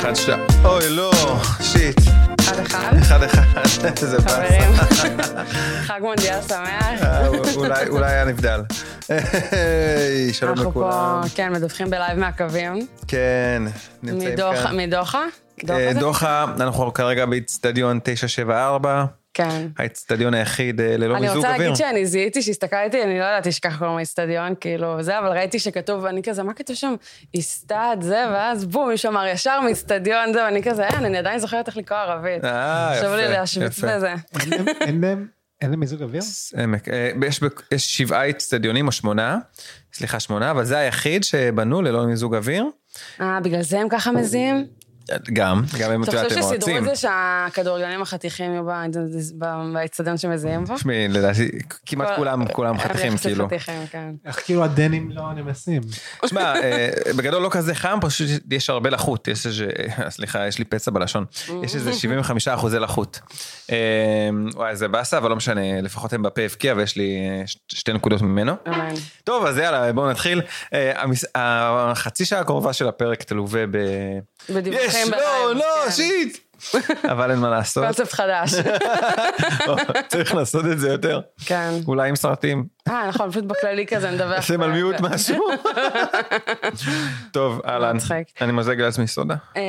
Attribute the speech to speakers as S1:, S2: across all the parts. S1: אחד שתיים. אוי, לא, שיט.
S2: אחד אחד.
S1: אחד אחד. איזה
S2: חברים,
S1: באסה.
S2: חג מונדיאל שמח.
S1: אה, אולי- אולי היה נבדל. היי, שלום
S2: אנחנו פה,
S1: לכולם.
S2: כן, מדווחים בלייב מהקווים.
S1: כן, נמצאים
S2: מדוחה,
S1: כאן.
S2: מדוחה?
S1: אה,
S2: דוחה זה?
S1: דוחה, אנחנו כרגע באיצטדיון 974,
S2: כן.
S1: האיצטדיון היחיד אה, ללא
S2: אני
S1: מיזוג
S2: רוצה
S1: אוויר.
S2: להגיד שאני זיהיתי, שהסתכלתי, אני לא ידעתי שככה קוראים לאיצטדיון, כאילו, זה, אבל ראיתי שכתוב, אני כזה, מה כתוב שם? איסטד, זה, ואז בום, מישהו אמר, ישר מאיצטדיון, זה, ואני כזה, אין, אני עדיין זוכרת איך לקרוא ערבית.
S1: אה,
S2: חשוב לי
S1: יפה,
S2: להשוויץ
S1: יפה.
S2: בזה.
S3: אין להם- אין להם, אין להם מיזוג אוויר?
S1: עמק. אה, יש בק- יש שבעה איצטדיונים או שמונה, סליחה, שמונה, אבל זה היחיד שבנו ללא מיזוג אוויר.
S2: אה, בגלל זה הם ככה מזיעים?
S1: גם, גם אם
S2: אתה
S1: אתם
S2: חושב שסידרו
S1: רוצים.
S2: את זה שהכדורגלנים החתיכים יהיו ב- ב- באצטדיון שמזיעים בו?
S1: תשמעי, לדעתי, כמעט
S2: כל-
S1: כולם, כולם חתיכים,
S2: יחסית
S1: כאילו.
S2: חתיכים, כן.
S3: איך כאילו הדנים לא נמסים?
S1: שמע, אה, בגדול לא כזה חם, פשוט יש הרבה לחות. יש איזה, אה, סליחה, יש לי פצע בלשון. יש איזה 75 אחוזי לחות. אה, וואי, זה באסה, אבל לא משנה, לפחות הם בפה הבקיע ויש לי אה, ש- שתי נקודות ממנו.
S2: אמן.
S1: טוב, אז יאללה, בואו נתחיל. אה, המס- החצי שעה הקרובה של הפרק תלווה ב...
S2: בדיווחים
S1: יש, לא,
S2: בלייב,
S1: לא,
S2: כן.
S1: שיט! אבל אין מה לעשות,
S2: קונספט חדש.
S1: צריך לעשות את זה יותר.
S2: כן.
S1: אולי עם סרטים.
S2: אה, נכון, פשוט בכללי כזה נדבר.
S1: עושים על מיוט
S2: כן.
S1: משהו. טוב, אהלן,
S2: מצחיק.
S1: אני מזג לעצמי סודה.
S2: אה,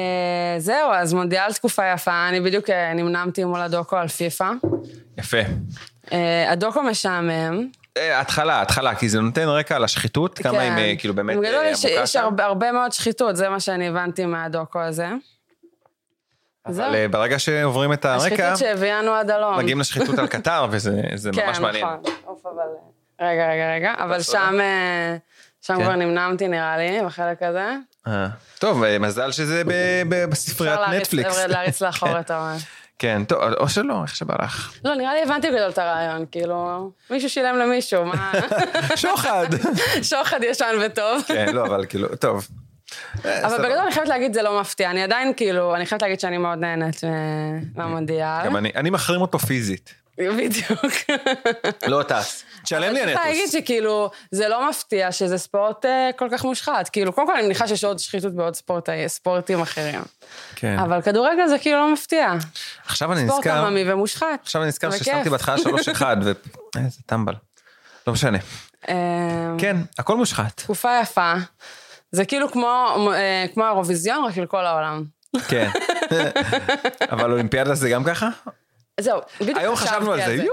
S2: זהו, אז מונדיאל תקופה יפה. אני בדיוק אה, נמנמתי מול הדוקו על פיפא.
S1: יפה.
S2: אה, הדוקו משעמם.
S1: אה, התחלה, התחלה, כי זה נותן רקע על השחיתות, כמה
S2: כן.
S1: היא אה, כאילו באמת
S2: בגדול
S1: אה,
S2: יש-
S1: עמוקה
S2: יש
S1: שם.
S2: הרבה- הרבה מאוד שחיתות, זה מה שאני הבנתי מהדוקו הזה. זהו.
S1: אבל אה, ברגע שעוברים את הרקע,
S2: השחיתות שהביאנו עד הלום.
S1: מגיעים לשחיתות על קטר, וזה זה ממש מעניין.
S2: כן, נכון. אוף, אבל... רגע, רגע, רגע. אבל
S1: סודה?
S2: שם, אה, שם
S1: כן.
S2: כבר נמנמתי, נראה לי, בחלק הזה.
S1: אה, טוב, אה, מזל שזה ב- ב- בספריית
S2: אפשר להריץ- אה,
S1: נטפליקס.
S2: להריץ לאחור את ה...
S1: כן, טוב, או שלא, איך שבא לך.
S2: לא, נראה לי הבנתי בגדול את הרעיון, כאילו, מישהו שילם למישהו, מה...
S1: שוחד!
S2: שוחד ישן וטוב.
S1: כן, לא, אבל כאילו, טוב. אה,
S2: אבל
S1: סבבה.
S2: בגדול אני חייבת להגיד, זה לא מפתיע. אני עדיין, כאילו, אני חייבת להגיד שאני מאוד נהנית אה, מהמונדיאל.
S1: גם אני, אני מחרים אותו פיזית.
S2: בדיוק.
S1: לא טס. תשלם לי, אני
S2: צריך להגיד
S1: אטוס.
S2: שכאילו, זה לא מפתיע שזה ספורט אה, כל כך מושחת. כאילו, קודם כל אני מניחה שיש עוד שחיתות בעוד ספורטאי- ספורטים אחרים.
S1: כן.
S2: אבל כדורגל זה כאילו לא מפתיע.
S1: עכשיו אני
S2: ספורט
S1: נזכר,
S2: עממי ומושחת.
S1: עכשיו אני נזכר
S2: זה
S1: ששמתי
S2: כיף.
S1: בהתחלה 3-1, ו... איזה טמבל. לא משנה.
S2: אה,
S1: כן, הכל מושחת.
S2: תקופה יפה. זה כאילו כמו אה, כמו האירוויזיון, רק לכל העולם.
S1: כן. אבל אולימפיאדה זה גם ככה?
S2: אה, זהו, בדיוק
S1: היום
S2: חשבתי
S1: חשבנו על זה, יואו,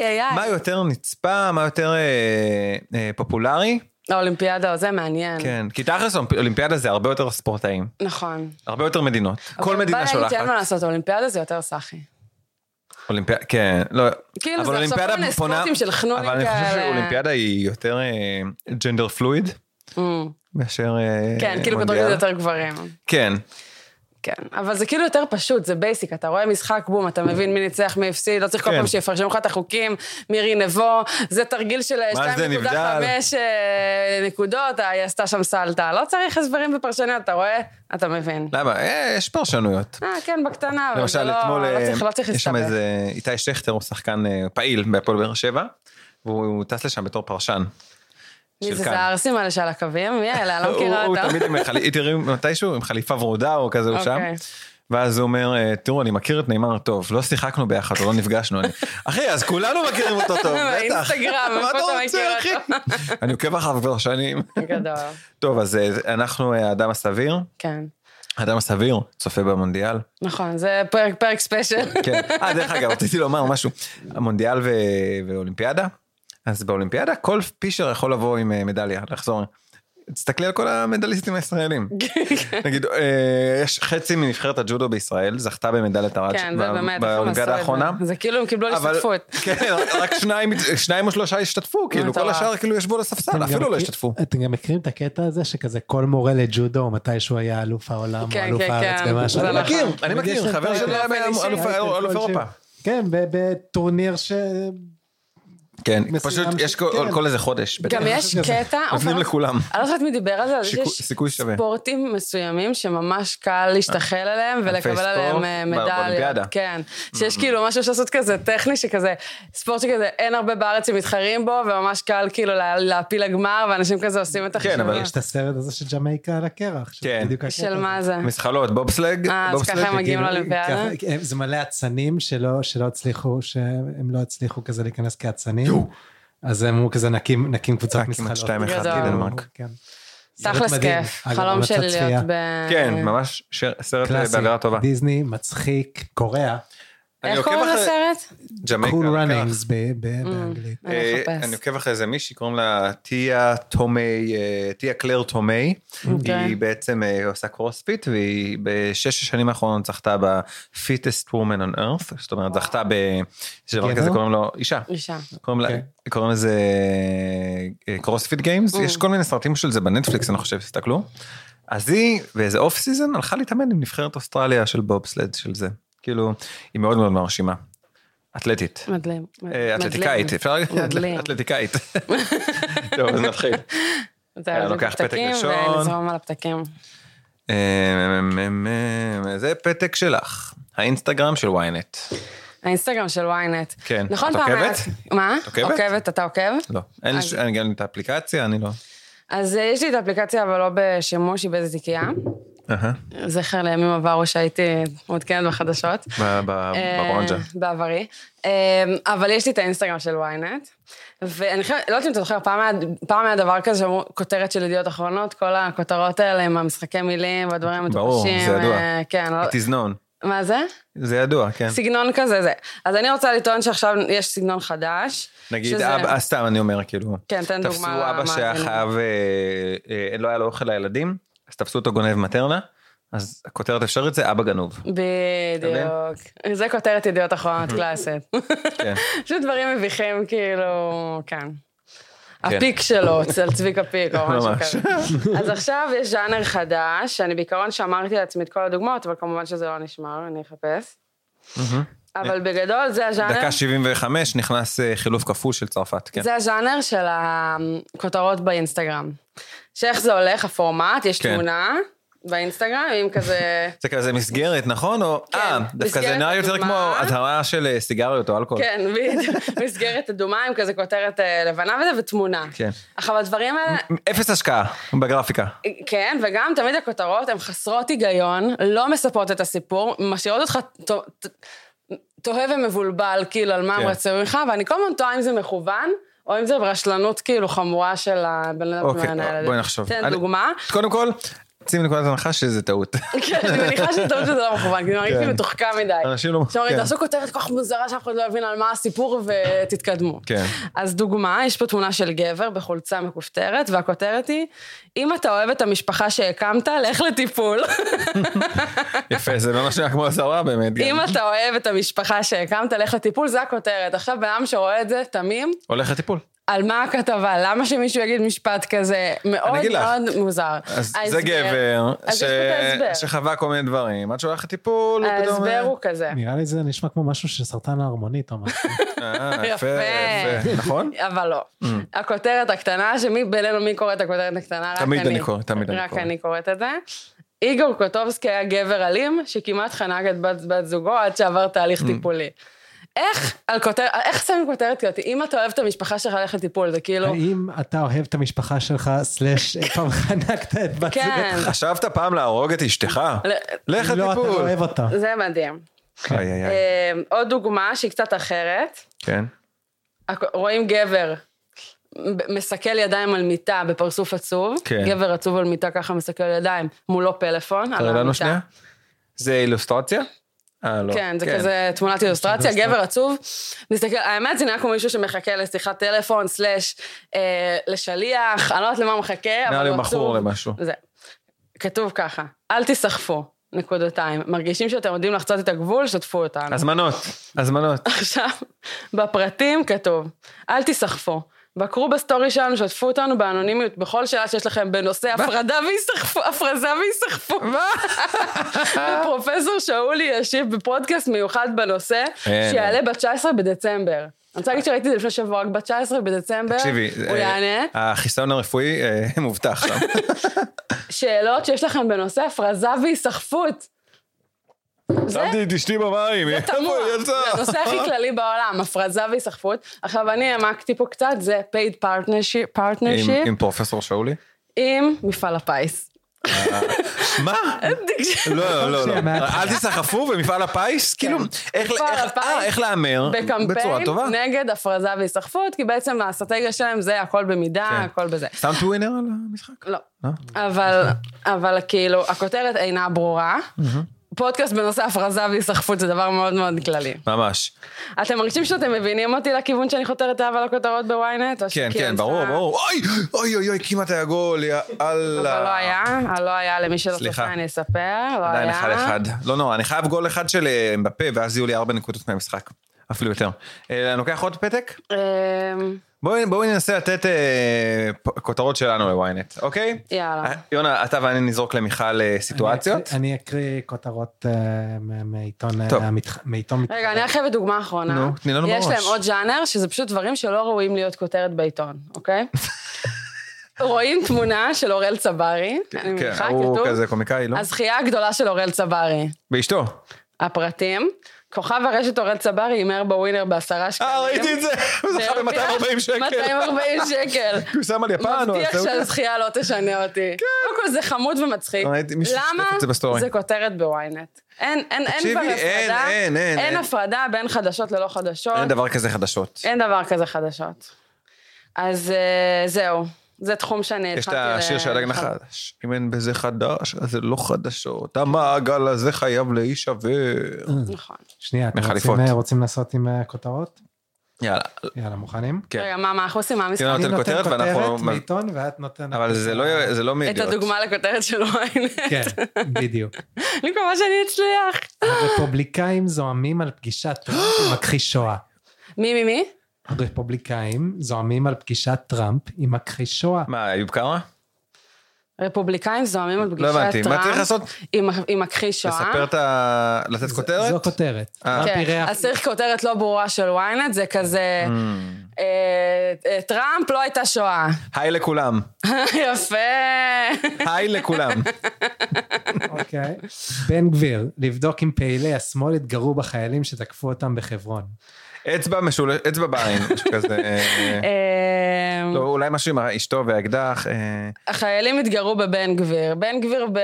S2: איי, איי,
S1: מה
S2: איי.
S1: יותר נצפה, מה יותר אה, אה, פופולרי?
S2: האולימפיאדה, זה מעניין.
S1: כן. כי תכלס אולימפיאדה זה הרבה יותר ספורטאים.
S2: נכון.
S1: הרבה יותר מדינות. כל
S2: אבל
S1: מדינה
S2: אוקיי, בא להגיד
S1: שולחת.
S2: שאין מה לעשות, אולימפיאדה זה יותר סאחי. Mm.
S1: אולימפיאדה, כן, לא.
S2: כאילו, זה עכשיו
S1: אבל
S2: כל
S1: אולימפיאדה
S2: מיני
S1: פונה-
S2: ספורטים של חנונים
S1: אבל אני חושב
S2: כאלה.
S1: שאולימפיאדה היא יותר ג'נדר פלואיד
S2: אמ,
S1: מאשר אה,
S2: כן, כאילו כדורגל זה
S1: מונדיאל.
S2: יותר גברים.
S1: כן.
S2: כן, אבל זה כאילו יותר פשוט, זה בייסיק. אתה רואה משחק, בום, אתה מבין מי ניצח, מי הפסיד, לא צריך כל
S1: כן.
S2: פעם שיפרשמו לך את החוקים, מירי נבו, זה תרגיל של
S1: מה זה,
S2: 2.5 אה, נקודות, אה, היא עשתה שם סלטה. לא צריך הסברים ופרשניות, אתה רואה? אתה מבין.
S1: למה? אה, יש פרשנויות.
S2: אה, כן, בקטנה, אבל זה
S1: למשל, אתמול,
S2: לא לא
S1: אה,
S2: צריך- לא צריך
S1: יש שם
S2: להסתבך.
S1: איזה, איתי שכטר הוא שחקן אה, פעיל בהפועל באר שבע, והוא הוא טס לשם בתור פרשן.
S2: מי
S1: של
S2: זה,
S1: כאן.
S2: זה הערסים האלה שעל הקווים? מי אלה? אני לא
S1: הוא-
S2: מכירה
S1: הוא
S2: אותם.
S1: תמיד עם חליפה, היא תראי מתישהו עם חליפה ורודה או כזה, הוא שם.
S2: אוקיי.
S1: ואז הוא אומר, אה, תראו, אני מכיר את נאמר טוב, לא שיחקנו ביחד, או לא נפגשנו. אני, אחי, אז כולנו מכירים אותו טוב, בטח.
S2: באינסטגרם,
S1: מה
S2: איפה אתה
S1: אתה רוצה, אחי?
S2: מכיר
S1: אני עוקב אחריו כבר שנים.
S2: אוקיי, גדול,
S1: טוב, אז אה, אנחנו אה, האדם הסביר.
S2: כן.
S1: האדם הסביר צופה במונדיאל.
S2: נכון, זה פרק, פרק ספיישל.
S1: כן. אה, דרך אגב, רציתי לומר משהו. המונדיאל ו... ואולימפיאדה, אז באולימפיאדה כל פישר יכול לבוא עם אה, מדליה, לחזור. תסתכלי על כל המדליסטים הישראלים.
S2: כן.
S1: נגיד, אה, יש חצי מנבחרת הג'ודו בישראל, זכתה במדליית הרד
S2: כן,
S1: ב-
S2: זה באמת, איך הם עשו את
S1: באולימפיאדה
S2: זה?
S1: האחרונה.
S2: זה כאילו הם קיבלו
S1: אבל-
S2: השתתפות.
S1: כן, רק שניים, שניים או שלושה השתתפו, כאילו, כל
S2: אה, מטורף.
S1: השאר כאילו ישבו על הספסל,
S3: אתם כן, גם
S1: אפילו לא
S3: מכיר-
S1: השתתפו.
S3: אתם גם מכירים את הקטע הזה שכזה כל מורה לג'ודו, מתי שהוא היה אלוף העולם,
S2: כן,
S3: או אלוף
S2: כן,
S3: הארץ
S2: כן.
S3: במשהו.
S2: זה
S1: אני
S2: נכון.
S1: מכיר, אני מכיר, חבר
S2: באופן
S1: של
S2: אישי.
S1: אלוף אלוף אירופה.
S3: כן, ב- בטורניר ש...
S1: כן,
S3: מסוים
S1: פשוט
S3: של-
S1: יש כל-
S3: כן.
S1: כל איזה חודש.
S2: גם
S1: בטח.
S2: יש
S3: כזה.
S2: קטע,
S1: נותנים
S2: אוקיי,
S1: לכולם.
S2: אני לא יודעת מי דיבר על זה, אבל
S1: שיקו-
S2: יש
S1: סיכוי שווה.
S2: ספורטים מסוימים שממש קל להשתחל עליהם ולקבל
S1: ספורט
S2: עליהם אה,
S1: ב- באולימפיאדה. Mm.
S2: מדליות. כן. שיש כאילו משהו שאפשר לעשות כזה טכני, שכזה, ספורט שכזה אין הרבה בארץ שמתחרים בו, וממש קל כאילו לה- להפיל לגמר, ואנשים כזה עושים את
S1: כן,
S2: החשבון.
S1: אבל
S3: יש את הסרט הזה של ג'מייקה על הקרח. שזה
S1: כן.
S3: בדיוק הקטע
S2: של
S3: הזה.
S2: מה זה?
S1: מסחלות, בובסלג,
S2: אה, אז
S1: בובסלג,
S2: ככה הם מגיעים
S3: כאילו,
S2: לאולימפיאדה?
S3: ככה, הם- זה מלא אצנים שלא שלא הצליחו, שהם לא הצליחו כזה להיכנס כאצנים.
S1: יו.
S3: אז הם אמרו כזה נקים נקים קבוצת
S1: אה, כמעט
S3: מסחלות.
S1: 2-1
S2: גדול.
S1: לדנמרק.
S3: כן. סרט
S2: תכלס
S3: מדהים.
S2: כיף,
S3: אגב, לא
S2: חלום
S3: המלצת
S2: שלי
S3: צפייה.
S2: להיות ב...
S1: כן,
S2: אה,
S1: ממש שר- סרט אה,
S3: קלאסי,
S1: באווירה טובה.
S3: דיסני, מצחיק, קוריאה,
S1: אני
S2: איך
S1: עוקב
S2: קוראים
S1: אחרי-
S2: לסרט?
S1: ג'מייקה.
S3: קול
S1: אני אקח.
S3: ראנינגס
S2: Mm.
S3: באנגלית.
S2: אני
S1: אה,
S2: אחפש.
S1: אני עוקב אחרי איזה מישהי, קוראים לה טיה תומי, אה, טיה קלר תומי.
S2: אוקיי.
S1: היא בעצם אה, עושה קרוספיט, והיא בשש השנים האחרונות זכתה ב-fittest woman on earth, זאת אומרת, זכתה ב... יש דבר
S3: גבר?
S1: כזה, קוראים לו אישה.
S2: אישה.
S1: קוראים לה-
S3: אוקיי.
S1: קוראים לזה אה, קרוספיט גיימס, יש כל מיני סרטים של זה בנטפליקס, אני לא חושב, תסתכלו. אז היא באיזה אוף סיזון הלכה להתאמן עם נבחרת אוסטרליה של בובסלד של זה. כאילו, היא מאוד מאוד מרשימה. אתלטית.
S2: מדהים.
S1: אה, אתלטיקאית, אפשר להגיד?
S2: מדהים.
S1: אתלטיקאית. טוב, אז נתחיל.
S2: אתה
S1: אה, לוקח פתק
S2: פתקים
S1: ראשון.
S2: ולזרום על הפתקים.
S1: אה, מ- מ- מ- זה פתק שלך, האינסטגרם של ynet.
S2: האינסטגרם של ynet.
S1: כן.
S2: נכון
S1: את
S2: פעם היה-
S1: עוקבת?
S2: מה?
S1: את עוקבת?
S2: עוקבת, אתה עוקב?
S1: לא, אין לי
S2: אז-
S1: ש- אין לי גם את האפליקציה, אני לא.
S2: אז אה, יש לי את האפליקציה, אבל לא בשימוש, היא באיזה תיקייה.
S1: אהה,
S2: זכר לימים עברו שהייתי מעודכנת בחדשות.
S1: ב- ב-
S2: אה,
S1: בברונג'ה.
S2: בעברי. אה, אבל יש לי את האינסטגרם של ynet. ואני חושבת, לא יודעת אם אתה זוכר, פעם היה, פעם היה דבר כזה, שאמרו, כותרת של ידיעות אחרונות, כל הכותרות האלה עם המשחקי מילים והדברים המטופשים.
S1: ברור, זה ידוע.
S2: אה, כן, לא-
S1: It is known.
S2: מה זה?
S1: זה ידוע, כן.
S2: סגנון כזה זה. אז אני רוצה לטעון שעכשיו יש סגנון חדש.
S1: נגיד,
S2: שזה-
S1: אבא, אה, סתם אני אומר, כאילו,
S2: כן, תן דוגמה.
S1: תפסו אבא
S2: למאזינים.
S1: שהיה חייב, אה, אה, לא היה לו אוכל לילדים, אז תפסו אותו גונב מטרנה, אז הכותרת האפשרית זה אבא גנוב.
S2: בדיוק. זה כותרת ידיעות אחרונות קלאסית.
S1: כן.
S2: פשוט דברים מביכים, כאילו, כן. הפיק שלו, אצל צביקה פיק או משהו
S1: ממש.
S2: כזה. אז עכשיו יש ז'אנר חדש, שאני בעיקרון שמרתי לעצמי את כל הדוגמאות, אבל כמובן שזה לא נשמר, אני אחפש. אבל בגדול זה הז'אנר...
S1: דקה 75 נכנס אה, חילוף כפול של צרפת, כן.
S2: זה הז'אנר של הכותרות באינסטגרם. שאיך זה הולך, הפורמט, יש
S1: כן.
S2: תמונה באינסטגרם עם כזה...
S1: זה כזה מסגרת, נכון? או...
S2: כן,
S1: אה, דווקא זה
S2: מסגרת
S1: נראה יותר כמו
S2: אדומה.
S1: אזהרה של אה, סיגריות או אלכוהול.
S2: כן, בדיוק. מסגרת אדומה עם כזה כותרת אה, לבנה וזה, ותמונה.
S1: כן.
S2: אך הדברים האלה,
S1: אפס השקעה בגרפיקה.
S2: כן, וגם תמיד הכותרות הן חסרות היגיון, לא מספרות את הסיפור, משאירות אותך ת- ת- תוהה ומבולבל, כאילו, על מה הם
S1: כן.
S2: רצו ממך, ואני כל הזמן תוהה אם זה מכוון, או אם זה ברשלנות, כאילו, חמורה של הבן אדם
S1: אוקיי,
S2: שמנהל את זה.
S1: בואי נחשוב.
S2: תן
S1: אני-
S2: דוגמה.
S1: קודם כל, יוצאים מנקודת הנחה שזה טעות.
S2: כן, אני מניחה שטעות שזה לא מכוון, כי זה מרגיש לי
S1: כן.
S2: מתוחכם מדי.
S1: אנשים לא-
S2: שאומרים,
S1: כן.
S2: תעשו כותרת כל כך מוזרה שאף אחד לא יבין על מה הסיפור ותתקדמו.
S1: כן.
S2: אז דוגמה, יש פה תמונה של גבר בחולצה מכופתרת, והכותרת היא, אם אתה אוהב את המשפחה שהקמת, לך לטיפול.
S1: יפה, זה לא נשמע כמו אזהרה באמת. גם.
S2: אם אתה אוהב את המשפחה שהקמת, לך לטיפול, זה הכותרת. עכשיו, בן אדם שרואה את זה, תמים,
S1: הולך לטיפול.
S2: על מה הכתבה? למה שמישהו יגיד משפט כזה מאוד
S1: אגיד לך.
S2: מאוד מוזר?
S1: אז
S2: ההסבר-
S1: זה גבר
S2: אז יש
S1: ש-
S2: פה את ההסבר.
S1: שחווה כל מיני דברים. עד שהולך לטיפול, הוא פתאום...
S2: ההסבר
S1: אה,
S2: הוא כזה.
S3: נראה לי זה נשמע כמו משהו של סרטן ההרמונית או משהו.
S1: אה, יפה,
S2: יפה.
S1: יפה. נכון?
S2: אבל לא. הכותרת הקטנה, שמי בינינו מי קורא את הכותרת הקטנה? רק
S1: תמיד אני קורא, תמיד אני
S2: רק
S1: קורא.
S2: אני קוראת את זה. איגור קוטובסקי היה גבר אלים, שכמעט חנק את בת, בת זוגו עד שעבר
S1: Mm.
S2: תהליך טיפולי. איך, על כותר, איך שמים כותרת כזאת? אם אתה אוהב את המשפחה שלך, לך לטיפול, זה כאילו...
S3: האם אתה אוהב את המשפחה שלך, סלאש, אי פעם חנקת את בת
S2: כן.
S3: זוגתך?
S1: חשבת פעם להרוג את אשתך?
S2: ל-
S1: לך
S3: לא, אתה לא
S1: לטיפול.
S3: אוהב אותה.
S2: זה מדהים.
S1: איי, איי, איי.
S2: אה, עוד דוגמה שהיא קצת אחרת.
S1: כן.
S2: הכ- רואים גבר ב- מסכל ידיים על מיטה בפרצוף עצוב,
S1: כן.
S2: גבר עצוב על מיטה ככה מסכל ידיים, מולו פלאפון, על
S1: תראה לנו
S2: המיטה.
S1: שנייה. זה אילוסטרציה? אה, לא.
S2: כן, זה כזה תמונת אילוסטרציה, גבר עצוב, מסתכל, האמת זה נראה כמו מישהו שמחכה לשיחת טלפון, סלאש, אה, לשליח, אני לא יודעת למה הוא מחכה,
S1: נראה
S2: אבל
S1: לי
S2: הוא
S1: הוא
S2: עצוב.
S1: מכור למשהו.
S2: זה. כתוב ככה, אל תיסחפו, נקודתיים. מרגישים שאתם יודעים לחצות את הגבול, שתפו אותנו.
S1: הזמנות, הזמנות.
S2: עכשיו, בפרטים כתוב, אל תיסחפו. בקרו בסטורי שלנו, שתפו אותנו באנונימיות בכל שאלה שיש לכם בנושא הפרדה והיסחפו, הפרזה והיסחפו.
S1: אה?
S2: מה? ופרופסור שאולי ישיב בפודקאסט מיוחד בנושא,
S1: אין,
S2: שיעלה ב-19 בדצמבר. רוצה להגיד שראיתי את זה לפני שבוע, רק בת 19 בדצמבר.
S1: תקשיבי,
S2: הוא
S1: אה,
S2: יענה.
S1: החיסיון הרפואי אה, מובטח שם.
S2: שאלות שיש לכם בנושא הפרזה והיסחפות. זה
S1: שמתי את אשתי במים,
S2: זה תמוה,
S1: איפה היא
S2: זה
S1: יצאה?
S2: הנושא הכי כללי בעולם, הפרזה והיסחפות. עכשיו, אני העמקתי פה קצת, זה paid partnership,
S1: עם-
S2: partnership
S1: עם פרופסור שאולי?
S2: עם מפעל הפיס.
S1: מה? לא, לא, לא.
S3: שנייה, מה-
S1: אל תסחפו במפעל הפיס? כאילו, איך-
S2: כן. מפעל
S1: איך-
S2: הפיס
S1: אה, איך להמר בצורה
S2: בקמפיין
S1: טובה?
S2: נגד הפרזה והיסחפות, כי בעצם האסטרטגיה שלהם זה הכל במידה,
S1: כן.
S2: הכל בזה.
S1: שמת ווינר על המשחק?
S2: לא.
S1: לא?
S2: אבל, אבל כאילו, הכותרת אינה ברורה. פודקאסט בנושא הפרזה והיסחפות זה דבר מאוד מאוד כללי.
S1: ממש.
S2: אתם מרגישים שאתם מבינים אותי לכיוון שאני חותרת אבל הכותרות בוויינט? או
S1: כן,
S2: שכאילו
S1: כן,
S2: אני
S1: ברור,
S2: צריכה-
S1: ברור. אוי, אוי, אוי, אוי, כמעט היה גול, יא אללה.
S2: אבל לא היה, לא היה למי שלא
S1: סליחה.
S2: צופה, אני אספר, לא היה.
S1: עדיין אחד אחד. לא נורא, אני חייב גול אחד של אה, אמבפה, ואז יהיו לי ארבע נקודות מהמשחק. אפילו יותר. אה, אני לוקח עוד פתק?
S2: אמ,
S1: בואו בואו ננסה לתת אה, פ- כותרות שלנו לוויינט, אוקיי?
S2: יאללה.
S1: אה, יונה, אתה ואני נזרוק למיכל אה,
S3: אני
S1: סיטואציות.
S3: אקריא- אני אקריא כותרות אה, מה- מעיתון... אה,
S1: טוב.
S3: המתח- מעיתון...
S2: רגע, אני רק חייבת דוגמה אחרונה.
S1: נו, תני לנו
S2: יש
S1: בראש.
S2: להם עוד ז'אנר, שזה פשוט דברים שלא ראויים להיות כותרת בעיתון, אוקיי? רואים תמונה של אוראל צברי, אני
S1: כן,
S2: מניחה,
S1: הוא
S2: כתוב,
S1: כזה קומיקאי, לא?
S2: הזכייה הגדולה של אוראל צברי.
S1: ואשתו. אה,
S2: הפרטים, כוכב הרשת אוראל צברי הימר בווינר בעשרה שקלים.
S1: אה, ראיתי את זה! כן. הוא זכה ב-240 שקל.
S2: 240 שקל.
S1: כי הוא שם על יפן, או על
S2: מבטיח
S1: סעודיה.
S2: שהזכייה לא תשנה אותי. קודם כל זה חמוד ומצחיק.
S1: אה, ראיתי מישהו
S2: למה
S1: ששיתף את זה בסטורי.
S2: זה כותרת בוויינט? אין, אין, אין
S1: תקשיבי,
S2: כבר
S1: אין,
S2: הפרדה.
S1: אין, אין, אין.
S2: אין הפרדה בין חדשות ללא חדשות.
S1: אין דבר כזה חדשות.
S2: אין דבר כזה חדשות. אז אה, זהו, זה תחום שאני
S1: יש את
S2: התחלתי ל-
S1: השיר של הדגן
S2: לחפ-
S1: החדש. אם אין בזה חדש, אז זה לא חדשות. המעגל הזה חייב להישבר.
S2: נכון.
S3: שנייה, אתם
S1: מחליפות.
S3: רוצים, אה, רוצים לעשות עם אה, כותרות?
S1: יאללה.
S3: יאללה, מוכנים?
S1: כן.
S2: רגע, מה, מה אנחנו עושים? מה המשחק?
S1: תראה,
S3: אני
S1: נותן כותרת ואנחנו-
S3: מעיתון ואת נותנת...
S1: אבל זה לא- זה לא מי
S2: את
S1: ידיעות.
S2: הדוגמה לכותרת של וויינט.
S3: כן, בדיוק.
S2: אני מקווה שאני אצליח.
S3: הרפובליקאים זועמים על פגישת טראמפ עם מכחיש שואה.
S2: מי, מי, מי?
S3: הרפובליקאים זועמים על פגישת טראמפ עם מכחיש שואה.
S1: מה, איוב קרא?
S2: רפובליקאים זוהמים על פגישת
S1: לא
S2: טראמפ.
S1: הבנתי. מה צריך לעשות?
S2: עם- עם מכחיש שואה.
S1: לספר את ה... לתת
S3: זו
S1: כותרת?
S3: כותרת.
S1: אה.
S3: טראמפ
S2: כן,
S3: אירח-
S2: אז צריך כותרת לא ברורה של ynet, זה כזה,
S1: Mm.
S2: אה, אה, טראמפ לא הייתה שואה.
S1: Hmm. היי לכולם.
S2: יפה.
S1: היי לכולם.
S3: אוקיי. בן גביר, לבדוק אם פעילי השמאל התגרו בחיילים שתקפו אותם בחברון.
S1: אצבע משולשת, אצבע בעין, משהו כזה. אה,
S2: אה,
S1: לא, אולי משהו עם אשתו והאקדח. אה,
S2: החיילים התגרו בבן גביר. בן גביר ב-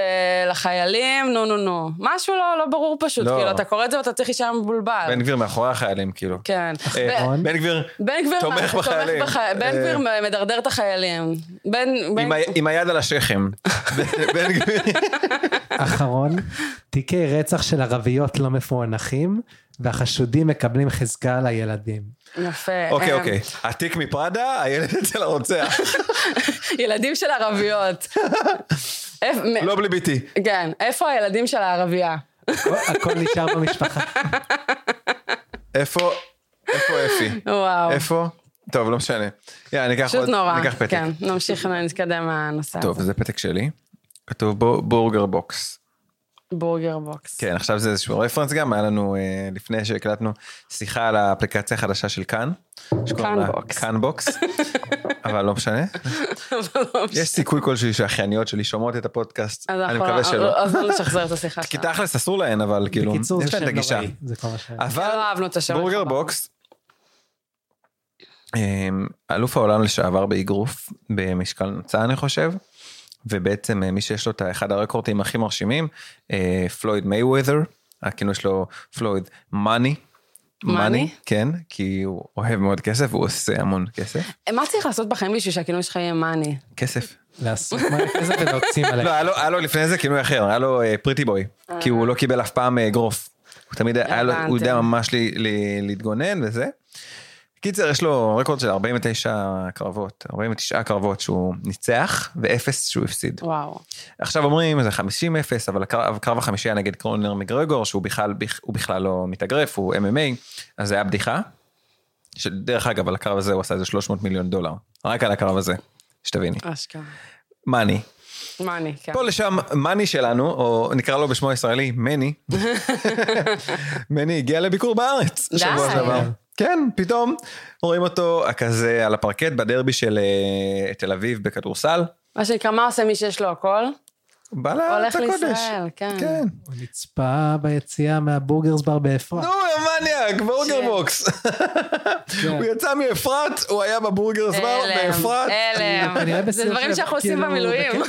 S2: לחיילים, נו נו נו. משהו לא לא ברור פשוט,
S1: לא.
S2: כאילו, אתה קורא את זה ואתה צריך להישאר מבולבל.
S1: בן גביר מאחורי החיילים, כאילו.
S2: כן.
S1: אה,
S2: ב-
S3: נכון.
S1: בן גביר,
S2: אה. בן גביר
S1: תומך
S2: מה-
S1: בחיילים.
S2: בחי- בן
S1: אה.
S2: גביר מדרדר את החיילים. בן... בן-
S1: עם ה- עם היד על השכם. בן גביר.
S3: אחרון, תיקי רצח של ערביות לא מפוענחים, והחשודים מקבלים חזקה על הילדים.
S2: יפה.
S1: אוקיי,
S2: אה,
S1: אוקיי. התיק מפראדה, הילד אצל הרוצח.
S2: ילדים של ערביות. איפ- מ-
S1: לא בלי ביתי.
S2: כן, איפה הילדים של הערבייה?
S3: הכל- הכל נשאר במשפחה.
S1: איפה, איפה אפי?
S2: וואו.
S1: איפה? טוב, לא משנה. יאללה, ניקח
S2: פשוט
S1: עוד,
S2: נורא.
S1: ניקח פתק.
S2: כן, נמשיך נתקדם מהנושא
S1: טוב,
S2: הזה.
S1: זה פתק שלי. כתוב בו בורגר בוקס.
S2: בורגר בוקס.
S1: כן, עכשיו זה איזשהו רפרנס גם, היה לנו אה, לפני שהקלטנו שיחה על האפליקציה החדשה של כאן. שקוראים לה
S2: בוקס.
S1: כאן בוקס, אבל לא משנה. יש סיכוי כלשהו שהאחייניות שלי שומעות את הפודקאסט,
S2: לא אז
S1: אני
S2: אנחנו-
S1: מקווה שלא.
S2: אז לא נשחזר את השיחה
S1: כי
S2: שלנו.
S1: תכלס אסור להן, אבל כאילו,
S3: בקיצור, זה
S1: יש להן
S3: שם
S1: את הגישה. אה.
S3: נוראי. זה כל מה ש...
S1: אבל
S2: לא אהבנו את השם.
S1: בורגר
S2: שלך.
S1: בוקס, אמ, אלוף העולם לשעבר באגרוף במשקל נוצה אני חושב, ובעצם אה, מי שיש לו את אחד הרקורדים הכי מרשימים, אה, פלויד מייווית'ר, הכינוי שלו פלויד מאני.
S2: מאני?
S1: כן, כי הוא אוהב מאוד כסף, הוא עושה המון כסף.
S2: מה צריך לעשות בחיים בשביל שהכינוי שלך יהיה מאני?
S1: כסף.
S3: לעשות מהכסף ולהוציא
S1: לא,
S3: עליהם.
S1: היה לו- היה לו לפני זה כינוי אחר, היה לו אה, פריטי בוי, כי הוא לא קיבל אף פעם אה, אגרוף. הוא תמיד, היה לו- הוא יודע
S2: הבנתי.
S1: ממש ל- ל- להתגונן וזה. קיצר, יש לו רקורד של 49 קרבות, 49 קרבות שהוא ניצח, ואפס שהוא הפסיד.
S2: וואו.
S1: עכשיו אומרים זה 50 0 אבל הקרב הקרב החמישי היה נגד קרונר מגרגור שהוא בכלל בכ- הוא בכלל לא מתאגרף הוא MMA אז זה היה בדיחה. שדרך אגב על הקרב הזה הוא עשה איזה 300 מיליון דולר רק על הקרב הזה שתביני
S2: אשכרה.
S1: מאני.
S2: מאני, כן.
S1: פה לשם מאני שלנו או נקרא לו בשמו הישראלי מני מני הגיע לביקור בארץ.
S2: די.
S1: שבוע שעבר. כן, פתאום רואים אותו כזה על הפרקט בדרבי של אה, תל אביב בכדורסל.
S2: מה שנקרא, מה עושה מי שיש לו הכל?
S1: בא לארץ
S2: הולך
S1: אה, הקודש.
S2: לישראל, כן.
S1: כן.
S3: הוא נצפה ביציאה מהבורגרס בר באפרת.
S1: נו, המניאק, בורגר
S2: כן.
S1: בוקס.
S3: כן.
S1: לא, הוא יצא מאפרת, הוא היה בבורגרס בר באפרת.
S2: הלם,
S3: כנראה
S2: הלם. זה
S3: בסיום
S2: דברים
S3: של-
S2: שאנחנו עושים
S3: כאילו,
S2: במילואים.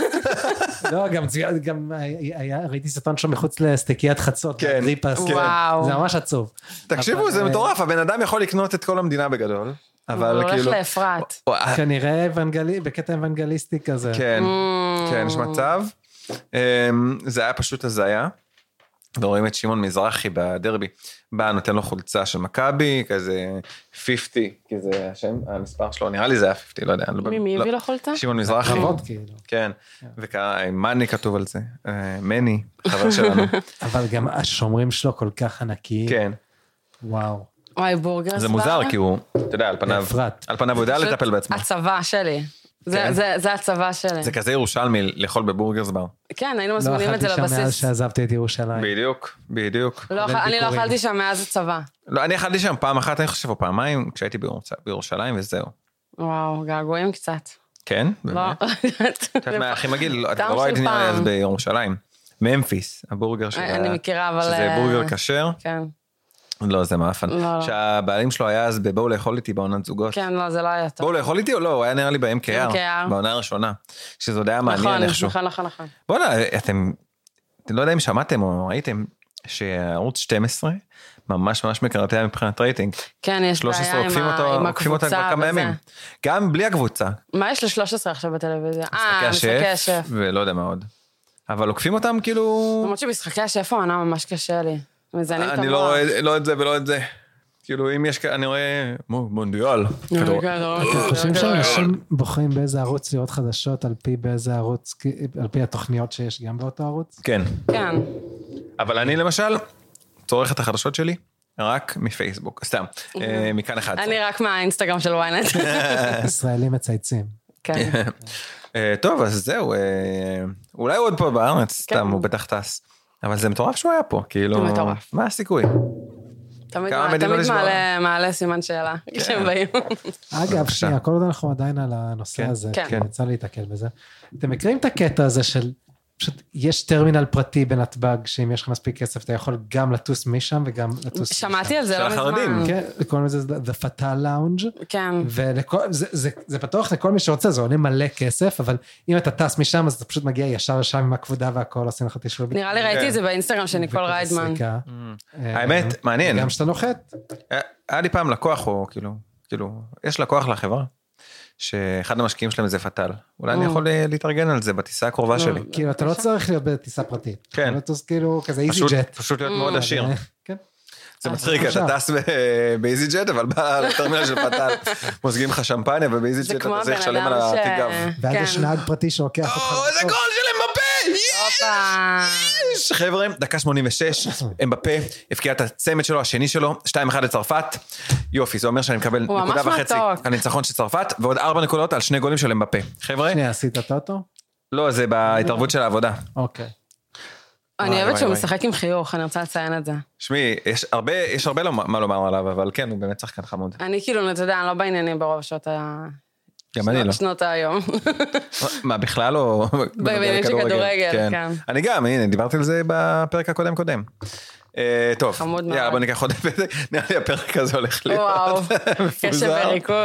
S3: לא, גם צי- גם היה- היה- ראיתי סרטון שם מחוץ לסטקיית חצות.
S1: כן,
S3: הדריפס.
S1: כן.
S2: וואו.
S3: זה ממש עצוב.
S1: תקשיבו,
S3: אבל,
S1: זה
S3: אה,
S1: מטורף, הבן אדם יכול לקנות את כל המדינה בגדול, אבל
S2: הוא הולך
S1: כאילו...
S2: לאפרת.
S1: וואו,
S3: כנראה אבנגלי- בקטע אוונגליסטי כזה.
S1: כן,
S2: Mm.
S1: כן, יש מצב. אמ, זה היה פשוט הזיה. ורואים את שמעון מזרחי בדרבי, בא, נותן לו חולצה של מכבי, כזה 50, כי זה השם, המספר שלו, נראה לי זה היה 50, לא יודע. אני לא-
S2: מי, מי
S1: לא-
S2: הביא לו חולצה?
S1: שמעון מזרחי.
S3: קרבות כאילו.
S1: כן, וקרא, מאני כתוב על זה, אה, מני, חבר שלנו,
S3: אבל גם השומרים שלו כל כך ענקיים.
S1: כן.
S3: וואו.
S2: וואי, בורגרס.
S1: זה מוזר,
S2: בא?
S1: כי הוא, אתה יודע, על פניו,
S3: באפרת.
S1: על פניו הוא יודע
S2: פשוט
S1: לטפל בעצמו.
S2: הצבא שלי. זה-
S1: כן.
S2: זה- זה הצבא שלי.
S1: זה כזה ירושלמי לאכול בבורגרס בר.
S2: כן, היינו
S3: לא
S2: מזמינים את
S3: אכלתי
S2: זה
S3: שם מאז
S2: לבסיס.
S3: שעזבתי את ירושלים.
S1: בדיוק, בדיוק.
S2: לא אכל- אני לא
S3: ביקורים.
S2: אכלתי שם מאז הצבא.
S1: לא, אני אכלתי שם פעם אחת, אני חושב, או פעמיים, כשהייתי בירוצ- בירושלים, וזהו.
S2: וואו, געגועים קצת.
S1: כן?
S2: לא,
S1: באמת? את יודעת מה הכי מגעיל? לא, את
S2: טעם
S1: לא
S2: של
S1: הייתי נראה לי אז
S2: פעם. אה,
S1: בירושלים. ממפיס, הבורגר של
S2: אני
S1: ה-
S2: מכירה, אבל...
S1: שזה
S2: אה,
S1: בורגר כשר.
S2: כן,
S1: לא, זה מאפן.
S2: לא, לא.
S1: שהבעלים שלו היה אז בבואו לאכול איתי בעונת זוגות.
S2: כן, לא, זה לא היה טוב.
S1: בואו לאכול איתי או לא? הוא היה נראה לי ב-MKR,
S2: MKR.
S1: בעונה הראשונה. שזה עוד היה
S2: נכון,
S1: מעניין איכשהו.
S2: נכון, נכון, נכון.
S1: בואנה, אתם, אתם לא יודע אם שמעתם או ראיתם, שערוץ 12 ממש ממש מקרטע מבחינת רייטינג.
S2: כן, יש
S1: 13
S2: בעיה עם
S1: עוקפים
S2: ה-
S1: אותו,
S2: עם
S1: עוקפים אותה
S2: הקבוצה
S1: כבר כמה
S2: וזה.
S1: ימים. גם בלי הקבוצה.
S2: מה יש ל-13 עכשיו בטלוויזיה?
S1: משחקי
S2: אה, משחקי השף.
S1: ולא יודע מה עוד. אבל עוקפים אותם כאילו...
S2: למרות שמשחקי השף העונה ממש קשה לי. מזיינים את המוח.
S1: אני לא רואה לא את זה ולא את זה. כאילו אם יש כאלה, אני רואה מו- מונדיאל. כאילו,
S2: לא
S3: אתם
S2: אוקיי.
S3: חושבים שאנשים בוחרים באיזה ערוץ לראות חדשות על פי באיזה ערוץ, כי- על פי התוכניות שיש גם באותו ערוץ?
S1: כן.
S2: כן.
S1: אבל אני למשל, צורך את החדשות שלי רק מפייסבוק. סתם, אה, מכאן אחד.
S2: אני רק מהאינסטגרם של ynet.
S3: ישראלים מצייצים.
S2: כן.
S1: אה, טוב, אז זהו, אה, אולי הוא עוד פה בארץ, סתם, הוא בטח טס. אבל זה מטורף שהוא היה פה, כאילו,
S2: כן. זה מטורף.
S1: מה הסיכוי?
S2: תמיד
S1: כמה מדינות
S2: תמיד
S1: יש בעולם? כן.
S2: מעלה- מעלה סימן שאלה כשהם באים.
S3: אגב, שנייה, כל עוד אנחנו עדיין על הנושא
S1: כן,
S3: הזה,
S2: כן.
S3: כי יצא לי להתקל בזה. אתם מכירים את הקטע הזה של, פשוט יש טרמינל פרטי בנתב"ג, שאם יש לך מספיק כסף אתה יכול גם לטוס משם וגם לטוס משם.
S2: שמעתי על זה
S1: של
S2: לא
S1: החרדים.
S2: מזמן.
S3: כן, קוראים לזה The Fatal Lounge.
S2: כן.
S3: ולכל, זה, זה, זה פתוח לכל מי שרוצה, זה עולה מלא כסף, אבל אם אתה טס משם, אז אתה פשוט מגיע ישר לשם עם הכבודה והכל, עושים לך תשאול.
S2: נראה לי
S1: כן.
S2: ראיתי את זה באינסטגרם של ניקול ריידמן.
S1: האמת, מעניין.
S3: גם אה, כשאתה נוחת,
S1: היה- היה לי פעם לקוח, או כאילו, כאילו, יש לקוח לחברה, שאחד המשקיעים שלהם זה פטל. אולי אני
S2: Mm.
S1: יכול אה, להתארגן על זה בטיסה הקרובה
S2: Mm.
S1: שלי.
S3: כאילו, אתה לא צריך להיות בטיסה פרטית.
S1: כן.
S3: אתה יכול לטוס כאילו כזה איזי
S1: פשוט-
S3: ג'ט.
S1: פשוט להיות
S2: Mm.
S1: מאוד עשיר.
S3: כן.
S1: זה
S3: אה,
S1: מצחיק,
S3: זה
S1: אתה
S3: עכשיו.
S1: טס ב- באיזי ג'ט, אבל בא לטרמינל של פטל, מוזגים לך שמפניה, ובאיזי
S2: זה
S1: ג'ט
S2: כמו
S1: אתה צריך
S2: הבן
S1: לשלם על
S2: אדם ש...
S1: התיגב.
S3: ואז
S2: כן.
S3: יש נהג פרטי שלוקח אותך.
S1: או, איזה גול
S3: לטוס.
S1: של
S2: אוקיי.
S1: אמבפה!
S2: הופה.
S1: יש! חבר'ה, דקה 86, אמבפה, הבקיע את הצמד שלו, השני שלו, 2-1 לצרפת. יופי, זה אומר שאני מקבל
S2: הוא ממש
S1: נקודה וחצי
S2: מתוק.
S1: על ניצחון של צרפת, ועוד 4 נקודות על שני גולים של אמבפה. חבר'ה,
S3: שנייה, עשית טוטו?
S1: לא, זה בהתערבות של העבודה.
S3: אוקיי.
S2: אני
S1: וואי,
S2: אוהבת
S1: וואי,
S2: שהוא
S1: וואי.
S2: משחק עם חיוך, אני רוצה לציין את זה.
S1: שמעי, יש הרבה, יש הרבה לא, מה לומר עליו, אבל כן, הוא באמת שחקן חמוד.
S2: אני כאילו, אתה יודע, אני לא בעניינים ברוב שעות ה...
S1: גם אני לא.
S2: שנות היום.
S1: מה, בכלל או...
S2: בעניינים של כדורגל, כן.
S1: אני גם, הנה, דיברתי על זה בפרק הקודם קודם. אה, טוב,
S2: חמוד מאוד.
S1: יאללה, בוא ניקח עוד פרק, נראה לי הפרק הזה הולך להיות.
S2: וואו, קשב
S1: מפוזר.
S2: וריכוז.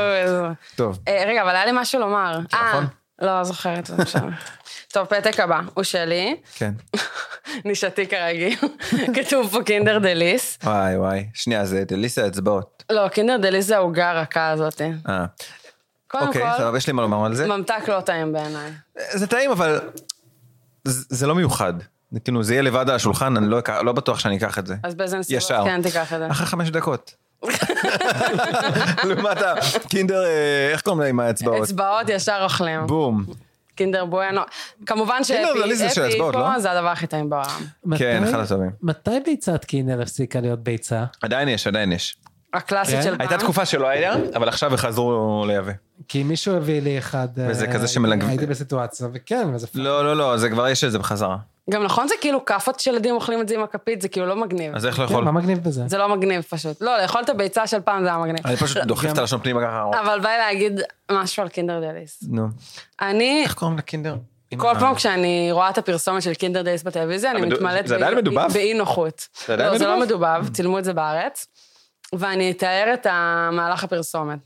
S1: טוב,
S2: אה, רגע, אבל היה לי משהו לומר. אה,
S1: נכון.
S2: לא, לא זוכרת. זה עכשיו. טוב, פתק הבא, הוא שלי,
S1: כן.
S2: נישתי כרגיל. כתוב פה קינדר דליס.
S1: וואי וואי. שנייה, זה דליסה האצבעות.
S2: לא, קינדר דליס זה העוגה הרכה הזאת.
S1: אה,
S2: קודם
S1: אוקיי,
S2: כל,
S1: סבבה, יש לי מה לומר על זה.
S2: ממתק לא טעים בעיניי.
S1: זה טעים, אבל זה זה לא מיוחד. זה כאילו, זה יהיה לבד על השולחן, אני לא אקח- לא בטוח שאני אקח את זה.
S2: אז באיזה נסיבות
S1: ישר.
S2: כן תיקח את זה.
S1: אחרי חמש דקות. לעומת הקינדר, אה, איך קוראים לה עם האצבעות?
S2: אצבעות ישר אוכלים.
S1: בום.
S2: קינדר בואנו. כמובן
S1: קינדר
S2: שאפי
S1: דליס זה של
S2: אפי
S1: אצבעות, לא?
S2: פה זה הדבר הכי טעים בעולם.
S1: כן,
S3: מתי-
S1: אחד הטובים.
S3: מתי ביצת קינר הפסיקה להיות ביצה?
S1: עדיין יש, עדיין יש.
S2: הקלאסית
S3: כן?
S2: של פעם.
S1: הייתה תקופה שלא היה, אבל עכשיו חזרו לייבא.
S3: כי מישהו הביא לי אחד...
S1: וזה
S3: אה,
S1: כזה שמלגב-
S3: הייתי בסיטואציה, וכן, וזה...
S1: לא, לא, לא, זה כבר לא, יש את זה בחזרה.
S2: גם נכון זה כאילו כאפות שילדים אוכלים את זה עם הכפית, זה כאילו לא מגניב.
S1: אז איך לא
S3: כן,
S1: יכול?
S3: מה מגניב בזה?
S2: זה לא מגניב פשוט. לא, לאכול את הביצה של פעם זה היה מגניב.
S1: אני פשוט דוחף את הלשון פנימה ככה.
S2: אבל בא לי להגיד משהו על קינדר דליס.
S1: נו.
S2: אני,
S1: איך קוראים לקינדר?
S2: כל פעם כשאני רואה את הפרסומת של קינדר דייס בטלוויזיה, אני
S1: המדו-
S2: מתמלאת
S1: זה עדיין
S2: באי-
S1: מדובב?
S2: באי נוחות.
S1: זה עדיין
S2: לא, זה לא
S1: מדובב? Mm.
S2: מדובב, צילמו את זה בארץ. ואני אתאר את המהלך הפרסומת.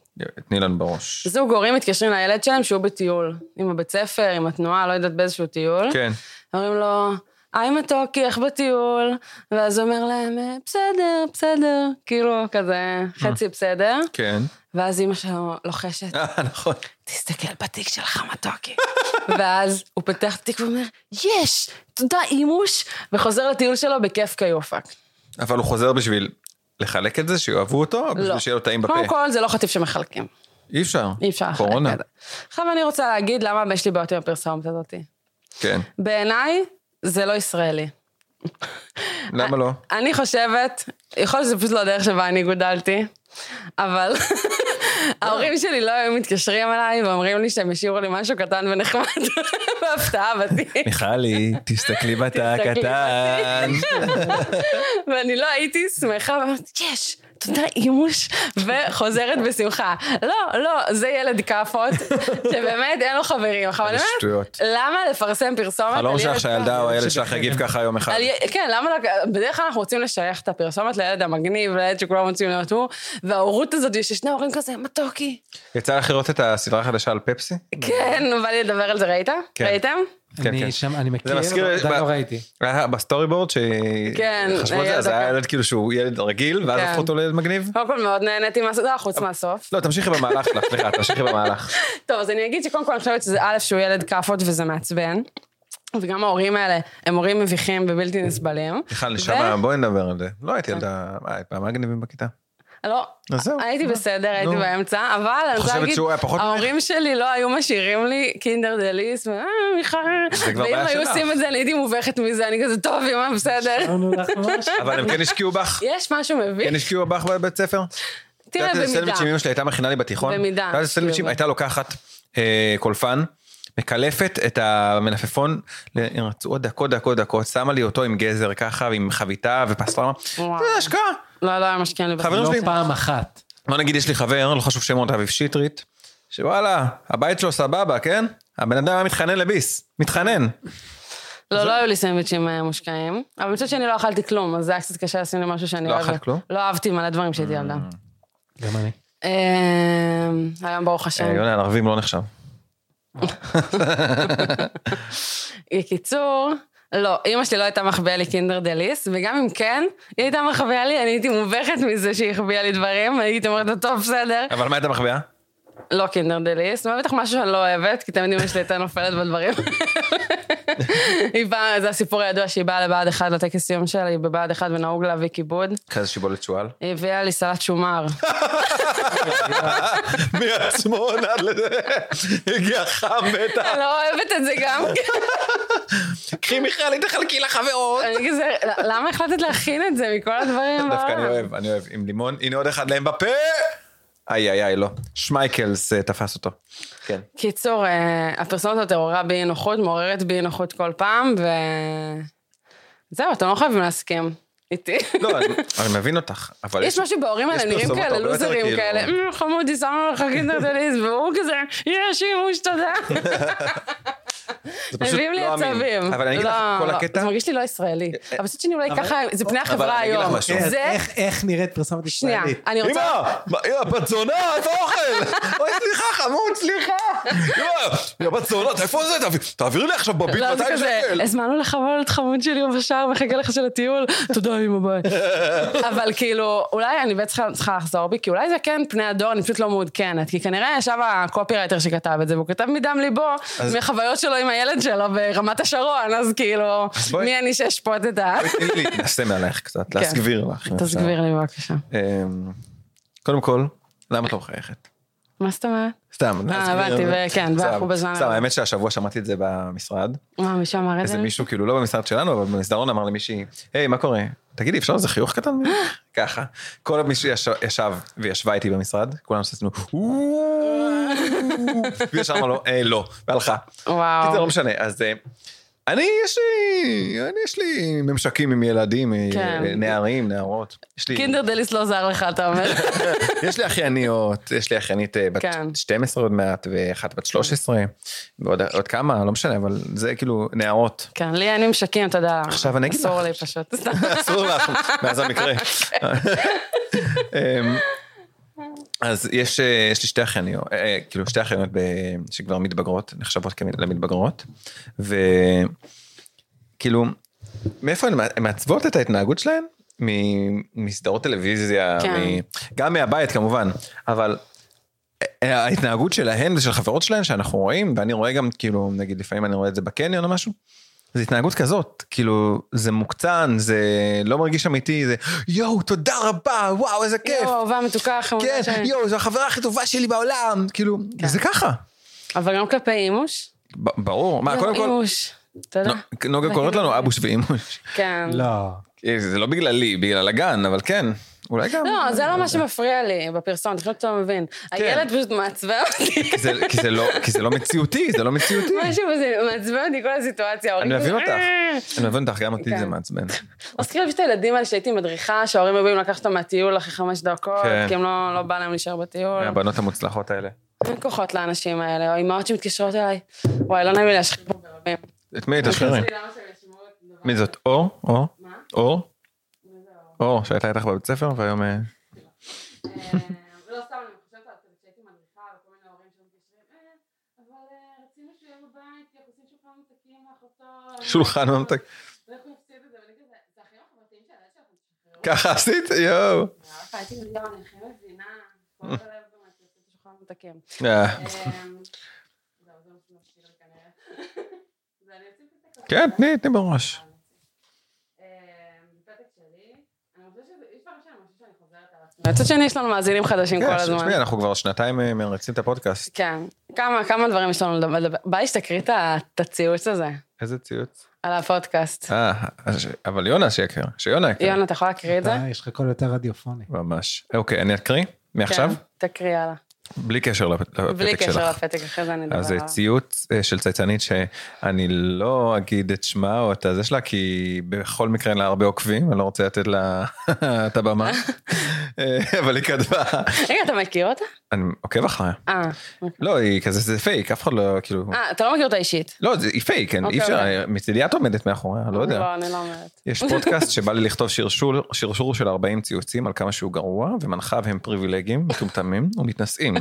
S1: תני לנו בראש.
S2: זוג הורים מתקשרים לילד שלהם שהוא בטיול, עם הבית ספר, עם התנועה, לא יודעת באיזשהו טיול.
S1: כן.
S2: אומרים לו, היי מתוקי, איך בטיול? ואז הוא אומר להם, "אה, בסדר, בסדר. כאילו, כזה, חצי בסדר.
S1: כן.
S2: ואז אימא שלו לוחשת,
S1: אה, נכון.
S2: תסתכל בתיק שלך, מתוקי. ואז הוא פתח את התיק ואומר, יש, תודה אימוש, וחוזר לטיול שלו בכיף כיופק.
S1: אבל הוא חוזר בשביל לחלק את זה, שיאהבו אותו,
S2: לא.
S1: או בשביל שיהיה לו טעים
S2: קודם
S1: בפה.
S2: כל, זה לא חטיף שמחלקים.
S1: אי אפשר.
S2: אי אפשר לחלק
S1: קורונה.
S2: את זה. עכשיו אני רוצה להגיד למה יש לי בעיות עם הפרסומת הזאת.
S1: כן.
S2: בעיניי, זה לא ישראלי.
S1: למה לא?
S2: אני חושבת, יכול להיות שזה פשוט לא הדרך שבה אני גודלתי, אבל ההורים שלי לא היו מתקשרים אליי ואומרים לי שהם השאירו לי משהו קטן ונחמד בהפתעה בתיק,
S1: מיכלי, תסתכלי בתא הקטן.
S2: ואני לא הייתי שמחה, ואמרתי, יש, תודה אימוש, וחוזרת בשמחה. לא, לא, זה ילד כאפות, שבאמת אין לו חברים. עכשיו אני
S1: איזה
S2: אומרת,
S1: שטויות.
S2: למה לפרסם פרסומת?
S1: חלום
S2: על ילד
S1: שלך לא שהילדה
S2: כאפות?
S1: או הילד שלך יגיב ככה יום אחד.
S2: על י- כן, למה לא... בדרך כלל אנחנו רוצים לשייך את הפרסומת לילד המגניב, לילד שכולם רוצים להיות הוא, וההורות הזאת ששני ההורים כזה, מתוקי.
S1: יצא לך לראות את הסדרה החדשה על פפסי?
S2: כן, נו, בא לי לדבר על זה, ראית?
S1: כן.
S2: ראיתם?
S1: כן, כן.
S3: אני שם, אני מכיר,
S1: מזכיר-
S3: אבל עדיין
S1: ב-
S3: לא ראיתי.
S1: היה בסטורי בורד
S2: כן,
S1: שחשבו על זה,
S2: הילד
S1: אז היה
S2: הקטן.
S1: ילד כאילו שהוא ילד רגיל, ואז
S2: כן.
S1: הפכו אותו לילד מגניב?
S2: קודם כל מאוד נהניתי מהסדרה, חוץ מהסוף.
S1: לא, תמשיכי במהלך שלך, סליחה, תמשיכי במהלך.
S2: טוב, אז אני אגיד שקודם כל אני חושבת שזה א', שהוא ילד כאפות וזה מעצבן. וגם ההורים האלה, הם הורים מביכים ובלתי נסבלים.
S1: מיכל,
S2: ו-
S1: נשמה, בואי נדבר על זה. לא הייתי ילדה, מה, היית פעם מגניבים בכיתה?
S2: לא,
S1: אז זהו.
S2: הייתי בסדר, הייתי
S1: נו.
S2: באמצע, אבל אני רוצה
S1: לא. חושבת
S2: להגיד,
S1: שהוא היה פחות ממך?
S2: ההורים שלי לא היו משאירים לי קינדר דה ליס, אה, מיכל,
S1: זה כבר
S2: ואם
S1: בעיה
S2: היו
S1: שלך.
S2: עושים את זה, אני הייתי מובכת מזה, אני כזה, טוב, אמא, בסדר.
S3: אמרנו לך ממש.
S1: אבל הם כן השקיעו בך?
S2: יש משהו
S1: כן
S2: מביך,
S1: השקיעו בך בבית ספר?
S2: תראה,
S1: את יודעת איזה
S2: במידה.
S1: סנדוויצ'ים אמא שלי הייתה מכינה לי בתיכון?
S2: במידה,
S1: את יודעת איזה סנדוויצ'ים
S2: כאילו.
S1: הייתה לוקחת אה, קולפן, מקלפת את המלפפון, ל- רצו עוד דקות, דקות, דקות, שמה לי אותו עם גזר ככה, ועם חביתה ופסטרמה.
S2: וואו.
S1: זה השקעה.
S2: לא, לא היה משקיע לי
S1: חברים
S2: בסדר.
S3: לא
S1: שלי.
S3: פעם אחת.
S1: בוא נגיד, יש לי חבר, לא חשוב שמות, אביב שטרית, שוואלה, הבית שלו סבבה, כן? הבן אדם היה מתחנן לביס, מתחנן.
S2: כן. לא, לא היו לי סנדוויצ'ים אה, מושקעים, אבל מצד שני לא אכלתי כלום, אז זה היה קצת קשה לשים לי משהו שאני
S1: לא
S2: אוהבת.
S1: אכלת כלום? Mm.
S2: לא אהבתי מלא דברים שהייתי ילדה.
S3: גם אני.
S2: אה, היום ברוך
S1: אה,
S2: השם.
S1: יונה, על ערבים לא נחשב.
S2: בקיצור, לא, אימא שלי לא הייתה מחביאה לי קינדר דה ליס, וגם אם כן, היא הייתה מחביאה לי, אני הייתי מובכת מזה שהיא החביאה לי דברים, הייתי אומרת לו, טוב, בסדר,
S1: אבל מה הייתה מחביאה?
S2: לא קינדר דה ליס, מה בטח משהו שאני לא אוהבת, כי תמיד אימא שלי הייתה נופלת בדברים. היא באה, זה הסיפור הידוע שהיא באה לבה"ד 1 לטקס יום שלה, היא בבה"ד 1 ונהוג להביא כיבוד.
S1: כזה שיבולת שועל.
S2: היא הביאה לי סלט שומר.
S1: מעצמון עד לזה, הגיע חם בטח.
S2: אני לא אוהבת את זה גם.
S1: קחי מיכלי, תחלקי לחברות.
S2: אני כזה, למה החלטת להכין את זה מכל הדברים? לא,
S1: דווקא אני
S2: בעולם?"
S1: אוהב, אני אוהב. עם לימון, הנה עוד אחד להם בפה. איי איי איי, לא. שמייקלס אה, תפס אותו. כן.
S2: קיצור, אה, הפרסומת הזאת עוררה בי אי נוחות, מעוררת בי אי נוחות כל פעם, ו... זהו, אתם לא חייבים להסכים איתי.
S1: לא, אני אני מבין אותך, אבל
S2: יש משהו בהורים האלה,
S1: לא, יש
S2: נראים
S1: פרסומות
S2: כאלה
S1: הרבה יותר
S2: לוזרים
S1: כאילו-
S2: כאלה, "אמ, חמודי, שמנו לך קינדר דליז, והוא כזה, יש שימוש, תודה.
S1: זה פשוט
S2: מביאים לי
S1: לא אמין.
S2: עצבים.
S1: אבל אני אגיד לך,
S2: לא,
S1: כל
S2: לא,
S1: הקטע... אה,
S2: זה מרגיש לי לא ישראלי. אבל מצד שני, אולי ככה, זה פני החברה
S1: אני אגיד לך
S2: היום.
S1: משהו. כן,
S3: אז
S2: זה...
S3: כן, איך- איך נראית פרסומת
S2: שנייה,
S3: ישראלית?
S2: אני רוצה...
S1: מה, יא בת זונה, את האוכל! אוי, סליחה, חמוד, סליחה! אמא, יא בת זונה, איפה זה? תעביר- תעבירי לי עכשיו בביט
S2: לא, זה כזה, הזמנו לך וולט חמוד שלי הוא בשער, מחכה לך של הטיול, תודה אמא ביי. אבל כאילו, אולי אני באמת צריכה- צריכה לחזור בי, כי אולי זה כן פני הדור, אני פשוט לא מעודכנת, כי כנראה ישב הקופירייטר שכתב את זה, והוא כתב מדם ליבו,
S1: אז-
S2: מהחוויות שלו עם הילד שלו ברמת השרון, אז כאילו,
S1: בואי-
S2: מי אני שאשפוט את ה...
S1: תני לי להתנסה מעלייך קצת, להסגביר לך. אם אפשר.
S2: כן. תסגביר לי בבקשה.
S1: אמ, קודם כל, למה את לא מחייכת?
S2: מה זאת אומרת?
S1: סתם.
S2: אה,
S1: להסביר.
S2: הבנתי, וכן,
S1: סתם,
S2: ואנחנו בזמן- אוקיי.
S1: סתם, האמת שהשבוע שמעתי את זה במשרד.
S2: מה, מישהו אמר את זה?
S1: איזה מישהו, כאילו, לא במשרד שלנו, אבל במסדרון אמר למישהי, היי, מה קורה? תגידי, אפשר איזה חיוך קטן? ממך?" ככה. כל מי שישב וישבה איתי במשרד, כולם עשינו, "וואו", והיא ישבה, אמרה לו, "אה, לא, והלכה. קיצר, לא
S2: וואו.
S1: משנה, אז... אה, אני, יש לי, אני, יש לי ממשקים עם ילדים,
S2: כן.
S1: אה, נערים, נערות. יש לי,
S2: קינדר דליס לא זר לך, אתה אומר.
S1: יש לי אחייניות, יש לי אחיינית אה, בת
S2: כן.
S1: 12 עוד מעט, ואחת בת 13, ועוד עוד כמה, לא משנה, אבל זה כאילו נערות.
S2: כן, לי אין ממשקים, אתה יודע.
S1: עכשיו אני אגיד
S2: אסור
S1: לך.
S2: לי פשוט. סתם.
S1: אסור לך, מאז המקרה. אמ, אז יש, אה, יש לי שתי אחייניות, אה, אה, כאילו שתי אחייניות ב- שכבר מתבגרות, נחשבות כמתבגרות, וכאילו, כאילו, מאיפה הן מע- הן מעצבות את ההתנהגות שלהן? מ- מסדרות טלוויזיה,
S2: כן.
S1: מ- גם מהבית כמובן, אבל ההתנהגות שלהן ושל חברות שלהן שאנחנו רואים, ואני רואה גם כאילו, נגיד לפעמים אני רואה את זה בקניון או משהו, זה התנהגות כזאת, כאילו, זה מוקצן, זה לא מרגיש אמיתי, זה יואו, תודה רבה, וואו, איזה כיף.
S2: יואו, אהובה מתוקה, חמודה
S1: כן,
S2: שלי.
S1: יואו, זו החברה הכי טובה שלי בעולם, כאילו,
S2: כן.
S1: זה ככה.
S2: אבל גם כלפי אימוש.
S1: ב- ברור, מה, אה, קודם כל, לא.
S2: אימוש. אתה יודע?
S1: נו- נוגה קוראת
S2: כאילו-
S1: לנו אבוש ואימוש.
S2: כן.
S3: לא.
S1: אה, זה לא בגללי, בגלל הגן, אבל כן, אולי גם.
S2: לא, זה לא מה שמפריע לי בפרסומת, אני חושבת שאתה לא מבין. הילד פשוט מעצבן אותי.
S1: כי כן. זה- כי זה לא- כי זה לא מציאותי, זה לא מציאותי.
S2: משהו בזה מעצבן אותי כל הסיטואציה. ההורים
S1: אני מבין
S2: כזה,
S1: אותך.
S2: "אה".
S1: אני מבין אותך, גם אותי
S2: כן.
S1: זה מעצבן.
S2: מזכיר לי פשוט את הילדים האלה שהייתי מדריכה, שההורים היו באים לקחת אותם מהטיול אחרי חמש דקות,
S1: כן.
S2: כי הם לא לא בא להם להישאר בטיול.
S1: הבנות המוצלחות האלה.
S2: אין כוחות לאנשים האלה, או אמהות שמתקשרות אליי. וואי, לא נעים לי להשחיר פה ברבים.
S1: את מי תשחררי? מי זאת? אור? אור?
S2: מה?
S1: אור? אור, שהייתה איתך בבית ספר, והיום... אה,
S2: לא, סתם, אני חושבת על זה כשהייתי מדריכה, וכל מיני הורים שמתקשרים, אבל אה, רצינו שהוא יהיה בבית, כי אנחנו עושים שולחן ממתקים לאחותו.
S1: שולחן לא ממתק.
S2: ואיך הוא הפסיד את זה, ואני כזה, זה החיים החברתיים של הילד שלך, תשחררו.
S1: ככה עשית? יואו.
S2: וואלה, הייתי כזה, "יואו, אני הכי מבינה, כל הלב באמת, זה שולחן לא ממתקים.
S1: אה,
S2: אמ, זהו, זה מה שמשאיר לי כנראה. זה אה, אני אוסיף את הכבוד.
S1: כן, תני, תני בראש.
S2: אמ, פתק שלי. אני חושבת שזה- יש דברים שאני מרגישה שאני חוזרת על עצמי. מצד שני, יש לנו מאזינים חדשים כל
S1: כן,
S2: הזמן.
S1: תשמעי, אנחנו כבר שנתיים אה, מרצים את הפודקאסט.
S2: כן. כמה, כמה דברים יש לנו לדבר. בא לי שתקריא את ה- את הציוץ הזה,
S1: איזה ציוץ.
S2: על הפודקאסט.
S1: אה, כן. אז ש- אבל יונה שיקר, שיונה יקר.
S2: יונה, אתה יכול להקריא את כן, זה?
S1: אה,
S3: אתה, יש לך קול יותר רדיופוני.
S1: ממש. אוקיי, אני אקריא? מעכשיו?
S2: כן, תקריא, יאללה.
S1: בלי קשר לפ-
S2: בלי
S1: לפתק
S2: קשר
S1: שלך.
S2: לפתק, אחרי זה אני אדבר
S1: אז זה
S2: עליו.
S1: ציוץ אה, של צייצנית שאני לא אגיד את שמה או את הזה שלה, כי בכל מקרה אין לה הרבה עוקבים, אני לא רוצה לתת לה את הבמה. אה, אבל היא כתבה,
S2: רגע, אתה מכיר אותה?
S1: אני עוקב אחריה.
S2: אה,
S1: לא, היא כזה, זה פייק, אף אחד לא, כאילו...
S2: אה, אתה לא מכיר אותה אישית.
S1: לא, זה- היא פייק, כן, אי
S2: אוקיי,
S1: אפשר,
S2: אוקיי.
S1: מצידי את עומדת מאחוריה, לא יודע.
S2: לא, אני לא אומרת.
S1: יש פודקאסט שבא לי לכתוב שרשור, שרשור של 40 ציוצים על כמה שהוא גרוע, ומנחיו הם פריבילגים, מטומטמים ומתנשאים.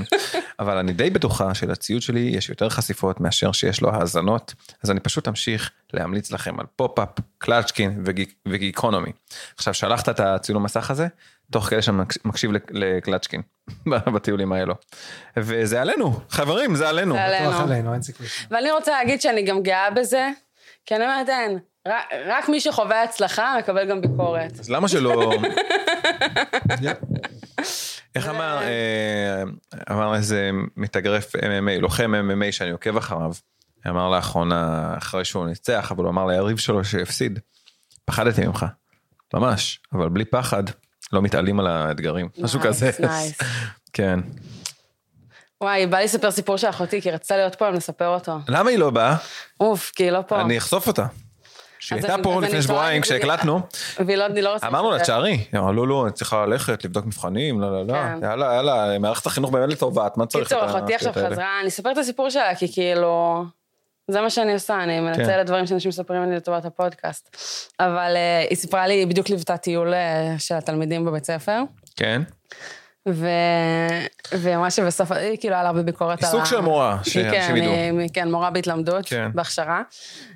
S1: אבל אני די בטוחה שלציוץ שלי יש יותר חשיפות מאשר שיש לו האזנות, אז אני פשוט אמשיך להמליץ לכם על פופ-אפ, קלאצ'קין וגיק- וגיקונומי. עכשיו, שלחת את הצילום מסך הזה, תוך כדי שאני מקש- מקשיב לק- לקלאצ'קין, בטיולים האלו. וזה עלינו, חברים, זה עלינו.
S2: זה עלינו.
S3: בטוח עלינו, אין סיכוי.
S2: ואני רוצה להגיד שאני גם גאה בזה, כי אני אומרת, אין, רק- רק מי שחווה הצלחה מקבל גם ביקורת.
S1: אז למה שלא... איך אמר, אה, אמר איזה מתאגרף MMA, לוחם MMA שאני עוקב אחריו, אמר לאחרונה, אחרי שהוא ניצח, אבל הוא אמר ליריב שלו שהפסיד, פחדתי ממך, ממש, אבל בלי פחד, לא מתעלים על האתגרים, משהו כזה.
S2: Nice, nice.
S1: כן.
S2: וואי, בא לי לספר סיפור של אחותי, כי היא רצתה להיות פה, אני מספר אותו.
S1: למה היא לא באה?
S2: אוף, כי היא לא פה.
S1: אני אחשוף אותה. כשהיא
S2: אז
S1: הייתה
S2: אני-
S1: פה
S2: אז אני
S1: לפני שבועיים
S2: טועה,
S1: כשהקלטנו,
S2: והיא לא, אני לא רוצה...
S1: אמרנו לה,
S2: לספר.
S1: תשארי. היא אמרה, לא, לא, אני צריכה ללכת, לבדוק מבחנים, לא, לא, לא.
S2: כן.
S1: יאללה, יאללה, מערכת החינוך באמת לטובה, את מה צריך?
S2: קיצור,
S1: את
S2: אחותי עכשיו
S1: השטויות האלה?"
S2: חזרה, אני אספר את הסיפור שלה, כי כאילו... זה מה שאני עושה,
S1: כן.
S2: אני מנצלת דברים שאנשים מספרים לי לטובת הפודקאסט. אבל אה, היא סיפרה לי, היא בדיוק ליוותה טיול אה, של התלמידים בבית ספר,
S1: כן.
S2: ו... והיא אמרה שבסוף, היא כאילו היה לה הרבה ביקורת
S1: היא
S2: על
S1: סוג
S2: ה-
S1: של מורה,
S2: היא כן,
S1: שאנשים ידעו.
S2: היא- כן, מורה בהתלמדות,
S1: כן.
S2: בהכשרה.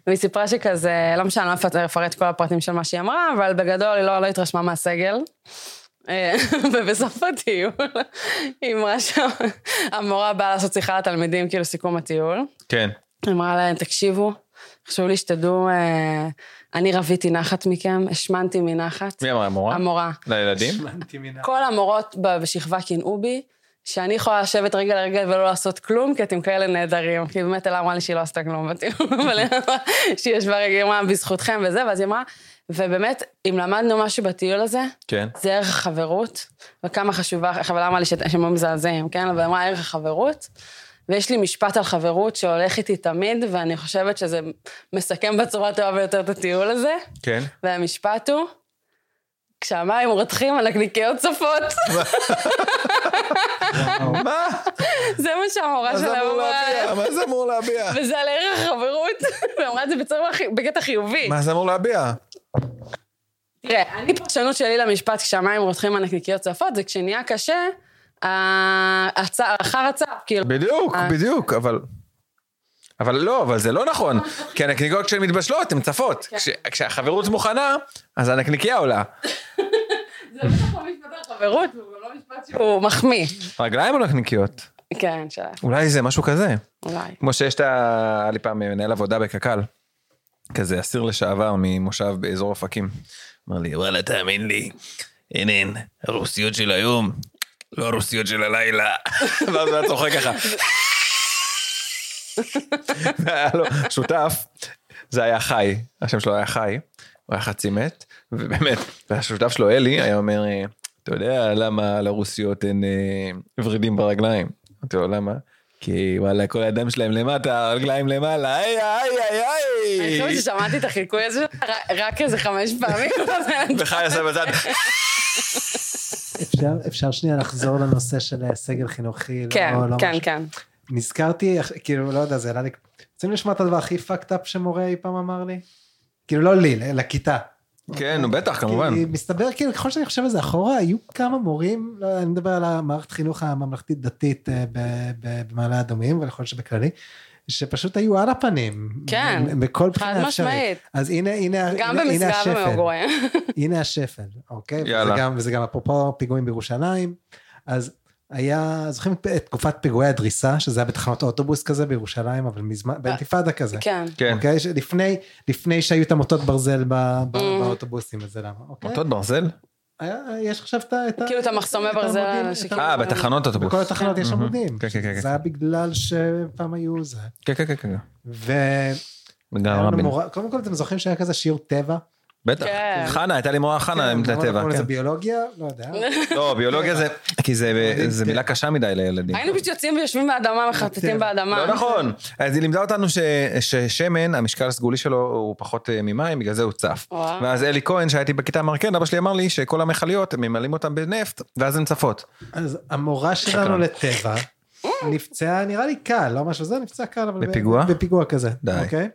S2: והיא סיפרה שכזה, לא משנה, אני לא אפרט- אפרט כל הפרטים של מה שהיא אמרה, אבל בגדול היא לא, לא התרשמה מהסגל. אה, ובסוף הטיול, היא אמרה שהמורה באה לעשות שיחה לתלמידים, כאילו סיכום הטיול.
S1: כן.
S2: היא אמרה להם, תקשיבו, חשוב לי שתדעו, אה, אני רביתי נחת מכם, השמנתי מנחת.
S1: מי אמרה, המורה?
S2: המורה.
S1: לילדים?
S2: כל המורות ב- בשכבה קינאו בי, שאני יכולה לשבת רגע לרגע ולא לעשות כלום, כי אתם כאלה נהדרים. כי באמת אלה אמרה לי שהיא לא עשתה כלום בטיול, אבל היא אמרה שהיא ישבה רגע, היא אמרה, בזכותכם וזה, ואז היא אמרה, ובאמת, אם למדנו משהו בטיול הזה,
S1: כן.
S2: זה ערך החברות, וכמה חשובה, החברה אמרה לי שאת- שהם לא מזעזעים, כן? אבל היא אמרה ערך החברות, ויש לי משפט על חברות שהולך איתי תמיד, ואני חושבת שזה מסכם בצורה הטובה ביותר את הטיול הזה,
S1: כן.
S2: והמשפט הוא, כשהמים רותחים, הנקניקיות צפות.
S1: מה?
S2: זה מה שהמורה
S1: מה זה
S2: שלהם
S3: לא
S1: אמור
S2: אמרה,
S1: להביע? מה זה אמור להביע?
S2: וזה על ערך החברות, ואמרה את זה בצורה הכי- בקטע חיובי.
S1: מה זה אמור להביע?
S2: תראה, אני פרשנות שלי למשפט, כשהמים רותחים הנקניקיות צפות, זה כשנהיה קשה, ה- הצ- אחר הצו, כאילו,
S1: בדיוק,
S2: אה.
S1: בדיוק, אבל... אבל לא, אבל זה לא נכון, כי הנקניקיות כשהן מתבשלות, הן צפות.
S2: כן.
S1: כש- כשהחברות מוכנה, אז הנקניקייה עולה.
S2: זה בטח לא משפט על חברות, הוא גם לא משפט שהוא מחמיא.
S1: רגליים או לא נקניקיות?
S2: כן, שאלה,
S1: אולי זה משהו כזה.
S2: אולי.
S3: אה.
S1: כמו שיש את ה... היה לי פעם מנהל עבודה בקק"ל, כזה אסיר לשעבר ממושב באזור אופקים. אמר לי, וואלה, תאמין לי, הנה הן, הרוסיות של היום, לא הרוסיות של הלילה. ואז הוא היה צוחק ככה. והיה לו שותף, זה היה חי, השם שלו היה חי, הוא היה חצי מת, ובאמת, והשותף שלו אלי היה אומר, אה, אתה יודע למה לרוסיות אין אה, ורידים ברגליים? אמרתי לו, למה? כי וואלה, כל הידיים שלהם למטה, הרגליים למעלה, איי איי איי
S2: אני
S1: איי.
S2: חושבת ששמעתי את החיקוי הזה ר- רק איזה חמש פעמים.
S3: לא,
S1: וחי עשה בצד.
S3: אפשר- אפשר שנייה לחזור לנושא של אה, סגל חינוכי? לא-
S2: כן,
S3: לא
S2: כן,
S3: משהו.
S2: כן.
S3: נזכרתי, אח- כאילו, לא יודע, זה עלה לי... רוצים לשמוע את הדבר הכי fucked up שמורה אי פעם אמר לי? כאילו, לא לי, ל- לכיתה.
S1: כן, נו, בטח, כמובן.
S3: כי מסתבר, כאילו, ככל שאני חושב על זה אחורה, היו כמה מורים, לא, יודע, אני מדבר על המערכת חינוך הממלכתית-דתית אה, ב- ב- במעלה אדומים, ואני חושב שבכללי, שפשוט היו על הפנים.
S2: כן,
S3: מ- בכל בחינה
S2: חד
S3: אפשרית.
S2: משמעית.
S3: אז הנה, הנה,
S2: גם
S3: הנה, הנה
S2: במשגב
S3: השפל.
S2: ומאוגויה.
S3: הנה השפל, אוקיי?
S1: יאללה.
S3: יאללה. וזה גם, וזה גם אפרופו פיגועים בירושלים, אז היה, זוכרים את- את תקופת פיגועי הדריסה, שזה היה בתחנות אוטובוס כזה בירושלים, אבל מזמן, באינתיפאדה כזה.
S2: כן.
S1: כן.
S3: אוקיי? לפני, לפני שהיו את המוטות ברזל ב, ב,
S2: Mm.
S3: באוטובוסים, וזה למה, אוקיי?
S1: מוטות ברזל?
S3: היה, יש עכשיו את ה...
S2: כאילו, את המחסומי ברזל
S3: העמודים,
S2: האלה שכאילו-
S3: ה-
S1: אה, בתחנות אוטובוס.
S3: בכל התחנות יש
S1: מהמם.
S3: עמודים.
S1: כן, כן, כן, כן.
S3: זה היה בגלל שפעם היו זה.
S1: כן, כן, כן, כן.
S3: ו...
S1: בגלל
S3: היה לנו
S1: רבין.
S3: מורה- קודם כל, אתם זוכרים שהיה כזה שיעור טבע?
S1: בטח.
S2: כן.
S1: חנה, הייתה לי מורה חנה עם
S3: למה
S1: הטבע.
S3: קוראים לזה
S1: אה, כן.
S3: ביולוגיה? לא יודע.
S1: לא, ביולוגיה זה... כי זה כן. זה מילה קשה מדי לילדים.
S2: היינו פשוט יוצאים ויושבים באדמה, מחטטים
S3: כן.
S2: באדמה.
S1: לא נכון. אז היא לימדה אותנו ש- ששמן, המשקל הסגולי שלו הוא פחות אה, ממים, בגלל זה הוא צף.
S2: וואו.
S1: ואז אלי כהן, שהייתי בכיתה מרקן, אבא שלי אמר לי שכל המכליות, הם ממלאים אותן בנפט, ואז הן צפות.
S3: אז המורה שלנו
S1: שקרן.
S3: לטבע נפצעה, נראה לי קל, לא משהו זה, נפצעה קל, אבל... ב-
S1: בפיגוע?
S3: בפיגוע כזה.
S1: די.
S3: אוקיי?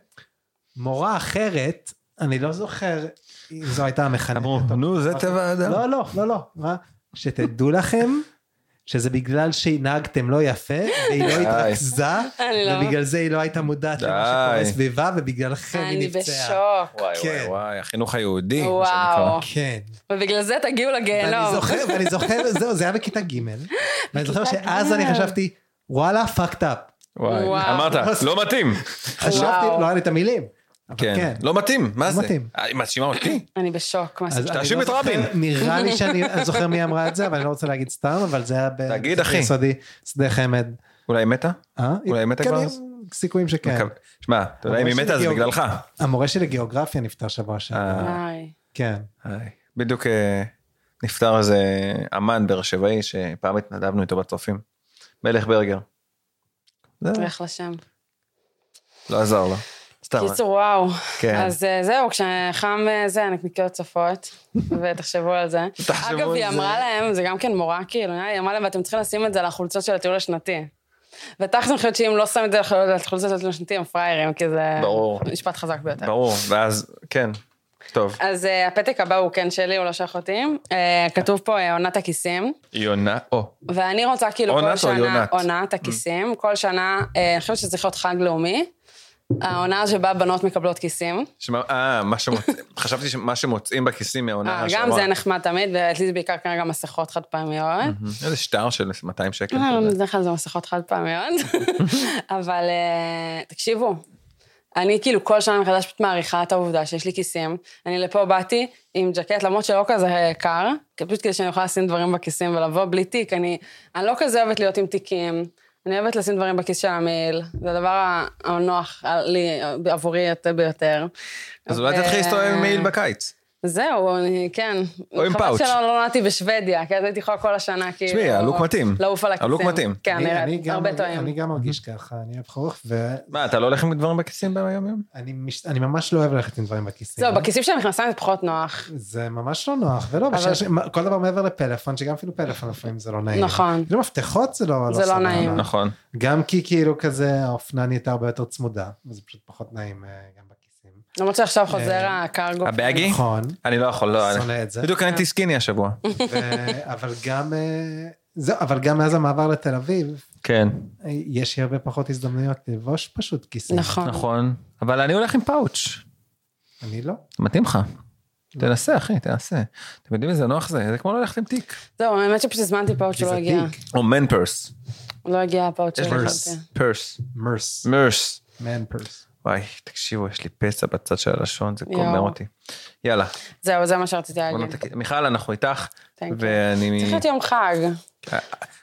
S3: מורה אחרת, אני לא זוכר אם זו הייתה המחנכת.
S1: אמרו,
S3: או-
S1: נו, זה טבע האדם.
S3: לא, לא, לא, לא. מה? שתדעו לכם שזה בגלל שהנהגתם לא יפה, והיא לא
S1: די.
S3: התרכזה,
S2: אני לא-
S3: ובגלל זה היא לא הייתה מודעת למה
S1: די.
S3: שקורה סביבה, ובגללכם
S2: אני
S3: כן, היא נפצעה.
S2: בשוק.
S1: וואי
S3: כן.
S1: וואי וואי, החינוך היהודי, מה שנקרא.
S2: וואו.
S3: כן.
S2: ובגלל זה תגיעו
S3: ואני
S2: לגיהנום.
S3: זוכר, ואני זוכר, זהו, זה היה בכיתה ג', ואני זוכר שאז אני
S2: לא. ג'.
S3: חשבתי, וואלה, fucked up.
S1: וואי,
S2: וואו.
S1: אמרת, לא מתאים.
S3: חשבתי, לא היה לי את המילים. אבל
S1: כן, לא מתאים, מה
S3: לא
S1: זה?
S3: מתאים.
S1: אה, היא מאשימה אותי?
S2: אני בשוק. מה זה?
S3: אז אני
S1: תאשים
S3: לא
S1: את
S3: זוכר-
S1: רבין.
S3: נראה לי שאני אני זוכר מי אמרה את זה, אבל אני לא רוצה להגיד סתם, אבל זה היה ב...
S1: תגיד, אחי.
S3: יסודי, שדה חמד.
S1: אולי היא מתה?
S3: אה?
S1: אולי היא מתה
S3: כן,
S1: כבר
S3: יש
S1: אז?
S3: סיכויים שכן.
S1: מקו- שמע, אתה יודע, אם היא
S3: אבל
S1: מתה זה
S3: שגיאוג-
S1: בגללך.
S3: המורה שלי לגיאוגרפיה נפטר שבוע שעבר.
S1: אה,
S2: וואי.
S3: כן.
S1: היי. בדיוק אה, נפטר איזה אמן באר שבעי שפעם התנדבנו איתו בצופים. מלך ברגר. זהו,
S2: איך לשם.
S1: לא עזר לו. סתם.
S2: קיצור, וואו.
S1: כן.
S2: אז אה, זהו, כשחם אה, זה, נקניקיות צפות, ותחשבו על זה.
S1: תחשבו
S2: אגב,
S1: על
S2: היא
S1: זה.
S2: אמרה להם, זה גם כן מורה, כאילו, היא אמרה להם, ואתם צריכים לשים את זה על החולצות של הטיול השנתי. ותכלס אני חושבת שאם לא שמים את זה על החולצות של הטיול השנתי, הם פראיירים, כי זה...
S1: ברור.
S2: משפט חזק ביותר.
S1: ברור, ואז, כן. טוב.
S2: אז אה, הפתק הבא הוא כן שלי, הוא לא של אחותי. אה, כתוב פה אה, עונת הכיסים.
S1: יונה, או.
S2: ואני רוצה כאילו
S1: עונת
S2: כל
S1: או
S2: שנה,
S1: יונת? Mm.
S2: עונת הכיסים, כל שנה, אה, אני חושבת שזה צריך להיות חג לאומי. העונה שבה בנות מקבלות כיסים.
S1: שמע, אה, מה שמוצאים, חשבתי שמה שמוצאים בכיסים מהעונה
S2: אה,
S1: השעברה.
S2: גם זה נחמד תמיד, ואצלי זה בעיקר כנראה גם מסכות חד פעמיות.
S1: Mhm. איזה שטר של 200 שקל.
S2: אה,
S1: כזה.
S2: בדרך כלל זה מסכות חד פעמיות. אבל אה, תקשיבו, אני כאילו כל שנה מחדש פשוט מעריכה את העובדה שיש לי כיסים. אני לפה באתי עם ג'קט, למרות שלא כזה קר, פשוט כדי שאני אוכל לשים דברים בכיסים ולבוא בלי תיק. אני, אני לא כזה אוהבת להיות עם תיקים. אני אוהבת לשים דברים בכיס של המעיל, זה הדבר הנוח לי, עבורי יותר ביותר.
S1: אז אולי
S2: ו- אה,
S1: תתחיל להסתובב עם מעיל בקיץ.
S2: זהו, אני, כן.
S1: או עם פאוץ'.
S2: חבל שלא לא נולדתי בשוודיה, כי אז הייתי יכולה כל השנה, כאילו...
S1: תשמעי, הלוק מתאים.
S2: לעוף על הכיסים.
S1: הלוק מתאים.
S2: כן,
S3: אני- אני
S2: נראה,
S3: גם
S2: הרבה
S3: מרגיש- אני
S2: טועים.
S3: גם מרגיש ככה, אני אוהב חורף, ואני
S1: מה, אתה לא הולך עם דברים בכיסים ביום יום?
S3: מש- אני ממש לא אוהב ללכת עם דברים בכיסים.
S2: זהו, בכיסים של המכנסיים זה פחות נוח.
S3: זה ממש לא נוח, ולא,
S2: לא, אבל-
S3: בשביל ש- מה- כל דבר מעבר לפלאפון, שגם אפילו פלאפון לפעמים זה לא נעים.
S2: נכון.
S3: כאילו מפתחות זה לא
S2: זה לא
S3: סבבה.
S2: נעים.
S1: נכון.
S3: גם כי כאילו כזה, האופנה נהייתה הרבה יותר צמודה, וזה פשוט פחות נעים אה, גם בכיסים.
S2: למרות שעכשיו חוזר
S3: אה,
S2: הקרגו.
S1: הבאגי?
S3: נכון,
S1: אני לא יכול, לא. אני-
S3: שונא את זה.
S1: בדיוק
S2: אה.
S1: קניתי סקיני השבוע.
S3: ו- אבל גם, אה, זהו, אבל גם מאז המעבר לתל אביב,
S1: כן.
S3: אה, יש לי הרבה פחות הזדמנויות ללבוש פשוט כיסים.
S2: נכון.
S1: נכון. אבל אני הולך עם פאוץ'.
S3: אני לא.
S1: מתאים לך. תנסה, אחי, תנסה. אתם יודעים איזה נוח זה? זה כמו ללכת עם תיק.
S2: זהו, האמת שפשוט הזמנתי פאוט
S3: כי
S2: שלא
S3: זה
S2: הגיע.
S3: תיק.
S1: או מן פרס.
S2: לא הגיע הפאוט
S1: יש
S2: שלא
S1: פרס.
S2: הגיע.
S1: פרס.
S3: מרס.
S1: מרס.
S3: מן פרס.
S1: וואי, תקשיבו, יש לי פצע בצד של הלשון, זה
S2: יואו.
S1: קומר אותי. יאללה,
S2: זהו, זה מה שרציתי
S1: בוא
S2: להגיד.
S1: נתק... מיכל, אנחנו איתך,
S2: Thank you.
S1: ואני... אה,
S2: צריך להיות יום חג.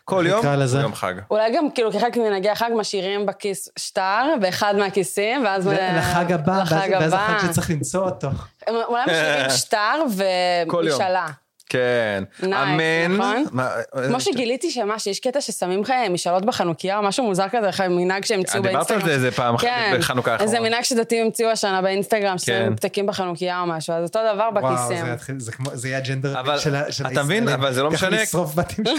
S1: כל יום,
S3: נקרא לזה.
S1: יום חג.
S2: אולי גם כאילו כחלק ממנהגי החג משאירים בכיס שטר באחד מהכיסים, ואז...
S3: ל- לחג הבא, ואז-
S2: לחג
S3: ואז
S2: הבא.
S3: החג שצריך למצוא אותו.
S2: אולי משאירים שטר
S1: כל יום.
S2: ומשאלה.
S1: כן.
S2: Nice,
S1: אמן.
S2: נכון?
S1: מה- אה,
S2: כמו שגיליתי שמה, שיש קטע ששמים לך אה, משאלות בחנוכיה, או משהו מוזר כזה, לך מנהג שהמציאו
S1: אה, דיברת
S2: באינסטגרם.
S1: על זה איזה פעם אחת
S2: כן.
S1: בחנוכה האחרון.
S2: איזה מנהג שדתיים המציאו השנה באינסטגרם,
S1: כן.
S2: ששמים פתקים בחנוכיה או משהו, אז אותו דבר
S3: וואו, זה
S2: בכיסים.
S3: יתחיל- זה כמו, זה יהיה הג'נדר
S1: אבל
S3: של ה- של
S1: אתה מבין?
S3: הישראלים.
S1: אבל זה לא
S3: ככה
S1: משנה.
S3: לשרוף בתים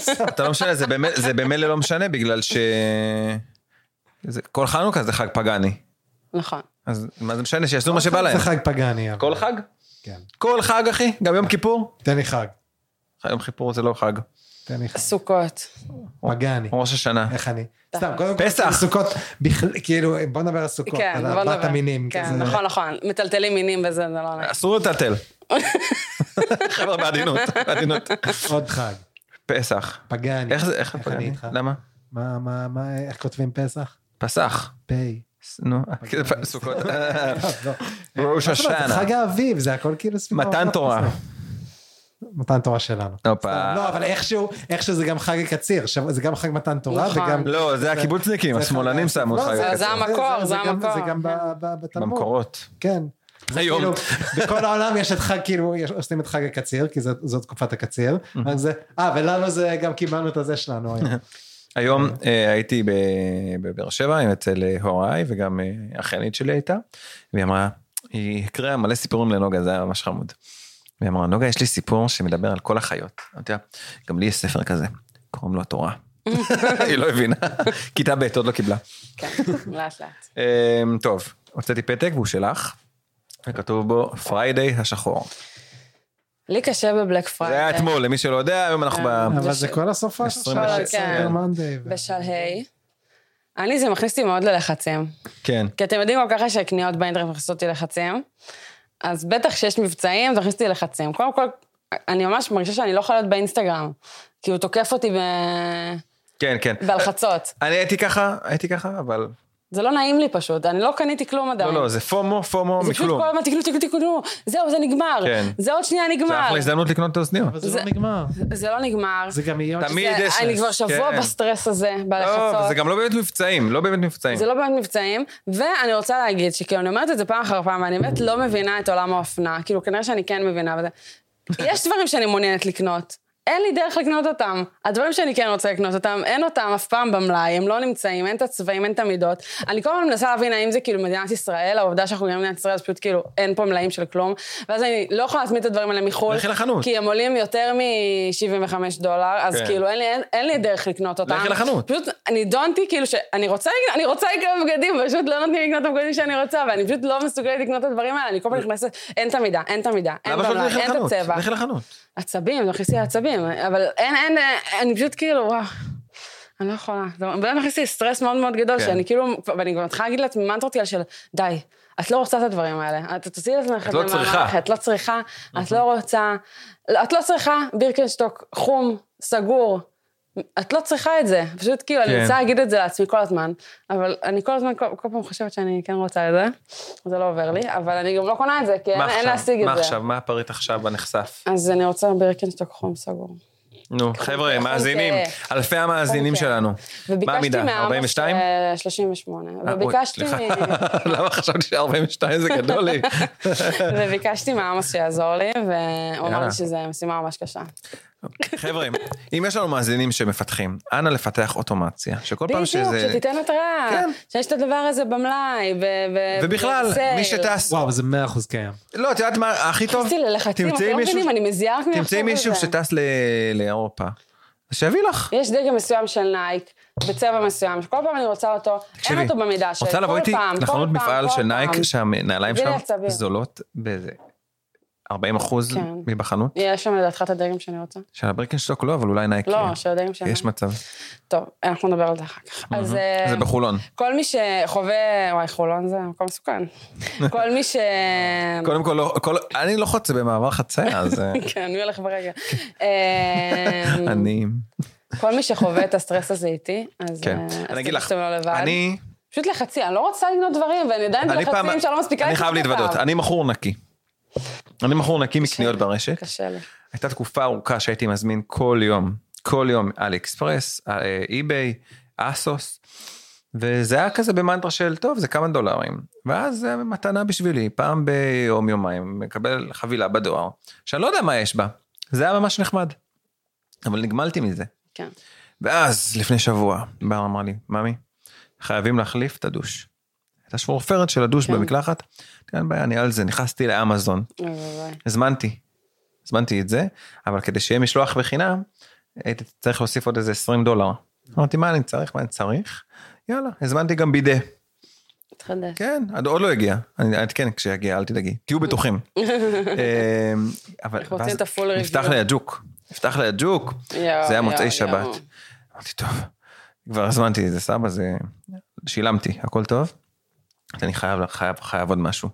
S3: של...
S1: אתה לא משנה, זה באמת- זה במילא לא משנה, בגלל ש... זה- כל חנוכה זה חג פגאני.
S2: נכון.
S1: אז מה זה משנה, שיעשו מה שבא להם.
S3: זה חג פגאני. אבל-
S1: כל חג?
S3: כן.
S1: כל חג, אחי? גם יום כיפור?
S3: תן לי חג.
S1: יום כיפור זה לא חג.
S3: תן לי חג.
S2: סוכות.
S3: פגאני.
S1: ראש השנה.
S3: איך אני? סתם, קודם כל,
S1: פסח.
S3: כאילו, סוכות, בכלל- כאילו, בוא נדבר על סוכות,
S2: כן,
S3: על
S2: בוא
S3: ארבעת
S2: נדבר.
S3: המינים,
S2: כן,
S3: כזה.
S2: נכון, נכון. מטלטלים מינים וזה, זה לא נעים.
S1: אסור לטלטל. חבר'ה, בעדינות, בעדינות.
S3: עוד חג,
S1: פסח.
S3: פגאני.
S1: איך זה, איך
S3: אני
S1: הפגאני?
S3: איתך?
S1: למה?
S3: מה, מה, מה, איך כותבים פסח?
S1: פסח.
S3: פ'.
S1: ס- נו,
S3: פגאני.
S1: סוכות.
S3: לא.
S1: ראש
S3: מה זאת אומרת, זה
S1: השנה.
S3: חג האביב, זה הכל כאילו סביב...
S1: מתן
S3: העולם
S1: תורה.
S3: הזה. מתן תורה שלנו.
S1: הופה.
S3: לא, אבל איכשהו, איכשהו זה גם חג הקציר, שם- זה גם חג מתן תורה
S2: נכון.
S3: וגם...
S1: לא, זה הקיבוצניקים,
S3: זה
S1: השמאלנים
S3: חג-
S1: שמו
S3: לא,
S1: חג
S2: זה-
S1: הקצר.
S2: זה המקור, זה
S3: גם-
S2: המקור. כן.
S3: זה גם ב- ב- בתלמוד.
S1: במקורות.
S3: כן. זה
S1: היום.
S3: כאילו, בכל העולם יש את חג, כאילו, יש- עושים את חג הקציר, כי זאת זאת תקופת הקציר. רק זה- אה, ולנו זה גם קיבלנו את הזה שלנו היום.
S1: היום אה, הייתי ב- בבאר שבע אצל אה, הוריי וגם אה, אחיינית שלי הייתה, והיא אמרה, היא הקריאה מלא סיפורים לנוגה, זה היה ממש חמוד. והיא אמרה, נוגה, יש לי סיפור שמדבר על כל החיות. אמרתי לה, גם לי יש ספר כזה, קוראים לו התורה. היא לא הבינה, כיתה ב' עוד לא קיבלה.
S2: כן, לאט לאט.
S1: אה, טוב, הוצאתי פתק והוא שלך, וכתוב בו פריידיי השחור.
S2: לי קשה בבלק
S1: זה
S2: פריידי.
S1: היה אתמול, למי שלא יודע, היום אנחנו ב...
S2: אה.
S3: אבל
S2: זה
S3: זה כל הסופה של
S1: עשרים
S2: ושש, כן.
S3: מונדי.
S2: בשלהי. אני, זה מכניס אותי מאוד ללחצים.
S1: כן.
S2: כי אתם יודעים גם ככה שהקניות באינטרנט מכניסות אותי לחצים, אז בטח שיש מבצעים, זה מכניס אותי לחצים. קודם כל, אני ממש מרגישה שאני לא יכולה להיות באינסטגרם, כי הוא תוקף אותי ב...
S1: כן, כן.
S2: בהלחצות.
S1: אני הייתי ככה, הייתי ככה, אבל... זה
S2: זה לא נעים לי פשוט, אני לא קניתי כלום עדיין.
S1: לא, לא, זה פומו, פומו
S2: זה פשוט
S1: מכלום.
S2: כל הזמן תקנו, תקנו, תקנו, זהו, זה נגמר.
S1: כן.
S2: זה עוד שנייה
S1: זה
S2: נגמר.
S1: אחלה הזדמנות לקנות את האוזניות.
S3: אבל זה
S2: זה-
S3: לא נגמר.
S2: זה לא נגמר.
S3: זה גם יהיה... עוד-
S1: תמיד
S2: זה-
S1: יש
S2: אני
S1: נס,
S2: כבר שבוע
S1: כן.
S2: בסטרס הזה,
S1: לא,
S2: בלחצות.
S1: וזה גם לא באמת מבצעים, לא באמת מבצעים.
S2: זה לא באמת מבצעים, ואני רוצה להגיד שכאילו, אני אומרת את זה פעם אחר פעם, ואני באמת לא מבינה את עולם האופנה, כאילו, כנראה שאני כן מבינה וזה. יש דברים שאני מעוניינת לקנות, אין לי דרך לקנות אותם. הדברים שאני כן רוצה לקנות אותם, אין אותם אף פעם במלאי, הם לא נמצאים, אין את הצבעים, אין את המידות. אני כל הזמן מנסה להבין האם זה כאילו מדינת ישראל, העובדה שאנחנו גרים במדינת ישראל, אז פשוט כאילו, אין פה מלאים של כלום, ואז אני לא יכולה להצמיד את הדברים האלה מחו"ל.
S1: לכי לחנות.
S2: כי הם עולים יותר מ-75 דולר, אז
S1: כן.
S2: כאילו, אין לי- אין- אין לי דרך לקנות אותם.
S1: לכי לחנות.
S2: פשוט נידונתי, כאילו שאני רוצה, לקנות- אני רוצה לקנות בגדים, פשוט לא נותנים לי לקנות את הבגדים שאני רוצה, ואני פשוט לא מסוגלת לקנות את הדברים האלה, אני כל פעם נכנסת, אין את המידה, אין את המידה, אין
S1: למה
S2: את
S1: שלא
S2: המלאי,
S1: תלכי
S2: אין את
S1: לחנות?
S2: הצבע.
S1: לכי לחנות.
S2: עצבים, זה מכניס לי עצבים, אבל אין, אין, אה, אני פשוט כאילו, וואו. אני לא יכולה. זה באמת מכניס לי סטרס מאוד מאוד גדול,
S1: כן.
S2: שאני כאילו, ואני גם מתחילה להגיד לעצמי מנטרות כאלה של, די, את לא רוצה את הדברים האלה. את תוציאי את עצמך
S1: את לא צריכה." אוקיי.
S2: מהמערכת, את לא צריכה, את לא רוצה, לא, את לא צריכה בירקנשטוק חום, סגור. את לא צריכה את זה. פשוט כאילו,
S1: כן.
S2: אני רוצה להגיד את זה לעצמי כל הזמן, אבל אני כל הזמן, כל, כל פעם חושבת שאני כן רוצה את זה, זה לא עובר לי, אבל אני גם לא קונה את זה, כי אין,
S1: מה
S2: אין
S1: עכשיו?
S2: להשיג את
S1: מה
S2: זה.
S1: עכשיו? מה הפריט עכשיו בנחשף?
S2: אז אני רוצה בירקנשטוק חום סגור.
S1: נו, חבר'ה,
S2: יכולת,
S1: מאזינים,
S2: אה,
S1: אלפי המאזינים
S2: יכולת, אה.
S1: שלנו. מה
S2: וביקשתי
S1: המידה?
S2: מארבע
S1: 42?
S2: ש- 38.
S1: אה, אוי,
S2: וביקשתי
S1: סליחה.
S2: מ-
S1: למה חשבתי ש-42 זה גדול לי?
S2: וביקשתי מעמוס שיעזור לי, והוא אמר
S1: יאללה.
S2: לי שזו משימה ממש קשה.
S1: חבר'ה, אם יש לנו מאזינים שמפתחים, אנא לפתח אוטומציה, שכל פעם
S2: בדיוק,
S1: שזה...
S2: שתיתן התראה,
S1: כן.
S2: שיש את הדבר הזה במלאי, ו- ו-
S1: ובכלל,
S2: בסייל.
S1: מי שטס...
S3: וואו, זה מאה אחוז קיים.
S1: לא, את יודעת מה הכי טוב?
S2: נכנסתי ללחצים, אתם
S1: תמצאי
S2: לא
S1: מישהו-
S2: מבינים, אני מזיעה מהחוק הזה.
S1: תמצאי מישהו שטס ל- לאירופה, שיביא לך.
S2: יש דגם מסוים של נייק, בצבע מסוים, שכל פעם אני רוצה אותו, אין
S1: תקשיבי,
S2: אותו במידה שלי.
S1: רוצה לבוא
S2: כל
S1: איתי
S2: פעם, כל
S1: לחנות
S2: פעם,
S1: מפעל
S2: כל
S1: של נייק,
S2: פעם.
S1: שהנעליים
S2: זה לי
S1: שם
S2: עצבים.
S1: זולות באיזה 40 אחוז
S2: כן.
S1: מבחנות?
S2: יש שם לדעתך את הדגם שאני רוצה?
S1: של הבריקנשטוק לא, אבל אולי נייק.
S2: לא,
S1: יהיה.
S2: של הדגם שאני...
S1: יש מצב.
S2: טוב, אנחנו נדבר על זה אחר כך. אז אה,
S1: זה בחולון.
S2: כל מי שחווה... וואי, חולון זה מקום מסוכן. כל מי ש...
S1: קודם כל, לא- כל- אני לא חוצה במעבר חצייה, אז אה,
S2: כן, מי הולך ברגע? אה,
S1: אני...
S2: כל מי שחווה את הסטרס הזה איתי, אז...
S1: כן.
S2: אה, אז
S1: אני אגיד
S2: תדעו
S1: לך,
S2: שאתם לא לבד.
S1: אני...
S2: פשוט לחצי, אני לא רוצה לקנות דברים, ואני עדיין
S1: אני פעם...
S2: בלחצים שאני לא מספיקה
S1: אני
S2: לקנות
S1: חייב להתוודות,
S2: אותם.
S1: אני מכור נקי. אני מכור נקי
S2: קשה
S1: מקניות
S2: לי,
S1: ברשת.
S2: קשה לי.
S1: הייתה תקופה ארוכה שהייתי מזמין כל יום, כל יום אלי אקספרס, אה, אי-ביי, אסוס, וזה היה כזה במנטרה של טוב זה כמה דולרים, ואז זה מתנה בשבילי, פעם ביום יומיים מקבל חבילה בדואר, שאני לא יודע מה יש בה, זה היה ממש נחמד, אבל נגמלתי מזה.
S2: כן.
S1: ואז לפני שבוע, בר אמר לי, ממי, חייבים להחליף את הדוש. את השפורפרת של הדוש
S2: כן.
S1: במקלחת, "כן, אין בעיה, אני על זה, נכנסתי לאמזון,
S2: אוי, אוי, אוי.
S1: הזמנתי, הזמנתי את זה, אבל כדי שיהיה משלוח בחינם, הייתי צריך להוסיף עוד איזה 20 דולר. אמרתי, מה אני צריך, מה אני צריך? יאללה, הזמנתי גם בידה.
S2: התחדש.
S1: כן, עד עוד לא הגיע. אני אעדכן כשיגיע, אל תדאגי. תהיו בטוחים. אמ, אבל
S2: אנחנו רוצים
S1: ואז
S2: את הפול ריוויו.
S1: נפתח לי הג'וק. נפתח לי הג'וק.
S2: יואו,
S1: זה היה
S2: יואו,
S1: מוצאי
S2: יואו.
S1: שבת. אמרתי, טוב, כבר הזמנתי את זה, סבא, זה... שילמתי, הכל טוב. אני חייב, חייב, חייב עוד משהו.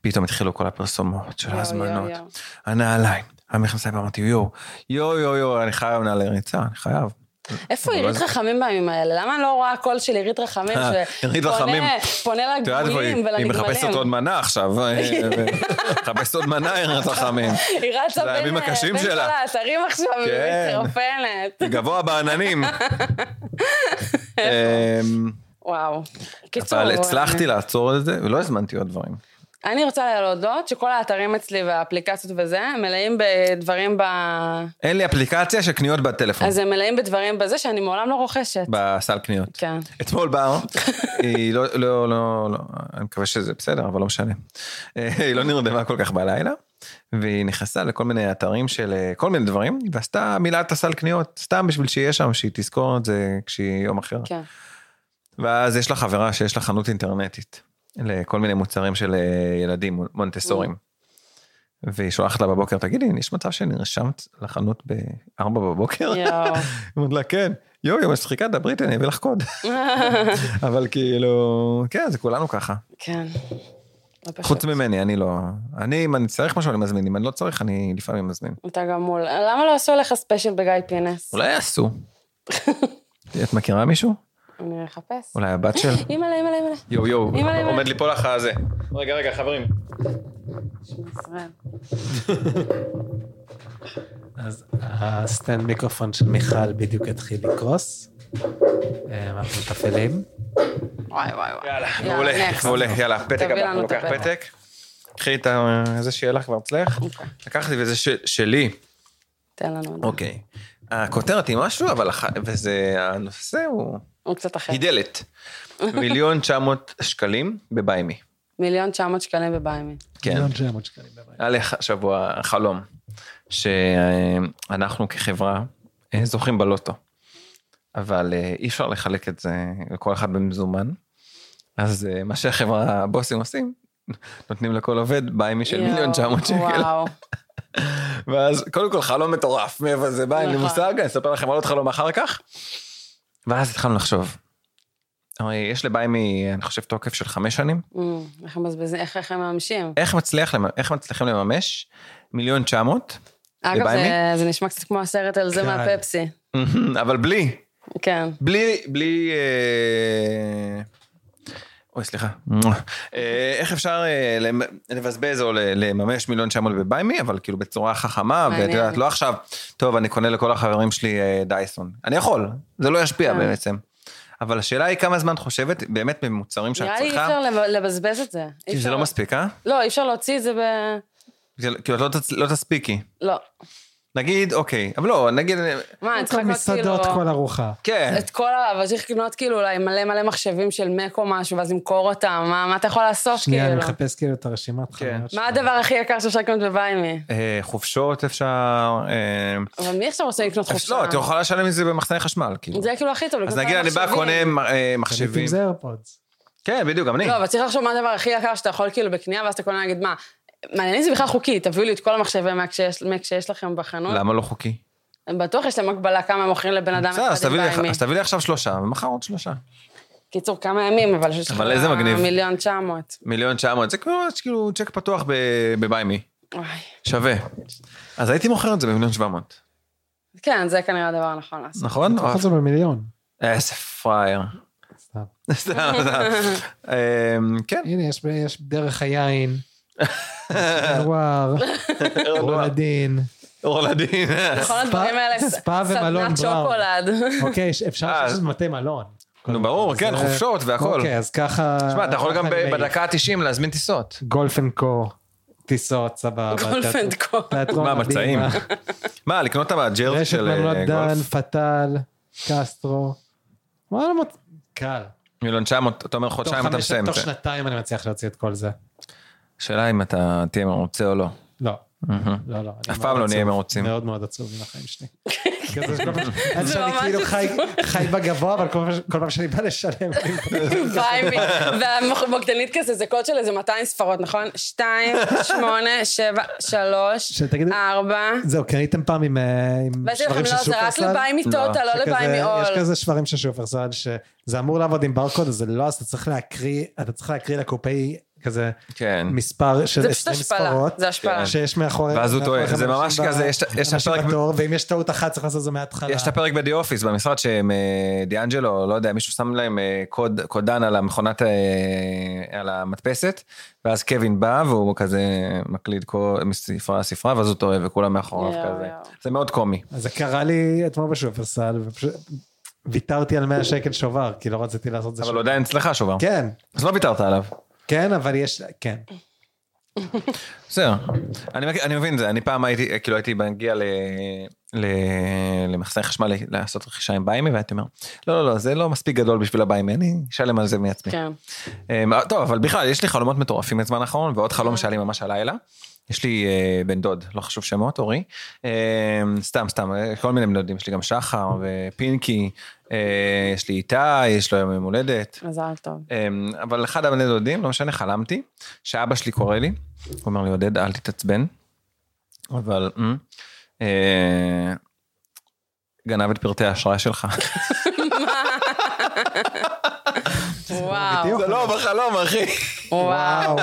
S1: פתאום התחילו כל הפרסומות של
S2: יואו, יואו,
S1: ההזמנות.
S2: יואו.
S1: הנעליים, המכנסיים, ואמרתי, יואו, יואו, יואו, יואו, אני חייב נעלי ריצה, אני חייב.
S2: איפה
S1: אבל לא
S2: עירית
S1: זה-
S2: חכמים בימים האלה? למה אני לא רואה קול של עירית רחמים
S1: אה, עירית
S2: שפונה-
S1: רחמים.
S2: פונה
S1: את יודעת,
S2: לגבולים
S1: היא- היא
S2: ולנגבלים?
S1: מחפשת עוד מנה עכשיו, אה, ו- מחפשת עוד מנה, ארץ החמים.
S2: היא רצה
S1: זה הימים
S2: בין
S1: הקשים
S2: בין כל
S1: שלה.
S2: האתרים עכשיו, היא
S1: כן.
S2: מתרפנת.
S1: היא גבוה בעננים. אמ,
S2: וואו. קיצור.
S1: אבל הצלחתי לעצור את זה, ולא הזמנתי עוד דברים.
S2: אני רוצה להודות שכל האתרים אצלי והאפליקציות וזה, מלאים בדברים ב...
S1: אין לי אפליקציה של קניות בטלפון,
S2: אז הם מלאים בדברים בזה שאני מעולם לא רוכשת.
S1: בסל קניות.
S2: כן.
S1: אתמול בר, היא לא, לא, לא, לא, אני מקווה שזה בסדר, אבל לא משנה. אה, היא לא נרדמה כל כך בלילה, והיא נכנסה לכל מיני אתרים של אה, כל מיני דברים, ועשתה מילת הסל קניות, סתם בשביל שיהיה שם, שהיא תזכור את זה כשהיא יום אחר.
S2: כן.
S1: ואז יש לה חברה שיש לה חנות אינטרנטית, לכל מיני מוצרים של אה, ילדים, מונטסורים. והיא שולחת לה בבוקר, תגידי, יש מצב שנרשמת לחנות ב-4 בבוקר? היא
S2: יואו.
S1: אומרת לה, כן. יואו, יום השחיקה, דברי איתי, אני אביא לך קוד. אבל כאילו, כן, זה כולנו ככה.
S2: כן. לא פשוט.
S1: חוץ ממני, אני לא... אני, אם אני צריך משהו, אני מזמין. אם אני לא צריך, אני לפעמים מזמין.
S2: אתה גמול. למה לא עשו עליך ספיישל בגיא פינס?
S1: אולי יעשו. את מכירה מישהו?
S2: אני אחפש.
S1: אולי הבת של?
S2: אימא'לה, אימא'לה, אימא'לה.
S1: יואו, יואו,
S2: אימא'לה, אימא'לה.
S1: עומד לי פה לך הזה. רגע, רגע, חברים.
S2: שמע ישראל.
S3: אז הסטנד מיקרופון של מיכל בדיוק התחיל לקרוס. אה, אנחנו מתפעלים.
S2: וואי, וואי, וואי.
S1: יאללה,
S2: יאללה,
S1: מעולה,
S2: next.
S1: מעולה, יאללה, פתק
S2: תביא
S1: הבא,
S2: לנו
S1: אני
S2: את
S1: לוקח
S2: הפתק.
S1: פתק. קחי את ה- איזה שיהיה לך כבר אצלך.
S2: אוקיי.
S1: לקחתי וזה ש- שלי.
S2: תן לנו עוד.
S1: אוקיי. הכותרת היא משהו, אבל הח- וזה, הנושא הוא...
S2: הוא קצת אחר.
S1: היא דלת. מיליון תשע מאות שקלים בביימי.
S2: מיליון תשע מאות שקלים בביימי.
S1: כן.
S3: מיליון 900 שקלים בבית.
S1: היה לי השבוע חלום, שאנחנו כחברה אה, זוכים בלוטו, אבל אה, אי אפשר לחלק את זה לכל אחד במזומן, אז אה, מה שהחברה, הבוסים עושים, נותנים לכל עובד ביימי של
S2: יואו,
S1: מיליון תשע מאות שקל,
S2: וואו.
S1: ואז קודם כל חלום מטורף, מאיפה זה בא, אין לי
S2: נכון.
S1: מושג, אני אספר לכם על עוד חלום אחר כך. ואז התחלנו לחשוב. הרי יש לביימי, אני חושב, תוקף של חמש שנים.
S2: אמ, איך הם מבזבזים, איך איך הם מממשים.
S1: איך, מצליח, למ- איך מצליחים לממש מיליון תשע מאות,
S2: אגב, זה-
S1: בביימי?
S2: זה נשמע קצת כמו הסרט על זה
S3: כן.
S2: מהפפסי.
S1: אבל בלי,
S2: כן.
S1: בלי, בלי... אה, אוי, סליחה. אה, איך אפשר אה, למ- לבזבז או ל- לממש מיליון 900 בביימי, אבל כאילו בצורה חכמה, ואת
S2: מעניין.
S1: יודעת, לא עכשיו, טוב, אני קונה לכל החברים שלי אה, דייסון. אני יכול, זה לא ישפיע
S2: כן.
S1: בעצם. אבל השאלה היא כמה זמן את חושבת, באמת במוצרים שאת
S2: נראה לי אי
S1: צריכה,
S2: אפשר לב- לבזבז את זה. אי
S1: כי
S2: אפשר-
S1: זה לא מספיק, אה?
S2: לא, אי אפשר להוציא את זה ב...
S1: זה- כאילו, את לא תצ- לא תספיקי.
S2: לא.
S1: נגיד, אוקיי, אבל לא, נגיד,
S2: מה, אני צריכה לקנות כאילו...
S3: מסעדות כל ארוחה.
S1: כן.
S2: את כל ה... אבל צריך לקנות כאילו אולי מלא מלא מחשבים של מק או משהו, ואז למכור אותם, מה מה אתה יכול לעשות
S3: שנייה, אני
S2: כאילו?
S3: מחפש כאילו את הרשימת
S1: כן.
S3: חנויות
S2: מה הדבר הכי יקר שאפשר לקנות בביימי?
S1: אה, חופשות אפשר, אה,
S2: אבל מי עכשיו רוצה לקנות חופשה?
S1: לא, את יכולה לשלם מזה במחסני חשמל, כאילו.
S2: זה כאילו הכי טוב, לקנות
S1: אז נגיד, אני בא,
S2: מחשבים.
S1: קונה אה,
S3: קניתי
S1: מחשבים.
S3: עם זה איירפודס.
S1: כן, בדיוק, גם אני.
S2: לא, אבל צריך לחשוב מה הדבר הכי יקר שאתה יכול כאילו בקנייה, ואז אתה קונה, נגיד, מה, מעניין זה בכלל חוקי, תביאו לי את כל המחשבי מק שיש, מק שיש לכם בחנות.
S1: למה לא חוקי?
S2: בטוח יש להם הגבלה כמה הם מוכרים לבן אדם
S1: בסדר, אז
S2: אחד עם
S1: תביא לי-
S2: ביימי.
S1: אז תביא לי עכשיו שלושה, ומחר עוד שלושה.
S2: קיצור, כמה ימים, אבל שיש לך
S1: אבל איזה מגניב.
S2: מיליון תשע מאות.
S1: מיליון תשע מאות, זה כמו כאילו צ'ק פתוח ב- בביימי.
S2: אוי.
S1: שווה. אז הייתי מוכר את זה במיליון שבע מאות.
S2: כן, זה כנראה הדבר הנכון לעשות.
S1: נכון? אה,
S3: ככה זה במיליון.
S1: איזה פראייר.
S3: סתם.
S1: סתם, סתם. אמ, כן.
S3: הנה, יש- יש דרך היין. נוואר, רולדין.
S1: אורלדין.
S2: כל הדברים האלה,
S3: ספא- ספא ומלון
S2: סדנת
S3: בראון.
S2: שוקולד.
S3: אוקיי, ש- אפשר
S1: אה,
S3: לעשות מטה מלון.
S1: נו, ברור, כן,
S3: זה-
S1: חופשות והכל.
S3: אוקיי, אז ככה...
S1: תשמע, אתה יכול
S3: ככה
S1: גם ב-
S3: אני מעיף.
S1: בדקה ה-90 להזמין טיסות.
S3: גולף אנד קו, טיסות, סבבה.
S2: גולף
S3: תיאטרון-
S2: אנד קו.
S3: תיאטרון
S1: מה,
S3: מדהים.
S1: מצעים? מה, לקנות את הג'רזי
S3: רשת
S1: של אה,
S3: מלונות דן,
S1: גולף?
S3: פטל, קסטרו. וואלה, מצ- קל.
S1: מיליון 900, אתה אומר
S3: תוך
S1: חודשיים אתה
S3: חמש-
S1: מסיים. כן. את
S3: תוך
S1: זה.
S3: שנתיים אני מצליח להוציא את כל זה.
S1: השאלה אם אתה תהיה מרוצה או לא.
S3: לא,
S1: מהמם.
S3: לא, לא. אני
S1: אף
S3: מאוד
S1: פעם לא נהיה
S3: עצוב.
S1: מרוצים.
S3: מאוד מאוד עצוב עם החיים שלי. כזה שכל פעם- עד
S2: זה
S3: שאני
S2: ממש
S3: כאילו חי-
S2: עצוב.
S3: חי בגבוה, אבל כל פעם- כל פעם שאני בא לשלם, כאילו, אני-
S2: ויימי, והמוקדנית כזה, זה קוד של איזה 200 ספרות, נכון? 2, 8, 7, 3,
S3: שתגידו-
S2: 4.
S3: זהו, קניתם פעם עם אה, עם
S2: ויש לכם
S3: שברים של
S2: לא, אה. זה רק
S3: שופרסל?
S2: לביימי טוטה, לא
S3: שכזה-
S2: לביימי
S3: יש
S2: עול.
S3: כזה שברים של שופרסל, שזה אמור לעבוד עם ברקוד, אז זה לא, אז אתה צריך להקריא, אתה צריך להקריא לקופאי כזה
S1: כן.
S3: מספר של
S2: זה פשוט
S3: 20
S2: השפלה,
S3: ספרות.
S2: זה השפלה.
S1: כן.
S3: שיש מאחורי...
S1: ואז הוא
S3: מאחוריכם
S1: טועה. זה
S3: אנשים
S1: ממש
S3: ב-
S1: כזה, יש- יש את
S3: אנשים
S1: הפרק ב-
S3: בתור, ואם יש טעות אחת צריך לעשות את זה מההתחלה.
S1: יש את הפרק בדי אופיס במשרד שהם, אה, דיאנג'לו, לא יודע, מישהו שם להם אה, קוד, קודן על המכונת, אה, על המדפסת, ואז קווין בא והוא כזה מקליד קוד מספרה לספרה, ואז הוא טועה וכולם מאחוריו
S2: יואו,
S1: כזה.
S2: יואו.
S1: זה מאוד קומי.
S3: אז זה קרה לי אתמול בשופרסל, ופשוט ויתרתי על 100 שקל שובר, כי לא רציתי לעשות את זה.
S1: אבל
S3: שוב.
S1: הוא עדיין אצלך שובר.
S3: כן,
S1: אז לא ויתרת עליו.
S3: כן, אבל יש, כן.
S1: בסדר. אני מכיר- אני מבין את זה, אני פעם הייתי, כאילו הייתי מגיע ל... ל- למחסני חשמל לעשות רכישה עם ביימי והייתי אומר לא לא לא זה לא מספיק גדול בשביל הביימי אני אשלם על זה מעצמי.
S2: כן.
S1: אמ, טוב, אבל בכלל, יש לי חלומות מטורפים בזמן האחרון, ועוד חלום שהיה לי ממש הלילה. יש לי אה, בן דוד, לא חשוב שמות, אורי. אמ, סתם, סתם, אה, כל מיני בן דודים, יש לי גם שחר ופינקי, אה, יש לי איתי, יש לו יום יום הולדת.
S2: מזל טוב.
S1: אמ, אבל אחד הבני דודים, לא משנה, חלמתי, שאבא שלי קורא לי, הוא אומר לי, עודד, אל תתעצבן, אבל... אמ, אה, גנב את פרטי האשראי שלך.
S2: וואו,
S1: זה לא בחלום, אחי.
S2: וואו,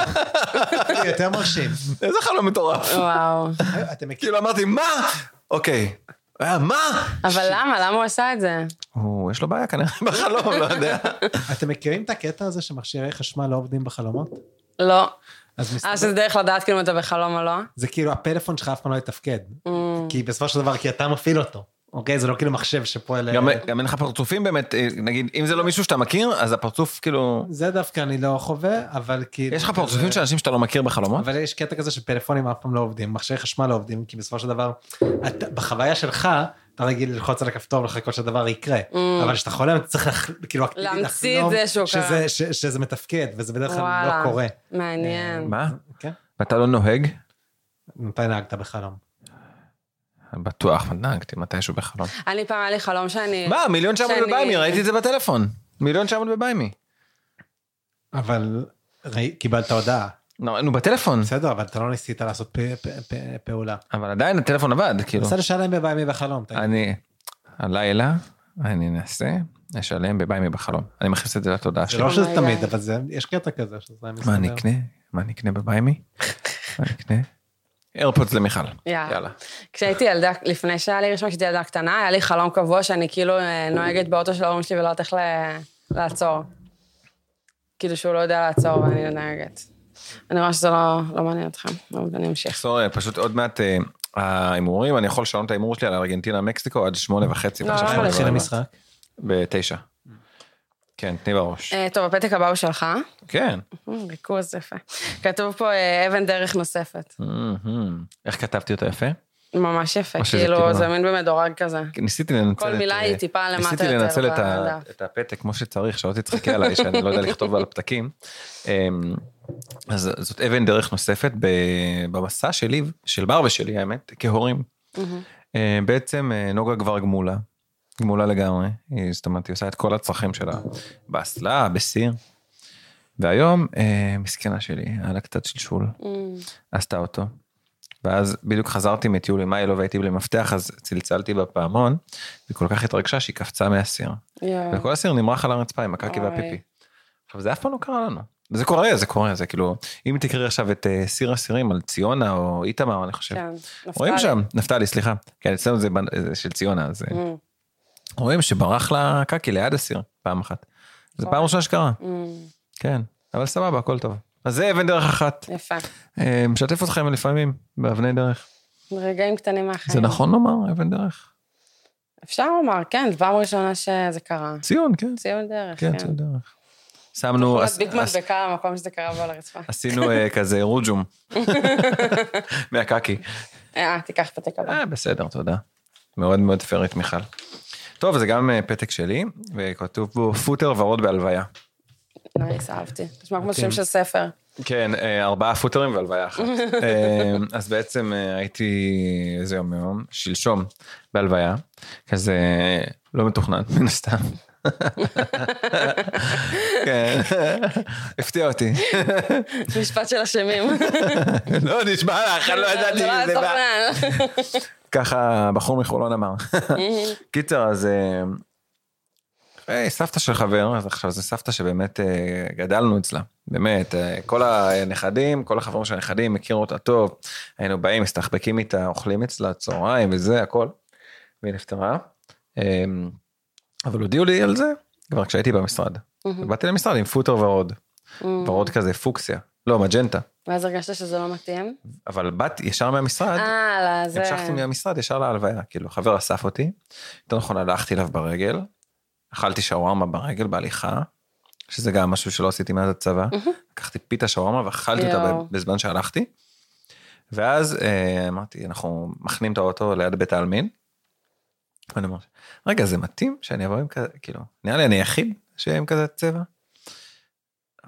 S3: יותר מרשים.
S1: איזה חלום מטורף.
S2: וואו.
S3: אתם מכירים?
S1: כאילו אמרתי, מה? אוקיי. אה, מה?
S2: אבל למה? למה הוא עשה את זה?
S1: הוא, יש לו בעיה כנראה בחלום, לא יודע.
S3: אתם מכירים את הקטע הזה שמכשירי חשמל לא עובדים בחלומות?
S2: לא.
S3: אז
S2: אה,
S3: מסתבר,
S2: שזה דרך לדעת כאילו אם אתה בחלום או לא?
S3: זה כאילו הפלאפון שלך אף פעם לא יתפקד.
S2: אמ,
S3: כי בסופו של דבר, כי אתה מפעיל אותו. אוקיי? זה לא כאילו מחשב שפועל...
S1: גם גם אין לך פרצופים באמת, אה, נגיד, אם זה לא מישהו שאתה מכיר, אז הפרצוף כאילו...
S3: זה דווקא אני לא חווה, אבל כאילו...
S1: יש לך פרצופים של אנשים שאתה לא מכיר בחלומות?
S3: אבל יש קטע כזה שפלאפונים אף פעם לא עובדים, מכשירי חשמל לא עובדים, כי בסופו של דבר, אתה, בחוויה שלך, אתה רגיל ללחוץ על הכפתור ולחכות שהדבר יקרה. אבל כשאתה חולם, אתה צריך לח... כאילו... אקטיבית
S2: Mm. להמציא את
S3: לחלום
S2: זה שהוא קרה.
S3: שזה, ש, שזה מתפקד, וזה בדרך כלל
S2: וואלה.
S3: לא קורה.
S2: מעניין.
S1: מה?
S3: כן?
S1: ואתה לא נוהג?
S3: מתי נהגת בחלום?
S1: בטוח, נהגתי מתישהו בחלום.
S2: אני פעם היה לי חלום שאני...
S1: מה, מיליון תשע מאות
S2: כן. שאני-
S1: בביימי, ראיתי את זה בטלפון. מיליון תשע מאות בביימי.
S3: אבל ראי, קיבלת הודעה.
S1: לא, נו, נו, בטלפון.
S3: בסדר, אבל אתה לא ניסית לעשות פ, פ, פ, פעולה.
S1: אבל עדיין הטלפון עבד, כאילו.
S3: נסה לשלם בביימי בחלום. תגיד.
S1: אני, הלילה, אני אנסה לשלם בביימי בחלום. אני מכניס את זה לתודעה
S3: זה
S1: שלי.
S3: לא שזה
S2: אומייגאד.
S3: תמיד, אבל זה, יש קטע כזה שזה מסתדר.
S1: מה אני אקנה? מה אני אקנה בביימי? מה אני אקנה? איירפודס למיכל.
S2: יאללה.
S1: יאללה.
S2: כשהייתי ילדה, לפני שהיה לי ראשון, כשהייתי ילדה קטנה, היה לי חלום קבוע שאני כאילו אה, נוהגת באוטו של ההורים שלי ולא יודעת איך ל- לעצור. כאילו שהוא לא יודע לעצור ואני לא נוהגת. אני רואה שזה לא, לא מעניין אתכם, אבל אני אמשיך.
S1: סורי, פשוט עוד מעט, אה, ההימורים, אני יכול לשנות את ההימור שלי על ארגנטינה מקסיקו עד שמונה וחצי.
S2: לא,
S1: ועכשיו
S2: לא,
S1: שמונה
S2: לא.
S3: מתחיל
S1: ורבע.
S3: המשחק.
S1: בתשע. כן, תני בראש.
S2: אה, טוב, הפתק הבא הוא שלך.
S1: כן.
S2: אה, ריכוז יפה. כתוב פה אה, אבן דרך נוספת.
S1: מהמם. איך כתבתי אותה יפה?
S2: ממש יפה,
S1: או שזה
S2: כאילו,
S1: כאילו-
S2: זה מין במדורג כזה.
S1: ניסיתי לנצל את... אה,
S2: כל מילה היא טיפה למטה
S1: ניסיתי
S2: יותר
S1: לנצל את, ה...
S2: בדף.
S1: את הפתק כמו שצריך, שלא תצחקי עליי, שאני לא יודע לכתוב על פתקים. אמ, אז זאת אבן דרך נוספת ב- במסע שלי, של בר ושלי, האמת, כהורים.
S2: מהמם.
S1: אה, בעצם אה, נוגה כבר גמולה, גמולה לגמרי, היא, זאת אומרת, היא עושה את כל הצרכים שלה, באסלה, בסיר. והיום, אה, מסכנה שלי, היה לה קצת שלשול,
S2: אמ,
S1: עשתה אותו. ואז בדיוק חזרתי מטיול עם איילו והייתי בלי מפתח, אז צלצלתי בפעמון, והיא כל כך התרגשה שהיא קפצה מהסיר.
S2: יואו.
S1: וכל הסיר נמרח על הרצפה עם הקקי
S2: אה. אוי.
S1: והפיפי. עכשיו, זה אף פעם לא קרה לנו. זה קורה, זה קורה, זה כאילו, אם תקראי עכשיו את אה, סיר הסירים על ציונה או איתמר, אני חושב,
S2: כן,
S1: רואים
S2: נפתלי.
S1: שם, נפתלי, סליחה. כן, אצלנו זה בנ- זה של ציונה, אז אה,
S2: אמ,
S1: רואים שברח לה קקי ליד הסיר פעם אחת. זה
S2: אוי.
S1: פעם ראשונה שקרה,
S2: אמ,
S1: כן. אבל סבבה, הכל טוב. אז זה אבן דרך אחת.
S2: יפה.
S1: אה, משתף אתכם לפעמים באבני דרך.
S2: רגעים קטנים מהחיים.
S1: זה נכון לומר, אבן דרך.
S2: אפשר לומר, כן, פעם ראשונה שזה קרה.
S1: ציון, כן.
S2: ציון דרך, כן. נכון,
S1: כן, ציון דרך. שמנו, עש-
S2: מדביק
S1: עש-
S2: מדבקה למקום שזה קרה בו על הרצפה.
S1: עשינו אה, כזה רוג'ום. מהקקי.
S2: אה, תיקח פתק הבא.
S1: אה, בסדר, תודה. מאוד מאוד פיירית, מיכל. טוב, זה גם אה, פתק שלי, וכתוב בו פוטר ורוד בהלוויה.
S2: נייס, אהבתי. נשמע כמו
S1: מתאים.
S2: שם של ספר.
S1: כן, אה, ארבעה פוטרים והלוויה אחת. אה, אז בעצם אה, הייתי איזה יום היום, שלשום, בהלוויה, כזה לא מתוכנן, מן הסתם. כן, הפתיע אותי.
S2: משפט של אשמים.
S1: לא, נשמע לך, אני לא ידעתי
S2: זה לא היה
S1: שזה בא.
S2: תוכנן.
S1: ככה בחור מחולון אמר. קיצר, אז... אה, אה, סבתא של חבר, אז עכשיו זו סבתא שבאמת אה, גדלנו אצלה, באמת, אה, כל הנכדים, כל החברים של הנכדים הכירו אותה טוב, היינו באים, מסתחבקים איתה, אוכלים אצלה צהריים וזה, הכל, והיא נפטרה. אה, אבל הודיעו לי על זה כבר כשהייתי במשרד. באתי למשרד עם פוטר ורוד, ורוד כזה פוקסיה, לא, מג'נטה,
S2: ואז הרגשת שזה לא מתאים?
S1: אבל באתי ישר מהמשרד,
S2: אה, לא, זה...
S1: המשכתי מהמשרד ישר להלוויה, כאילו חבר אסף אותי, יותר נכון הלכתי אליו ברגל, אכלתי שווארמה ברגל בהליכה, שזה גם משהו שלא עשיתי מאז הצבא, לקחתי פיתה שווארמה ואכלתי אותה
S2: יואו.
S1: בזמן שהלכתי, ואז אה, אמרתי, אנחנו מכנים את האוטו ליד בית העלמין, ואני אומר, רגע, זה מתאים שאני אבוא עם כזה, כאילו, נראה לי אני היחיד שיהיה עם כזה צבע.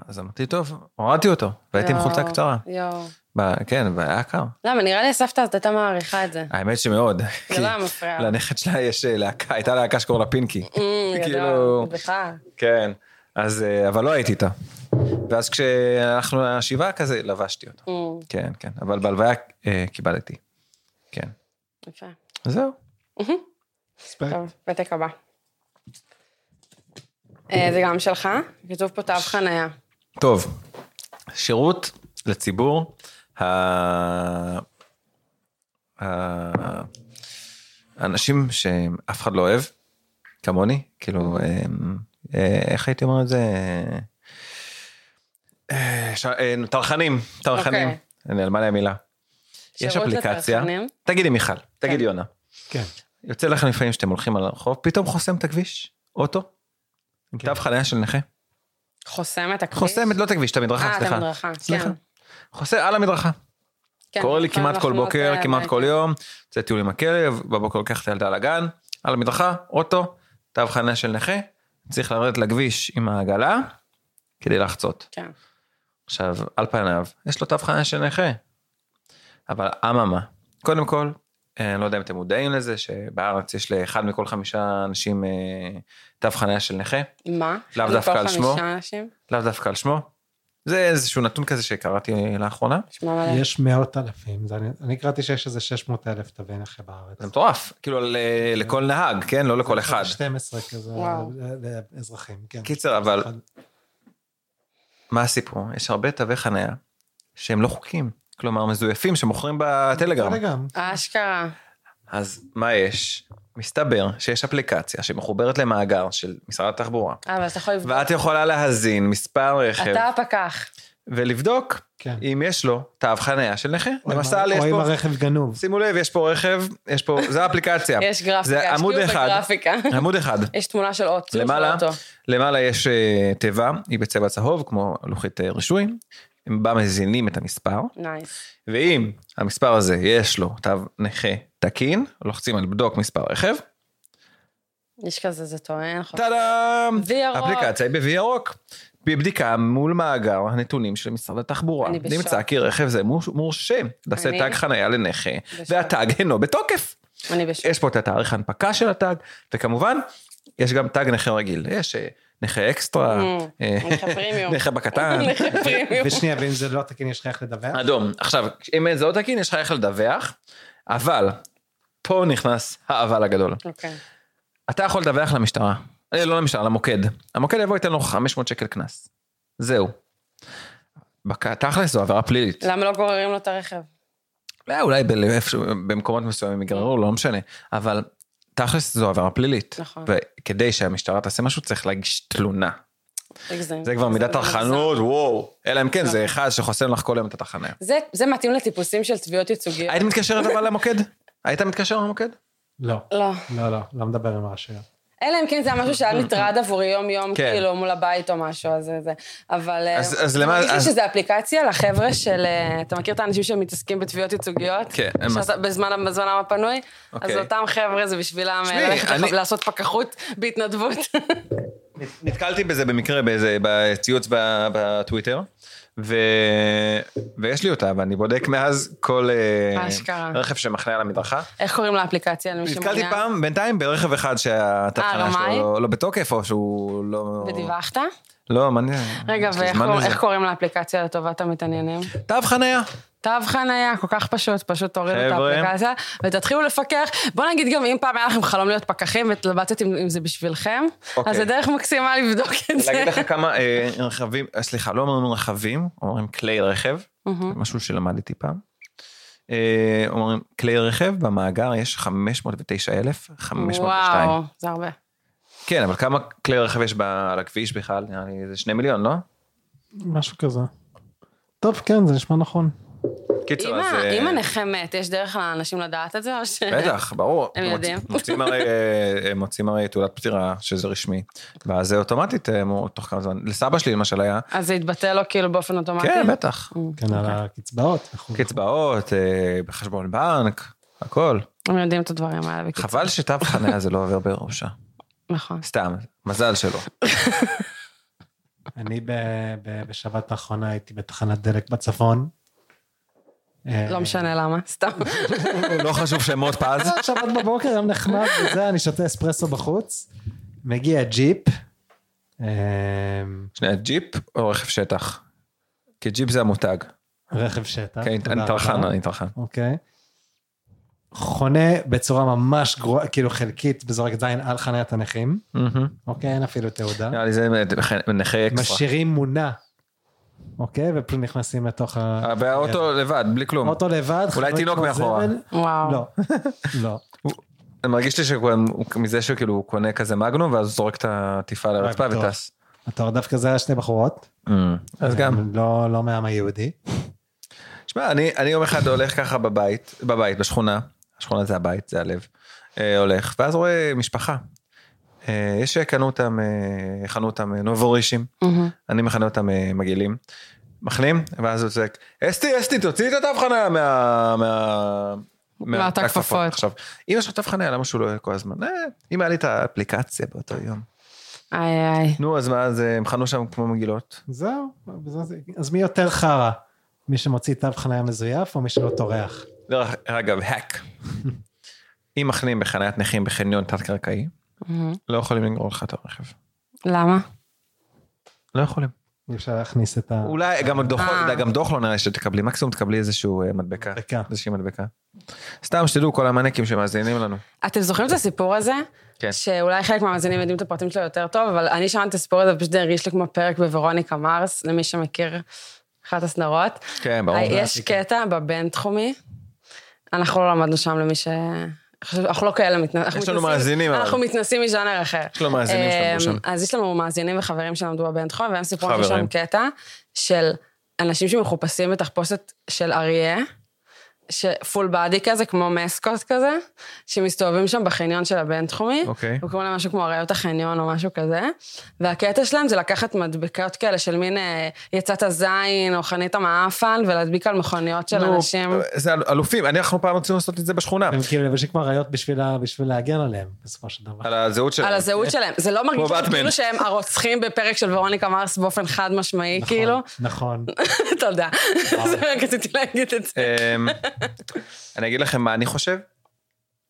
S1: אז אמרתי, טוב, הורדתי אותו, והייתי עם
S2: יואו,
S1: חולצה קצרה.
S2: לא, יואו.
S1: ב- כן, והיה קר.
S2: למה, נראה לי הסבתא הזאת הייתה מעריכה את זה.
S1: האמת שמאוד.
S2: זה
S1: כי-
S2: לא היה מפריע.
S1: לנכד שלה יש אה, להקה, הייתה להקה שקוראים לה פינקי.
S2: אמ, גדול.
S1: כאילו-
S2: בכלל.
S1: כן. אז, אה, אבל לא הייתי איתה. ואז כשאנחנו לשבעה כזה, לבשתי אותו.
S2: אמ,
S1: כן, כן. אבל בהלוויה אה, קיבלתי. כן.
S2: יפה.
S1: זהו.
S2: טוב, פתק הבא. אה, זה גם שלך? כתוב פה תו חניה.
S1: טוב. שירות לציבור ה- ה- האנשים שאף אחד לא אוהב, כמוני, כאילו, אה, אה, איך הייתי אומר את זה? אה, ש- אה, טרחנים, טרחנים.
S2: אוקיי.
S1: נעלמה לי המילה. יש
S2: שירות
S1: אפליקציה,
S2: לצרכנים.
S1: תגידי מיכל, תגידי
S2: כן.
S1: יונה,
S3: כן.
S1: יוצא לכם לפעמים שאתם הולכים על הרחוב, פתאום חוסם את הכביש, אוטו, עם
S3: כן.
S1: תו חניה של נכה,
S2: חוסם את הכביש?
S1: חוסם את, לא את הכביש, את המדרכה,
S2: אה, את
S1: סליחה.
S2: המדרכה,
S1: סליחה.
S2: כן.
S1: חוסם על המדרכה.
S2: כן,
S1: קורה לי
S2: נכון,
S1: כמעט כל
S2: אנחנו
S1: בוקר,
S2: מאוד, אה,
S1: כמעט
S2: בעייתי.
S1: כל יום, יוצא טיול עם הכלב, בבוקר לוקח את הילדה לגן, על המדרכה, אוטו, תו חניה של נכה, צריך לרדת לכביש עם העגלה כדי לחצות.
S2: כן.
S1: עכשיו, על פניו, יש לו תו חניה של נכה. אבל אממה, קודם כל, אה, אני לא יודע אם אתם מודעים לזה, שבארץ יש לאחד מכל חמישה אנשים אה, תו חניה של נכה,
S2: מה?
S1: לאו
S2: זה
S1: דווקא
S2: כל
S1: על שמו.
S2: חמישה אנשים?
S1: לאו דווקא על שמו. זה איזשהו נתון כזה שקראתי לאחרונה.
S2: נשמע מלא.
S3: יש מאות אלפים, זה אני- אני קראתי שיש איזה 600 אלף תווי נכה בארץ.
S1: זה מטורף, כאילו ל- לכל נהג, כן? לא לכל אחד.
S3: 12 כזה,
S2: וואו.
S3: לאזרחים, כן.
S1: קיצר, אבל מה הסיפור? יש הרבה תווי חניה שהם לא חוקיים, כלומר מזויפים שמוכרים בטלגרם.
S3: טלגרם.
S2: אשכרה.
S1: אז מה יש? מסתבר שיש אפליקציה שמחוברת למאגר של משרד התחבורה,
S2: אה, אבל אתה יכול לבדוק.
S1: ואת יכולה להזין מספר רכב,
S2: אתה הפקח.
S1: ולבדוק
S3: כן.
S1: אם יש לו תו חניה של נכה.
S3: או עם
S1: למשל,
S3: ה-
S1: יש
S3: או אם
S1: פה,
S3: הרכב גנוב.
S1: שימו לב, יש פה רכב, יש פה, זה האפליקציה.
S2: יש גרפיקה,
S1: זה עמוד
S2: השקיעו
S1: אחד.
S2: בגרפיקה.
S1: עמוד אחד.
S2: יש תמונה של אות, תלוש
S1: למעלה?
S2: של אוטו.
S1: למעלה יש אה, תיבה, היא בצבע צהוב, כמו לוחית אה, רישוי. בה מזינים את המספר,
S2: נייס.
S1: ואם המספר הזה יש לו תו נכה תקין, לוחצים על בדוק מספר רכב,
S2: יש כזה, זה טוען. נכון.
S1: טאדאם!
S2: וי ירוק.
S1: האפליקציה היא בוי ירוק. בבדיקה מול מאגר הנתונים של משרד התחבורה,
S2: אני בשוק.
S1: נמצא כי רכב זה מורש- מורשה לשאת
S2: אני-
S1: תג חניה לנכה,
S2: בשוק.
S1: והתג אינו בתוקף.
S2: אני בשוק.
S1: יש פה את התאריך ההנפקה של התג, וכמובן, יש גם תג נכה רגיל. יש אה, נכה אקסטרה,
S2: Mm,
S1: אה,
S2: נכה פרימיום.
S1: נכה בקטן,
S2: נכה פרימיום.
S3: ושנייה, ואם זה לא תקין, יש לך איך לדבר?
S1: אדום. עכשיו, אם אין זה לא תקין, יש לך איך לדווח, אבל, פה נכנס האבל הגדול.
S2: אוקיי.
S1: אתה יכול לדווח למשטרה, אה, לא למשטרה, למוקד. המוקד יבוא ייתן לו 500 שקל קנס. זהו. בק- תכלס זו עבירה פלילית.
S2: למה לא גוררים לו את הרכב?
S1: לא, אולי ב- איפשהו- במקומות מסוימים יגררו, לא משנה. אבל תכלס זו עבירה פלילית.
S2: נכון.
S1: וכדי שהמשטרה תעשה משהו צריך להגיש תלונה.
S2: תגזים.
S1: זה כבר מידת
S2: מגזם.
S1: טרחנות, וואו. אלא אם כן זה
S2: נכון.
S1: אחד שחוסם לך כל היום את התחנה.
S2: זה, זה מתאים לטיפוסים של תביעות ייצוגיות.
S1: היית מתקשרת אבל למוקד? היית מתקשר למוקד?
S3: לא.
S2: לא.
S3: לא, לא, לא מדבר עם הרשויות.
S2: אלא אם כן זה היה משהו שהיה מטרד עבורי יום-יום,
S1: אוקיי. כן.
S2: כאילו, מול הבית או משהו, אז זה... אבל... אה,
S1: אז- אז למה-
S2: מרגיש לי
S1: אז-
S2: שזה אפליקציה לחבר'ה של... אה, אתה מכיר את האנשים שמתעסקים בתביעות ייצוגיות?
S1: כן, הם
S2: שאתה- בזמן בזמנם הפנוי? אז
S1: אוקיי.
S2: אותם חבר'ה זה בשבילם אה,
S1: תשמעי,
S2: ללכת לח-
S1: אני-
S2: לעשות פקחות בהתנדבות.
S1: נתקלתי בזה במקרה באיזה בציוץ ב- בטוויטר, ו... ויש לי אותה, ואני בודק מאז כל אה,
S2: אשכרה.
S1: רכב שמחנה על המדרכה.
S2: איך קוראים לאפליקציה? למי
S1: נתקלתי
S2: שמעוניין?
S1: פעם, בינתיים, ברכב אחד שהתחנה
S2: אה, רמאי?
S1: שלו לא בתוקף, או שהוא לא...
S2: ודיווחת?
S1: לא, מעניין.
S2: רגע,
S1: יש לי
S2: ואיך
S1: זמן
S2: קורא-
S1: לזה.
S2: איך קוראים לאפליקציה לטובת המתעניינים?
S1: תו חניה.
S2: תו חניה, כל כך פשוט, פשוט תורידו את
S1: חבר'ה.
S2: האפליקציה, ותתחילו לפקח. בוא נגיד גם אם פעם היה לכם חלום להיות פקחים והתלבטת אם, אם זה בשבילכם,
S1: אוקיי.
S2: אז זה דרך מקסימה לבדוק את זה.
S1: להגיד לך כמה אה, רכבים, אה, סליחה, לא אומרים רכבים, אומרים כלי רכב,
S2: מהמם.
S1: משהו שלמדתי פעם. אה, אומרים, כלי רכב, במאגר יש 509,502.
S2: וואו, זה הרבה.
S1: כן, אבל כמה כלי רכב יש ב- על הכביש בכלל? נראה לי זה שני מיליון, לא?
S3: משהו כזה. טוב, כן, זה נשמע נכון.
S1: קיצור,
S2: אם
S1: אז...
S2: ה-
S1: אה,
S2: אם הנכה מת, יש דרך לאנשים לדעת את זה, או ש...
S1: בטח, ברור.
S2: הם יודעים.
S1: מוצ- מוצאים הרי, אה, הם מוצאים הרי תעודת פטירה, שזה רשמי. ואז זה אוטומטית, אה, מו- תוך כמה זמן. לסבא שלי למשל היה.
S2: אז זה יתבטא לו כאילו באופן אוטומטי? Mm.
S1: כן, בטח.
S3: כן, על הקצבאות וכו'.
S1: אוקיי. קצבאות, אה, בחשבון בנק, הכל.
S2: הם יודעים את הדברים האלה. בקיצור.
S1: חבל שתו חניה זה לא עובר בראשה.
S2: נכון.
S1: סתם, מזל שלא.
S3: אני ב- ב- בשבת האחרונה הייתי בתחנת דלק בצפון. אה,
S2: לא משנה למה, סתם.
S1: לא חשוב שמות פז.
S3: אז שבת בבוקר, יום נחמד וזה, אני שותה אספרסו בחוץ. מגיע ג'יפ. אה,
S1: שנייה, ג'יפ או רכב שטח? כי ג'יפ זה המותג.
S3: רכב שטח.
S1: כן,
S3: אה, תודה
S1: אני טרחן,
S3: רבה.
S1: אני טרחן.
S3: אוקיי. חונה בצורה ממש גרועה, כאילו חלקית, בזורק זין על חניית הנכים.
S1: מהמם.
S3: אוקיי, אין אפילו תעודה.
S1: נראה לי זה נכה אה, אקסטרה.
S3: משאירים מונה. אוקיי, ופשוט נכנסים לתוך ה...
S1: והאוטו לבד, בלי כלום.
S3: אוטו לבד.
S1: אה, אולי
S3: חנות
S1: תינוק
S3: כמו
S1: מאחורה.
S3: זבל.
S2: וואו.
S3: לא, לא.
S1: אני מרגיש לי שמזה שכאילו הוא קונה כזה מגנום ואז זורק את הטיפה לרצפה
S3: בטוח.
S1: וטס.
S3: התואר דווקא זה היה שתי בחורות.
S1: Mm. אז גם,
S3: הם לא, לא מהעם היהודי.
S1: שמע, אני אני יום אחד הולך ככה בבית, בבית, בשכונה, השכונה זה הבית, זה הלב, אה, הולך, ואז רואה משפחה. אה, יש שקנו אותם, אה, חנו אותם אה, נובורישים,
S2: מהמם.
S1: אני מכנה אותם אה, מגעילים. מחנים, ואז הוא צועק, אסתי, אסתי, תוציאי את התו חניה מה... מה...
S2: מהתא
S1: מהתא כפפות."
S2: כפפות.
S1: עכשיו, אם יש לך תו חניה, למה שהוא לא יהיה כל הזמן? "אה, אם היה לי את האפליקציה באותו יום.
S2: איי איי.
S1: נו, אז מה, אז אה, הם חנו שם כמו מגילות.
S3: זהו, בזה זה- אז מי יותר חרא? מי שמוציא תו חניה מזויף או מי שלא טורח?
S1: דרך "לא, אגב, האק. אם מחנים בחניית נכים בחניון תת-קרקעי,
S2: מהמם.
S1: לא יכולים לגרור לך את הרכב.
S2: למה?
S1: לא יכולים.
S3: אי אפשר להכניס את ה...
S1: אולי גם דוח,
S2: אה.
S1: גם דוח לא נראה שתקבלי, מקסימום תקבלי איזשהו אה, מדבקה.
S3: מדבקה.
S1: איזושהי מדבקה. סתם שתדעו, כל המניאקים שמאזינים לנו.
S2: אתם זוכרים את הסיפור הזה?
S1: כן.
S2: שאולי חלק מהמאזינים יודעים את הפרטים שלו יותר טוב, אבל אני שמעתי את הסיפור הזה, ופשוט זה הרגיש לי כמו פרק בוורוניקה מרס, למי שמכיר, אחת הסדרות. אה,
S1: כן, ברור.
S2: יש קטע בבינתחומי, אנחנו לא למדנו שם למי ש... אנחנו לא כאלה מתנסים.
S1: יש לנו מאזינים, אבל.
S2: אנחנו מתנסים מז'אנר אחר.
S1: יש לנו
S2: אמ,
S1: מאזינים שלמדו שם.
S2: אז יש לנו מאזינים וחברים שלמדו בבינתחומי, והם סיפרו לנו
S1: חברים.
S2: שם קטע של אנשים שמחופשים בתחפושת של אריה, שפול באדי כזה, כמו מסקוט כזה, שמסתובבים שם בחניון של הבינתחומי.
S1: אוקיי.
S2: הוא קוראים להם משהו כמו אריות החניון או משהו כזה. והקטע שלהם זה לקחת מדבקות כאלה של מין אה, יצאת הזין או חנית המאפן ולהדביק על מכוניות של
S1: נו,
S2: אנשים.
S1: זה אל- אלופים, אני אנחנו פעם רצינו לעשות את זה בשכונה.
S3: הם כאילו לבשים כמו אריות בשביל ה- בשביל להגן עליהם, בסופו של דבר.
S1: על הזהות שלהם.
S2: על הזהות שלהם. זה לא מרגיש
S1: באטמן.
S2: כאילו שהם הרוצחים בפרק של ורוניקה מרס באופן חד משמעי,
S3: נכון,
S2: כאילו.
S3: נכון.
S2: תודה.
S3: וואו.
S2: זה רק רציתי להגיד את זה.
S1: אמ, אני אגיד לכם מה אני חושב.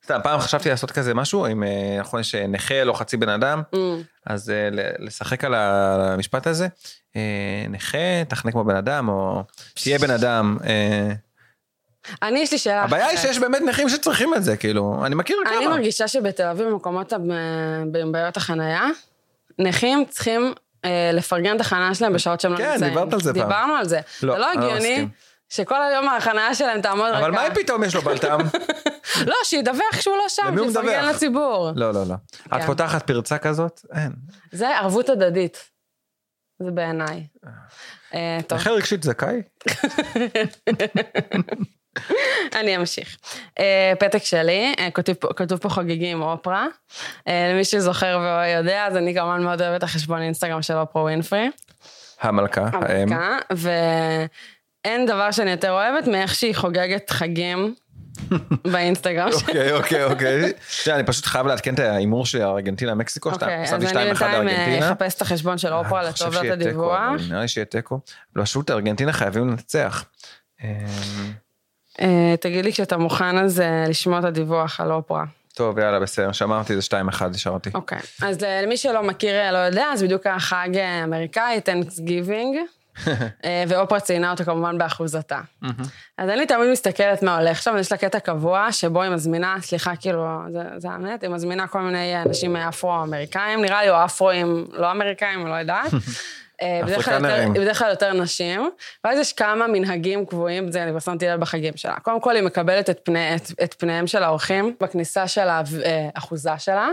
S1: סתם, פעם חשבתי לעשות כזה משהו, אם אה, נכון יש נכה לא חצי בן אדם,
S2: אמ,
S1: אז אה, ל- לשחק על המשפט הזה, אה, נכה, תחנה כמו בן אדם, או תהיה בן אדם. אה,
S2: אני, יש לי שאלה
S1: הבעיה היא שיש באמת נכים שצריכים את זה, כאילו, אני מכיר
S2: אה. אני
S1: כמה.
S2: מרגישה שבתל אביב, במקומות, ה- ב- בבעיות החנייה, נכים צריכים אה, לפרגן את החנייה שלהם בשעות שהם לא
S1: כן,
S2: נמצאים.
S1: דיברת על זה פעם.
S2: דיברנו על זה.
S1: לא,
S2: זה לא
S1: אני לא
S2: הגיוני
S1: מסכים.
S2: שכל היום החנייה שלהם תעמוד ריקה.
S1: אבל מה אם פתאום יש לו בלטם?
S2: לא, שידווח שהוא לא שם,
S1: למי הוא
S2: שיפרגן
S1: מדווח?
S2: לציבור.
S1: לא, לא, לא. את
S2: כן.
S1: פותחת פרצה כזאת? אין.
S2: זה ערבות הדדית. זה בעיניי. אה, טוב.
S1: נכה רגשית זכאי?
S2: אני אמשיך. אה, פתק שלי, אה, כותוב פה- כתוב פה חוגגים אופרה. אה, למי שזוכר ולא יודע, אז אני כמובן מאוד אוהבת את החשבון אינסטגרם של אופרה ווינפרי.
S1: המלכה, האם.
S2: המלכה, ואין דבר שאני יותר אוהבת מאיך שהיא חוגגת חגים באינסטגרם שלה.
S1: אוקיי, אוקיי, אוקיי. תראה, אני פשוט חייב לעדכן את ההימור שלי, ארגנטינה-מקסיקו, שאתה
S2: אוקיי, אז
S1: שמתי
S2: אני
S1: 2-1
S2: בינתיים אה,
S1: לארגנטינה.
S2: אחפש את החשבון של אופרה
S1: אני חושב
S2: לטובת
S1: אה, שיהיה תיקו,
S2: הדיווח.
S1: אבל נראה לי שיהיה תיקו. לא, פשוט ארגנטינה חייבים לנצח. אמ,
S2: אה, תגיד לי כשאתה מוכן אז אה, לשמוע את הדיווח על אופרה.
S1: טוב, יאללה, בסדר, שמרתי, זה 2-1, השארתי.
S2: אוקיי, אז אה, למי שלא מכיר, אה, לא יודע, אז בדיוק החג אה, האמריקאי, טנקס גיבינג, ואופרה ציינה אותו כמובן באחוזתה. אז אני תמיד מסתכלת מה הולך שם, יש לה קטע קבוע שבו היא מזמינה, סליחה, כאילו, זה, זה האמת, היא מזמינה כל מיני אה, אנשים אפרו-אמריקאים, נראה לי, או אפרואים לא אמריקאים, אני לא יודעת. אה, בדרך כלל יותר-
S1: אפריקנרים.
S2: בדרך כלל יותר נשים, ואז יש כמה מנהגים קבועים, זה אני כבר שמתי לב בחגים שלה. קודם כל, היא מקבלת את, פני, את, את פניהם של האורחים בכניסה של האחוזה שלה,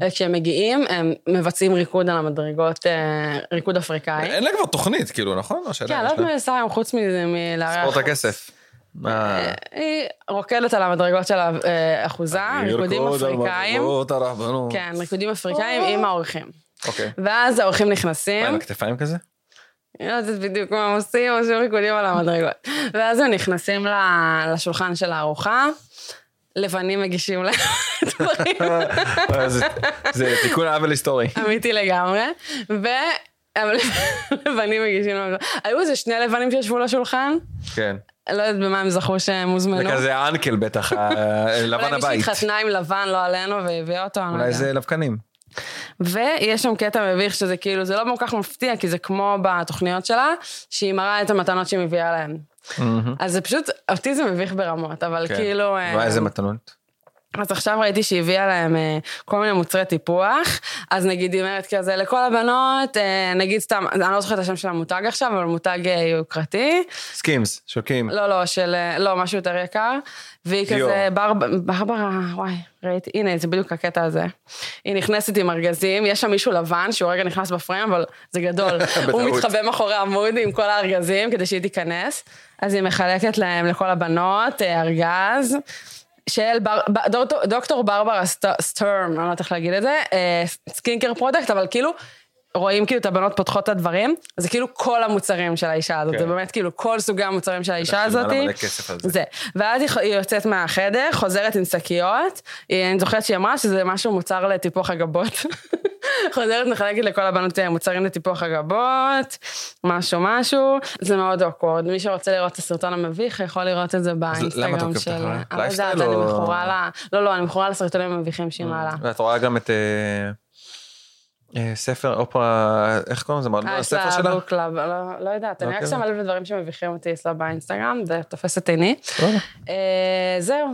S2: וכשהם מגיעים, הם מבצעים ריקוד על המדרגות, אה, ריקוד אפריקאי.
S1: אין לה כבר תוכנית, כאילו, נכון? או שעדיין
S2: כן, לא
S1: יש
S2: יודעת אה,
S1: לה?
S2: מה עושה היום, חוץ מזה, מלארח.
S1: ספורט הכסף. מה?
S2: היא רוקדת על המדרגות של האחוזה, ריקודים
S1: לרקוד אה, על
S2: אפריקאים.
S1: מדרגות הרבנות.
S2: כן, ריקודים אפריקאים עם האורחים.
S1: אוקיי.
S2: ואז האורחים
S1: מה,
S2: נכנסים.
S1: עם הכתפיים כזה?
S2: אני לא יודעת בדיוק מה הם עושים, עושים ריקודים על המדרגות. ואז הם נכנסים ל- לשולחן של הארוחה, לבנים מגישים להם דברים,
S1: אה, זה- זה תיקון עוול היסטורי.
S2: אמיתי לגמרי, ולבנים מגישים להם, היו איזה שני לבנים שישבו לשולחן,
S1: כן.
S2: אני לא יודעת במה הם זכו שהם הוזמנו.
S1: זה כזה האנקל בטח, ה- לבן
S2: אולי
S1: הבית.
S2: מישהי התחתנה עם לבן, לא עלינו, והביאה אותו, אני לא
S1: אולי
S2: יודעת.
S1: זה לבקנים.
S2: ויש שם קטע מביך שזה כאילו, זה לא כל כך מפתיע, כי זה כמו בתוכניות שלה, שהיא מראה את המתנות שהיא מביאה להם. אז זה פשוט, אותי זה מביך ברמות, אבל
S1: כן.
S2: כאילו... אה,
S1: וואי, איזה מתנות.
S2: אז עכשיו ראיתי שהיא הביאה להם אה, כל מיני מוצרי טיפוח, אז נגיד היא אומרת כזה לכל הבנות, אה, נגיד סתם, אני לא זוכרת את השם של המותג עכשיו, אבל מותג אה, יוקרתי,
S1: סקימס, שוקים.
S2: לא, לא, של, אה, לא, משהו יותר יקר, והיא
S1: דיור.
S2: כזה, בר- ברברה, וואי, ראיתי, הנה, זה בדיוק הקטע הזה. היא נכנסת עם ארגזים, יש שם מישהו לבן שהוא רגע נכנס בפריים, אבל זה גדול. הוא
S1: בטעות.
S2: מתחבא מאחורי עמוד עם כל הארגזים כדי שהיא תיכנס, אז היא מחלקת להם, לכל הבנות, אה, ארגז. של בר, ב, דוקטור, דוקטור ברברה סט, סטרם, אני לא יודעת איך להגיד את זה, אה, סקינקר פרודקט, אבל כאילו, רואים כאילו את הבנות פותחות את הדברים, זה כאילו כל המוצרים של האישה הזאת,
S1: כן.
S2: זה באמת כאילו כל סוגי המוצרים של האישה. האישה
S1: שילמה לה
S2: הזאתי.
S1: מלא כסף על זה.
S2: זה. ואז היא ח- היא יוצאת מהחדר, חוזרת עם שקיות, היא- אני זוכרת שהיא אמרה שזה משהו מוצר לטיפוח הגבות. חוזרת מחלקת לכל הבנות אה, מוצרים לטיפוח הגבות, משהו משהו, זה מאוד אוקוורד. מי שרוצה לראות את הסרטון המביך, יכול לראות את זה
S1: למה את
S2: באינסטגרם
S1: עוקבת
S2: של...
S1: אחריה?
S2: אני לא יודעת,
S1: לייפסטייל
S2: אני
S1: או-
S2: מכורה לה... לא, לא, אני מכורה לסרטונים המביכים שהיא מעלה.
S1: Mm. ואת רואה גם את אה, אה, ספר אופרה, איך קוראים לזה? מה,
S2: אה, יש
S1: הספר
S2: לה
S1: שלה?
S2: בוק לאב, לא- לא יודעת, אני
S1: לא
S2: רק
S1: מכירה.
S2: שמה לב לדברים שמביכים אותי אצלה באינסטגרם, זה תופס את עיני.
S1: וואלה.
S2: אה, זהו.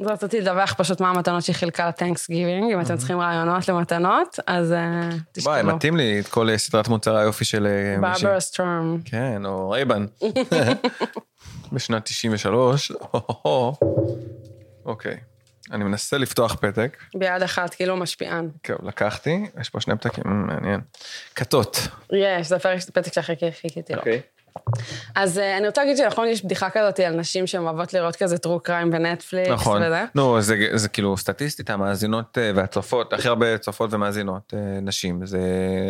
S2: אז רציתי לדווח פשוט מה המתנות שהיא חילקה לטנקס גיבינג, אם אתם צריכים רעיונות למתנות, אז אה,
S1: וואי,
S2: תשקלו.
S1: מתאים לי את כל אה, סדרת מוצרי היופי של אה, מישהי.
S2: ברברה סטורם.
S1: כן, או רייבן. בשנת 93. אוקיי. אני מנסה לפתוח פתק.
S2: ביד אחת, כאילו משפיען.
S1: טוב, לקחתי, יש פה שני פתקים, מעניין. אה, כתות. אוקיי.
S2: יש, זה הפרק- פתק שהכי חיכיתי לו. כאילו. אז אה, אני רוצה להגיד שנכון, יש בדיחה כזאת על נשים שהן אוהבות לראות כזה טרו קריים בנטפליקס.
S1: נכון.
S2: וזה.
S1: נו, זה, זה כאילו סטטיסטית, המאזינות אה, והצופות, הכי הרבה צופות ומאזינות, אה, נשים, זה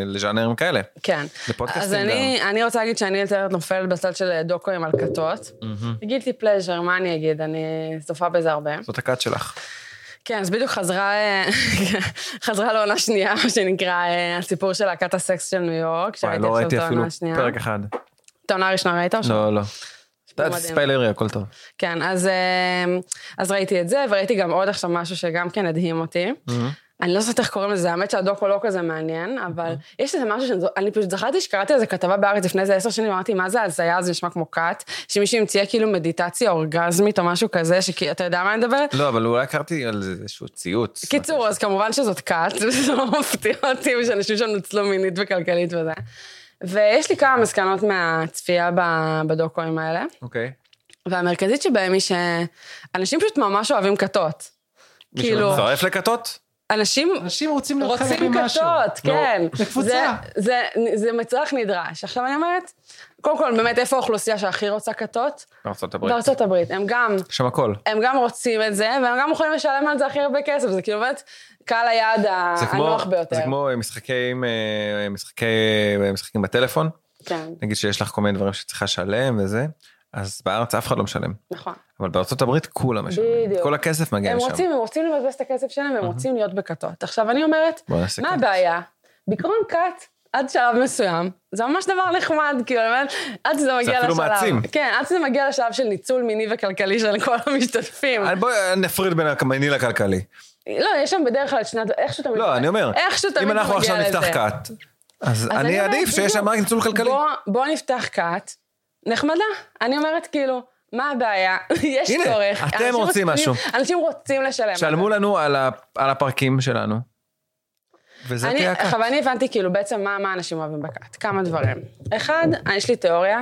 S1: לז'אנרים כאלה.
S2: כן.
S1: לפודקאסטים
S2: אז אני, אני רוצה להגיד שאני יותר נופלת בצד של דוקו עם מלקטות.
S1: מהמם.
S2: גילטי פלז'ר, מה אני אגיד? אני צופה בזה הרבה.
S1: זאת הכת שלך.
S2: כן, אז בדיוק חזרה, אה, חזרה לעונה שנייה, מה שנקרא, אה, הסיפור של להקת הסקס של ניו יורק.
S1: וואי,
S2: שראיתי
S1: לא
S2: עכשיו
S1: ראיתי
S2: את העונה
S1: אפילו
S2: השנייה.
S1: פרק אחד.
S2: את העונה הראשונה ראית או שלא?
S1: לא, לא.
S2: סיפור
S1: אתה
S2: מדהים.
S1: ספיילרי, הכל טוב.
S2: כן, אז, אה, אז ראיתי את זה, וראיתי גם עוד עכשיו משהו שגם כן הדהים אותי.
S1: מהמם.
S2: אני לא זוכרת איך קוראים לזה, האמת שהדוקו לא כזה מעניין, אבל יש איזה משהו שאני זו- אני פשוט זכרתי שקראתי איזה כתבה בארץ לפני איזה עשר שנים, אמרתי, מה זה הזיה, זה נשמע כמו כת, שמישהו המציאה כאילו מדיטציה אורגזמית או משהו כזה, שכאילו, אתה יודע מה אני מדברת?
S1: לא, אבל אולי הכרתי על זה איזשהו ציוץ.
S2: קיצור, אז כמובן שזאת כת, וזה לא מפתיע אותי, ושאנשים שם נוצלו מינית וכלכלית וזה. ויש לי כמה מסקנות מהצפייה ב- בדוקואים האלה,
S1: אוקיי.
S2: והמרכזית שבהם היא שאנשים פשוט ממש אוהבים כתות.
S1: מישהו
S2: כאילו,
S1: מצטרף לכתות?
S2: אנשים
S3: אנשים רוצים להיות חלק
S2: רוצים
S3: ממשהו.
S2: כתות, כן.
S3: זה קבוצה.
S2: זה, זה, זה מצרך נדרש. עכשיו אני אומרת, קודם כל, באמת, איפה האוכלוסייה שהכי רוצה כתות?
S1: בארצות הברית.
S2: בארצות הברית. הם גם,
S1: יש שם הכל.
S2: הם גם רוצים את זה, והם גם מוכנים לשלם על זה הכי הרבה כסף. זה כאילו באמת קהל היעד ה-
S1: זה כמו-
S2: הנוח לא ביותר.
S1: זה כמו משחקים, אה, משחקי, אה, משחקים בטלפון,
S2: כן,
S1: נגיד שיש לך כל מיני דברים שצריכה לשלם וזה, אז בארץ אף אחד לא משלם.
S2: נכון.
S1: אבל בארצות הברית כולם משלמים.
S2: בדיוק.
S1: כל הכסף מגיע
S2: הם
S1: לשם.
S2: רוצים, הם רוצים לבזבז את הכסף שלהם, והם רוצים להיות בכתות. עכשיו, אני אומרת,
S1: בוא נעשה
S2: מה
S1: כת.
S2: הבעיה? בעיקרון כת, עד שלב מסוים, זה ממש דבר נחמד, כאילו, אני אומרת, עד שזה מגיע לשלב...
S1: אפילו מעצים.
S2: כן, עד שזה מגיע לשלב של ניצול מיני וכלכלי של כל המשתתפים.
S1: אה, בואי אה, נפריד בין המיני לכלכלי.
S2: לא, יש שם בדרך כלל את שנת... איכשהו תמיד...
S1: לא, אני אומר,
S2: איכשהו תמיד
S1: אם
S2: זה
S1: אנחנו
S2: מגיע
S1: עכשיו נפתח
S2: לזה.
S1: כת, אז
S2: אז
S1: אני
S2: אומרת,
S1: עדיף שיש שם
S2: בדיוק,
S1: רק ניצול כלכלי.
S2: בוא- בוא נפתח כת, נחמדה. אני אומרת, כאילו, מה הבעיה? יש
S1: הנה,
S2: צורך.
S1: אתם
S2: אנשים
S1: רוצים משהו.
S2: אנשים רוצים לשלם.
S1: שלמו לנו על ה- על הפרקים שלנו. וזה
S2: אני,
S1: תהיה הכת.
S2: עכשיו, אני הבנתי כאילו בעצם מה, מה אנשים אוהבים בכת. כמה דברים. אחד, יש לי תיאוריה,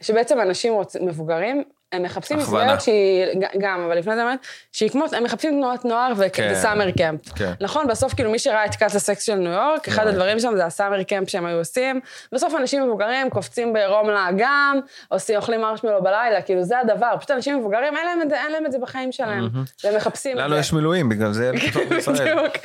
S2: שבעצם אנשים רוצ... מבוגרים, הם מחפשים
S1: הכוונה.
S2: מסגרת שהיא, ג- גם, אבל לפני זה אני אומרת, שהיא כמו, הם מחפשים תנועת נוער
S1: כן.
S2: וסאמר קמפ.
S1: כן.
S2: נכון, בסוף כאילו מי שראה את כת הסקס של ניו יורק, אחד
S1: נכון.
S2: הדברים שם זה הסאמר קמפ שהם היו עושים. בסוף אנשים מבוגרים קופצים בעירום לאגם, עושים, אוכלים מרשמלו בלילה, כאילו זה הדבר. פשוט אנשים מבוגרים, אין להם את זה, אין להם את זה בחיים שלהם. והם מחפשים את זה.
S1: לנו יש מילואים, בגלל זה אין כתות בישראל.
S2: כאילו, בדיוק.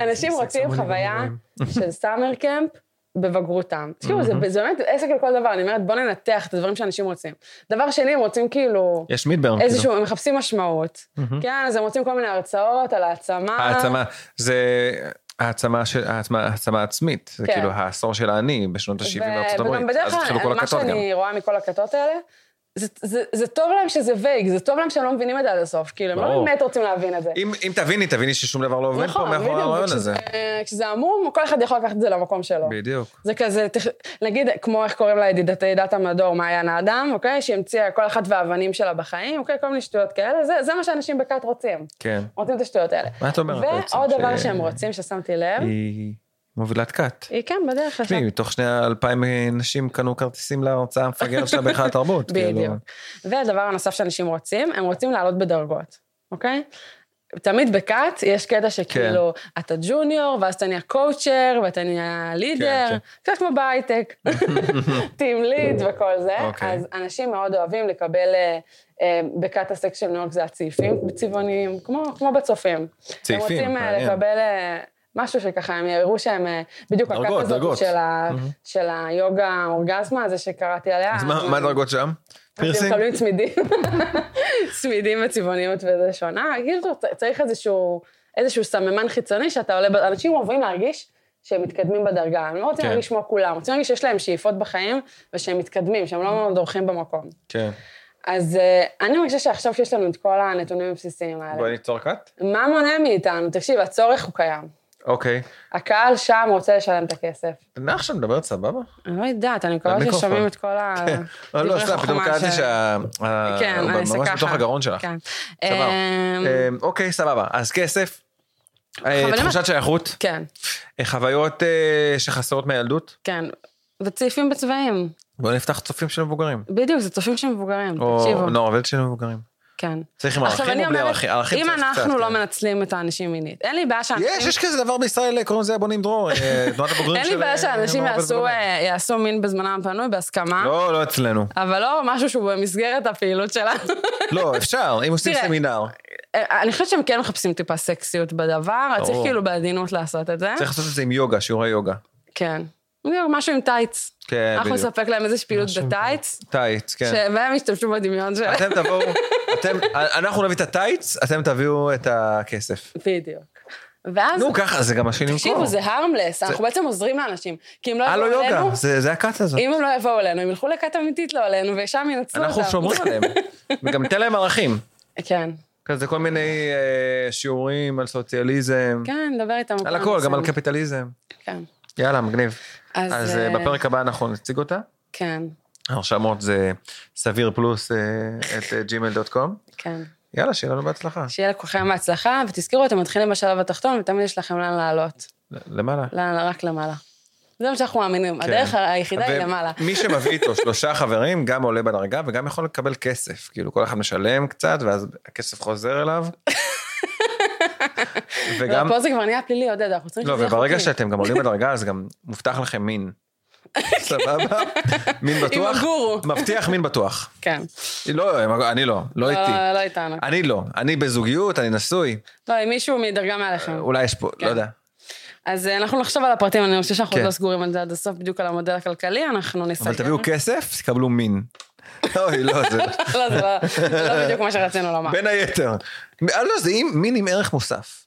S2: אנשים רוצים
S3: המוני
S2: חוויה
S3: במילואים.
S2: של סאמר קמפ בבגרותם. תשמעו, זה זה באמת עסק לכל דבר, אני אומרת, בוא ננתח את הדברים שאנשים רוצים. דבר שני, הם רוצים כאילו...
S1: יש מידברן. כאילו.
S2: איזשהו, הם מחפשים משמעות. כן, אז הם רוצים כל מיני הרצאות על העצמה.
S1: העצמה,
S2: אה.
S1: זה העצמה, של, העצמה, העצמה עצמית, זה
S2: כן.
S1: כאילו העשור של העני בשנות ה-70 בארצות
S2: ו-
S1: הברית.
S2: וגם בדרך
S1: אז התחילו
S2: כלל, אה,
S1: כל
S2: מה
S1: הכתות גם.
S2: שאני רואה מכל הכתות האלה, זה- זה- זה טוב להם שזה וייג, זה טוב להם שהם לא מבינים את זה עד הסוף. כאילו, הם לא
S1: ברור.
S2: באמת רוצים להבין את זה.
S1: אם, אם תביני, תביני ששום דבר לא עובד פה מאחורי
S2: נכון, בדיוק, נכון.
S1: הרעיון הזה.
S2: וכשזה- כשזה עמום, כל אחד יכול לקחת את זה למקום שלו.
S1: בדיוק.
S2: זה כזה, תח- נגיד, כמו איך קוראים לה ידידת ידידת המדור, מעיין האדם, אוקיי? שהמציאה כל אחת והאבנים שלה בחיים, אוקיי? כל מיני שטויות כאלה, זה, זה מה שאנשים בכת רוצים.
S1: כן.
S2: רוצים את השטויות האלה.
S1: מה את אומרת בעצם?
S2: ועוד
S1: ש-
S2: דבר שהם רוצים, ששמתי לב,
S1: היא מובילת כת.
S2: היא כן, בדרך לשם.
S1: תשמעי, מתוך שני האלפיים נשים קנו כרטיסים להרצאה המפגרת שלה בהיכל התרבות.
S2: בדיוק.
S1: כאילו.
S2: והדבר הנוסף שאנשים רוצים, הם רוצים לעלות בדרגות, אוקיי? תמיד בכת יש קטע שכאילו,
S1: כן.
S2: אתה ג'וניור, ואז אתה נהיה קואוצ'ר, ואתה נהיה לידר,
S1: כן.
S2: קצת כמו בהייטק, טים ליד וכל זה.
S1: אוקיי.
S2: אז אנשים מאוד אוהבים לקבל אה, אה, בכת הסקס של ניו יורק זה הצעיפים, צבעוניים, כמו, כמו בצופים.
S1: צעיפים,
S2: הם רוצים אה,
S1: מעניין.
S2: לקבל אה, משהו שככה, הם יראו שהם, אה, בדיוק הכת
S1: דרגות,
S2: הזאת
S1: דרגות. Mm-hmm.
S2: של, ה, של היוגה אורגזמה הזה שקראתי עליה.
S1: אז מה- מה הדרגות שם?
S2: אנשים
S1: פירסינג?
S2: מקבלים צמידים, צמידים וצבעוניות וזה שונה. כאילו, צ- צריך איזשהו, איזשהו סממן חיצוני שאתה עולה, ב- אנשים אוהבים להרגיש שהם מתקדמים בדרגה, הם לא רוצים
S1: כן.
S2: להרגיש כמו כולם, רוצים להרגיש שיש להם שאיפות בחיים ושהם מתקדמים, שהם לא דורכים במקום.
S1: כן.
S2: אז אה, אני מרגישה שעכשיו שיש לנו את כל הנתונים הבסיסיים
S1: בואי
S2: האלה,
S1: ניצור כת.
S2: מה מונע מאיתנו? תקשיב, הצורך הוא קיים.
S1: אוקיי.
S2: הקהל שם רוצה לשלם את הכסף.
S1: נח שם מדברת סבבה?
S2: אני לא יודעת, אני מקווה
S1: למיקרופון.
S2: ששומעים את כל ה...
S1: לא, לא,
S2: דברי
S1: סתם, פתאום
S2: חוכמה
S1: קלטתי
S2: ש-
S1: שה...
S2: כן,
S1: ה-
S2: אני
S1: אה, ממש
S2: עושה
S1: בתוך
S2: ככה.
S1: הגרון שלך.
S2: כן.
S1: סבבה.
S2: אמ,
S1: אמ, אוקיי, סבבה. אז כסף, אה,
S2: אבל אם-
S1: תחושת שייכות,
S2: כן,
S1: אה, חוויות אה, שחסרות מהילדות.
S2: כן. וצעיפים בצבעים.
S1: בואו נפתח צופים של מבוגרים.
S2: בדיוק, זה צופים של מבוגרים,
S1: או
S2: תקשיבו.
S1: נוער אבל של מבוגרים.
S2: כן.
S1: צריך עם ערכים או בלי ערכים? ערכים
S2: אם
S1: צריך
S2: אנחנו
S1: קצת,
S2: לא
S1: כן.
S2: מנצלים את האנשים מינית, אין לי בעיה שאנשים...
S1: יש, יש כזה דבר בישראל, קוראים לזה בונים דרור, אה, תנועת הבוגרים
S2: אין
S1: של...
S2: לי בעיה
S1: אה,
S2: שאנשים
S1: מעורבת
S2: יעשו,
S1: בלומד.
S2: אה, יעשו מין בזמנם הפנוי בהסכמה,
S1: לא, לא אצלנו.
S2: אבל לא משהו שהוא במסגרת הפעילות שלנו.
S1: לא, אפשר, אם עושים
S2: תראה.
S1: סמינר.
S2: אה, אני חושבת שהם כן מחפשים טיפה סקסיות בדבר, אז צריך
S1: ברור.
S2: כאילו בעדינות לעשות את זה.
S1: צריך לעשות את זה עם יוגה, שיעורי יוגה.
S2: כן. משהו עם טייץ.
S1: כן,
S2: אנחנו
S1: בדיוק.
S2: נספק להם איזושהי פעילות
S3: משהו עם
S2: בטייץ,
S1: טייץ, כן.
S2: ש- והם ישתמשו בדמיון שלהם.
S1: אתם תבואו, אתם, אנחנו נביא את הטייץ, אתם תביאו את הכסף.
S2: בדיוק. ואז,
S1: נו, ככה, זה גם מה שנמכור.
S2: תקשיבו, זה הרמלס, אנחנו בעצם עוזרים לאנשים. כי אם לא
S1: הלו
S2: יבואו אלינו,
S1: יוגה, זה זה הכת הזאת.
S2: אם הם לא יבואו אלינו, הם ילכו לכת אמיתית לא עלינו, ושם ינצלו אותם.
S1: אנחנו שומרים עליהם. וגם ניתן להם ערכים.
S2: כן,
S1: כזה כל מיני אה, שיעורים על סוציאליזם,
S2: כן, נדבר איתם.
S1: על
S2: פעם
S1: הכל, גם על
S2: מסוימת.
S1: קפיטליזם.
S2: כן.
S1: יאללה, מגניב.
S2: אז,
S1: אז אה,
S2: אה,
S1: בפרק הבא אנחנו נציג אותה.
S2: כן,
S1: הרשמות זה סביר פלוס אה, את אה, gmail.com.
S2: כן.
S1: יאללה, שיהיה לנו בהצלחה.
S2: שיהיה לכולכם בהצלחה, ותזכרו, אתם מתחילים בשלב התחתון, ותמיד יש לכם לאן לעלות.
S1: למעלה.
S2: לאן, רק למעלה. זה מה שאנחנו מאמינים,
S1: כן.
S2: הדרך היחידה היא
S1: ו-
S2: למעלה.
S1: מי שמביא איתו שלושה חברים, גם עולה בדרגה וגם יכול לקבל כסף. כאילו, כל אחד משלם קצת, ואז הכסף חוזר אליו. וגם,
S2: לא, פה זה כבר נהיה פלילי, עודד, אנחנו צריכים
S1: לא,
S2: שזה יהיה
S1: וברגע
S2: חוקי.
S1: שאתם גם עולים בדרגה, אז גם מובטח לכם מין. סבבה? מין בטוח?
S2: הגורו.
S1: מבטיח מין בטוח.
S2: כן.
S1: לא, עם הגו- אני לא, לא איתי.
S2: לא, לא איתנו.
S1: אני לא, אני בזוגיות, אני נשוי,
S2: לא, אם מישהו מדרגה מעליכם.
S1: אולי יש
S2: כן.
S1: פה, לא יודע.
S2: אז אה, אנחנו נחשוב על הפרטים, אני חושבת שאנחנו עוד
S1: כן.
S2: לא סגורים על זה עד הסוף, בדיוק על המודל הכלכלי, אנחנו נסגר.
S1: אבל תביאו כסף, תקבלו מין. אוי, לא, זה...
S2: לא, זה לא- זה לא בדיוק מה שרצינו לומר.
S1: בין היתר. אה, לא, זה עם- מין עם ערך מוסף.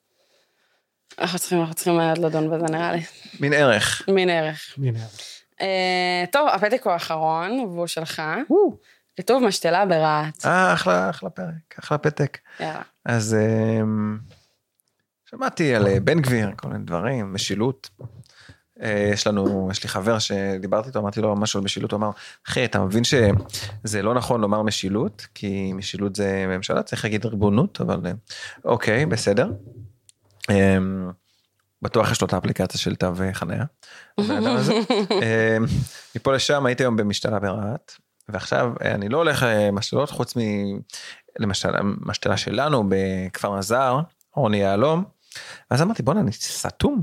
S2: אנחנו צריכים, אנחנו צריכים אה, לדון בזה, נראה לי.
S1: מין ערך.
S2: מין ערך.
S3: הנה.
S2: אה, טוב, הפתק הוא האחרון, והוא שלך. כתוב משתלה ברהט.
S1: אה, אחלה, אחלה פרק, אחלה פתק.
S2: יאללה.
S1: אז אמ, שמעתי על אה, בן גביר, כל מיני דברים, משילות. אה, יש לנו, יש לי חבר שדיברתי איתו, אמרתי לו משהו על משילות, הוא אמר, אחי, אתה מבין שזה לא נכון לומר משילות, כי משילות זה ממשלה, צריך להגיד ריבונות, אבל אה, אוקיי, בסדר. אמ, בטוח יש לו את האפליקציה של תו אה, חניה. הבן אדם הזה. אמ, מפה לשם הייתי היום במשתלה ברהט, ועכשיו אה, אני לא הולך אה, משתלות חוץ מ... למשל, המשתלה שלנו בכפר עזר, רוני יהלום, ואז אמרתי, בואנה, אני סתום.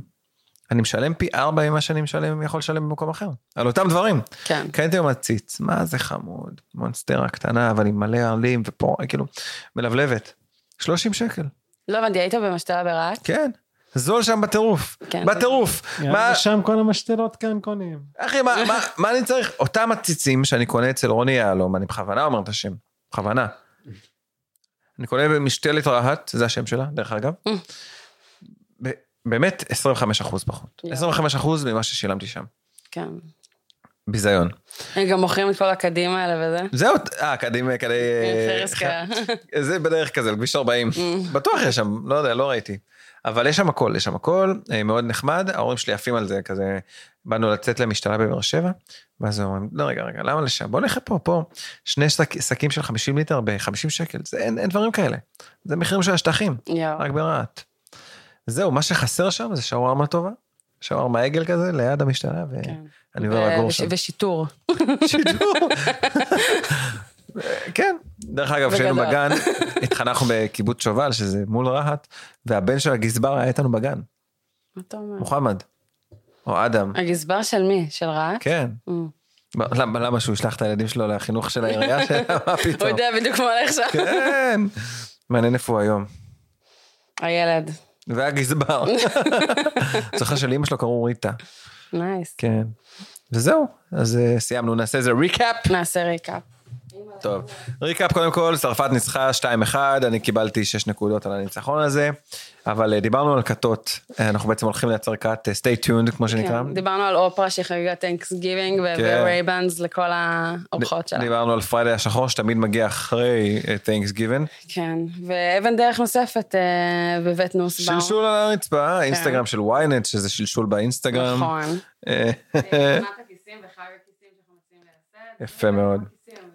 S1: אני משלם פי ארבע ממה שאני משלם, יכול לשלם במקום אחר. על אותם דברים.
S2: כן.
S1: קניתי היום עציץ, מה זה חמוד, מונסטרה קטנה, אבל עם מלא עלים ופה, כאילו, מלבלבת. 30 שקל,
S2: לא הבנתי, היית במשתלה ברהט?
S1: כן. זול שם בטירוף,
S2: כן.
S1: בטירוף. מה,
S3: שם כל המשתלות כאן קונים.
S1: אחי, מה, מה, מה אני צריך? אותם עציצים שאני קונה אצל רוני יהלום, אני בכוונה אומר את השם, בכוונה. אני קונה במשתלת רהט, זה השם שלה, דרך אגב.
S2: Mm.
S1: ב- באמת 25 אחוז פחות.
S2: יואו.
S1: 25 אחוז ממה ששילמתי שם.
S2: כן.
S1: ביזיון.
S2: הם גם מוכרים את כל הקדים האלה וזה.
S1: זהו, אה, קדימה, כדי... אה,
S2: פרס כאלה.
S1: זה בדרך כזה, על כביש 40.
S2: Mm.
S1: בטוח יש שם, לא יודע, לא ראיתי. אבל יש שם הכל, יש שם הכל, אה, מאוד נחמד, ההורים שלי עפים על זה, כזה, באנו לצאת למשתלה בבאר שבע, ואז הם אומרים, לא, רגע, רגע, למה לשם? בוא נלך פה, פה, שני שק, שקים של 50 ליטר ב-50 שקל, זה, אין, אין דברים כאלה. זה מחירים של השטחים,
S2: יואו.
S1: רק ברהט. זהו, מה שחסר שם זה שווארמה טובה, שווארמה עגל כזה, ליד המשתלה,
S2: כן.
S1: ואני עובר לגור
S2: ו-
S1: שם.
S2: ושיטור.
S1: שידור. כן. דרך אגב, כשהיינו
S2: בגדול.
S1: בגן, התחנכנו בקיבוץ שובל, שזה מול רהט, והבן של הגזבר היה איתנו בגן,
S2: מה אתה אומר?
S1: מוחמד, או אדם.
S2: הגזבר של מי? של רהט?
S1: כן.
S2: Mm.
S1: מה- למה למה שהוא ישלח את הילדים שלו לחינוך של העירייה שלה? מה
S2: הוא
S1: פתאום?
S2: יודע בדיוק מה הולך שם.
S1: כן. מעניין איפה הוא היום.
S2: הילד.
S1: והגזבר. זוכר שלאימא שלו קראו ריטה.
S2: נייס.
S1: כן. וזהו, אז אה, סיימנו, נעשה איזה ריקאפ.
S2: נעשה ריקאפ.
S1: טוב, ריקאפ קודם כל, צרפת ניצחה 2-1, אני קיבלתי 6 נקודות על הניצחון הזה, אבל אה, דיברנו על כתות, אה, אנחנו בעצם הולכים לייצר כת אה, stay tuned, כמו שנקרא.
S2: כן, דיברנו על אופרה שהיא חגיגה טנקס גיבינג,
S1: כן.
S2: והביאו רייבנס לכל האורחות שלה.
S1: דיברנו על פריידי השחור, שתמיד מגיע אחרי אה, תנקס גיוון.
S2: כן, ואבן דרך נוספת אה, בבית נוסבאום.
S1: שלשול על הרצפה, אינסטגרם של ynet, שזה שלשול באינסטגרם.
S2: כן. נכון.
S1: אה, יפה מאוד.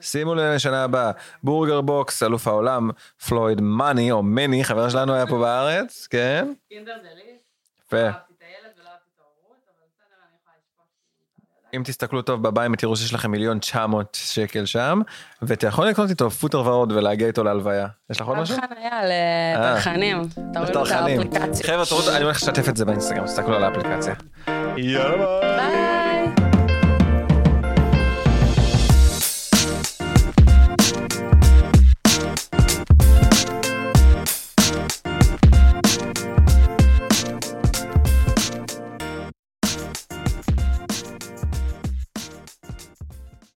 S1: שימו לב לשנה הבאה, בורגר בוקס, אלוף העולם, פלויד מאני, או מני, חבר שלנו היה פה בארץ, כן? יפה. אם תסתכלו טוב בבית, תראו שיש לכם מיליון 900 שקל שם, ואתה יכול לקנות איתו פוטר ורוד ולהגיע איתו להלוויה. יש לך עוד
S2: קו
S1: משהו?
S2: חניה לטרחנים. אתה רואה את
S1: לטרחנים.
S2: האפליקציה.
S1: חבר'ה, תראו, אני הולך לשתף את זה באינסטגרם, תסתכלו על האפליקציה. יאללה ביי.
S2: ביי.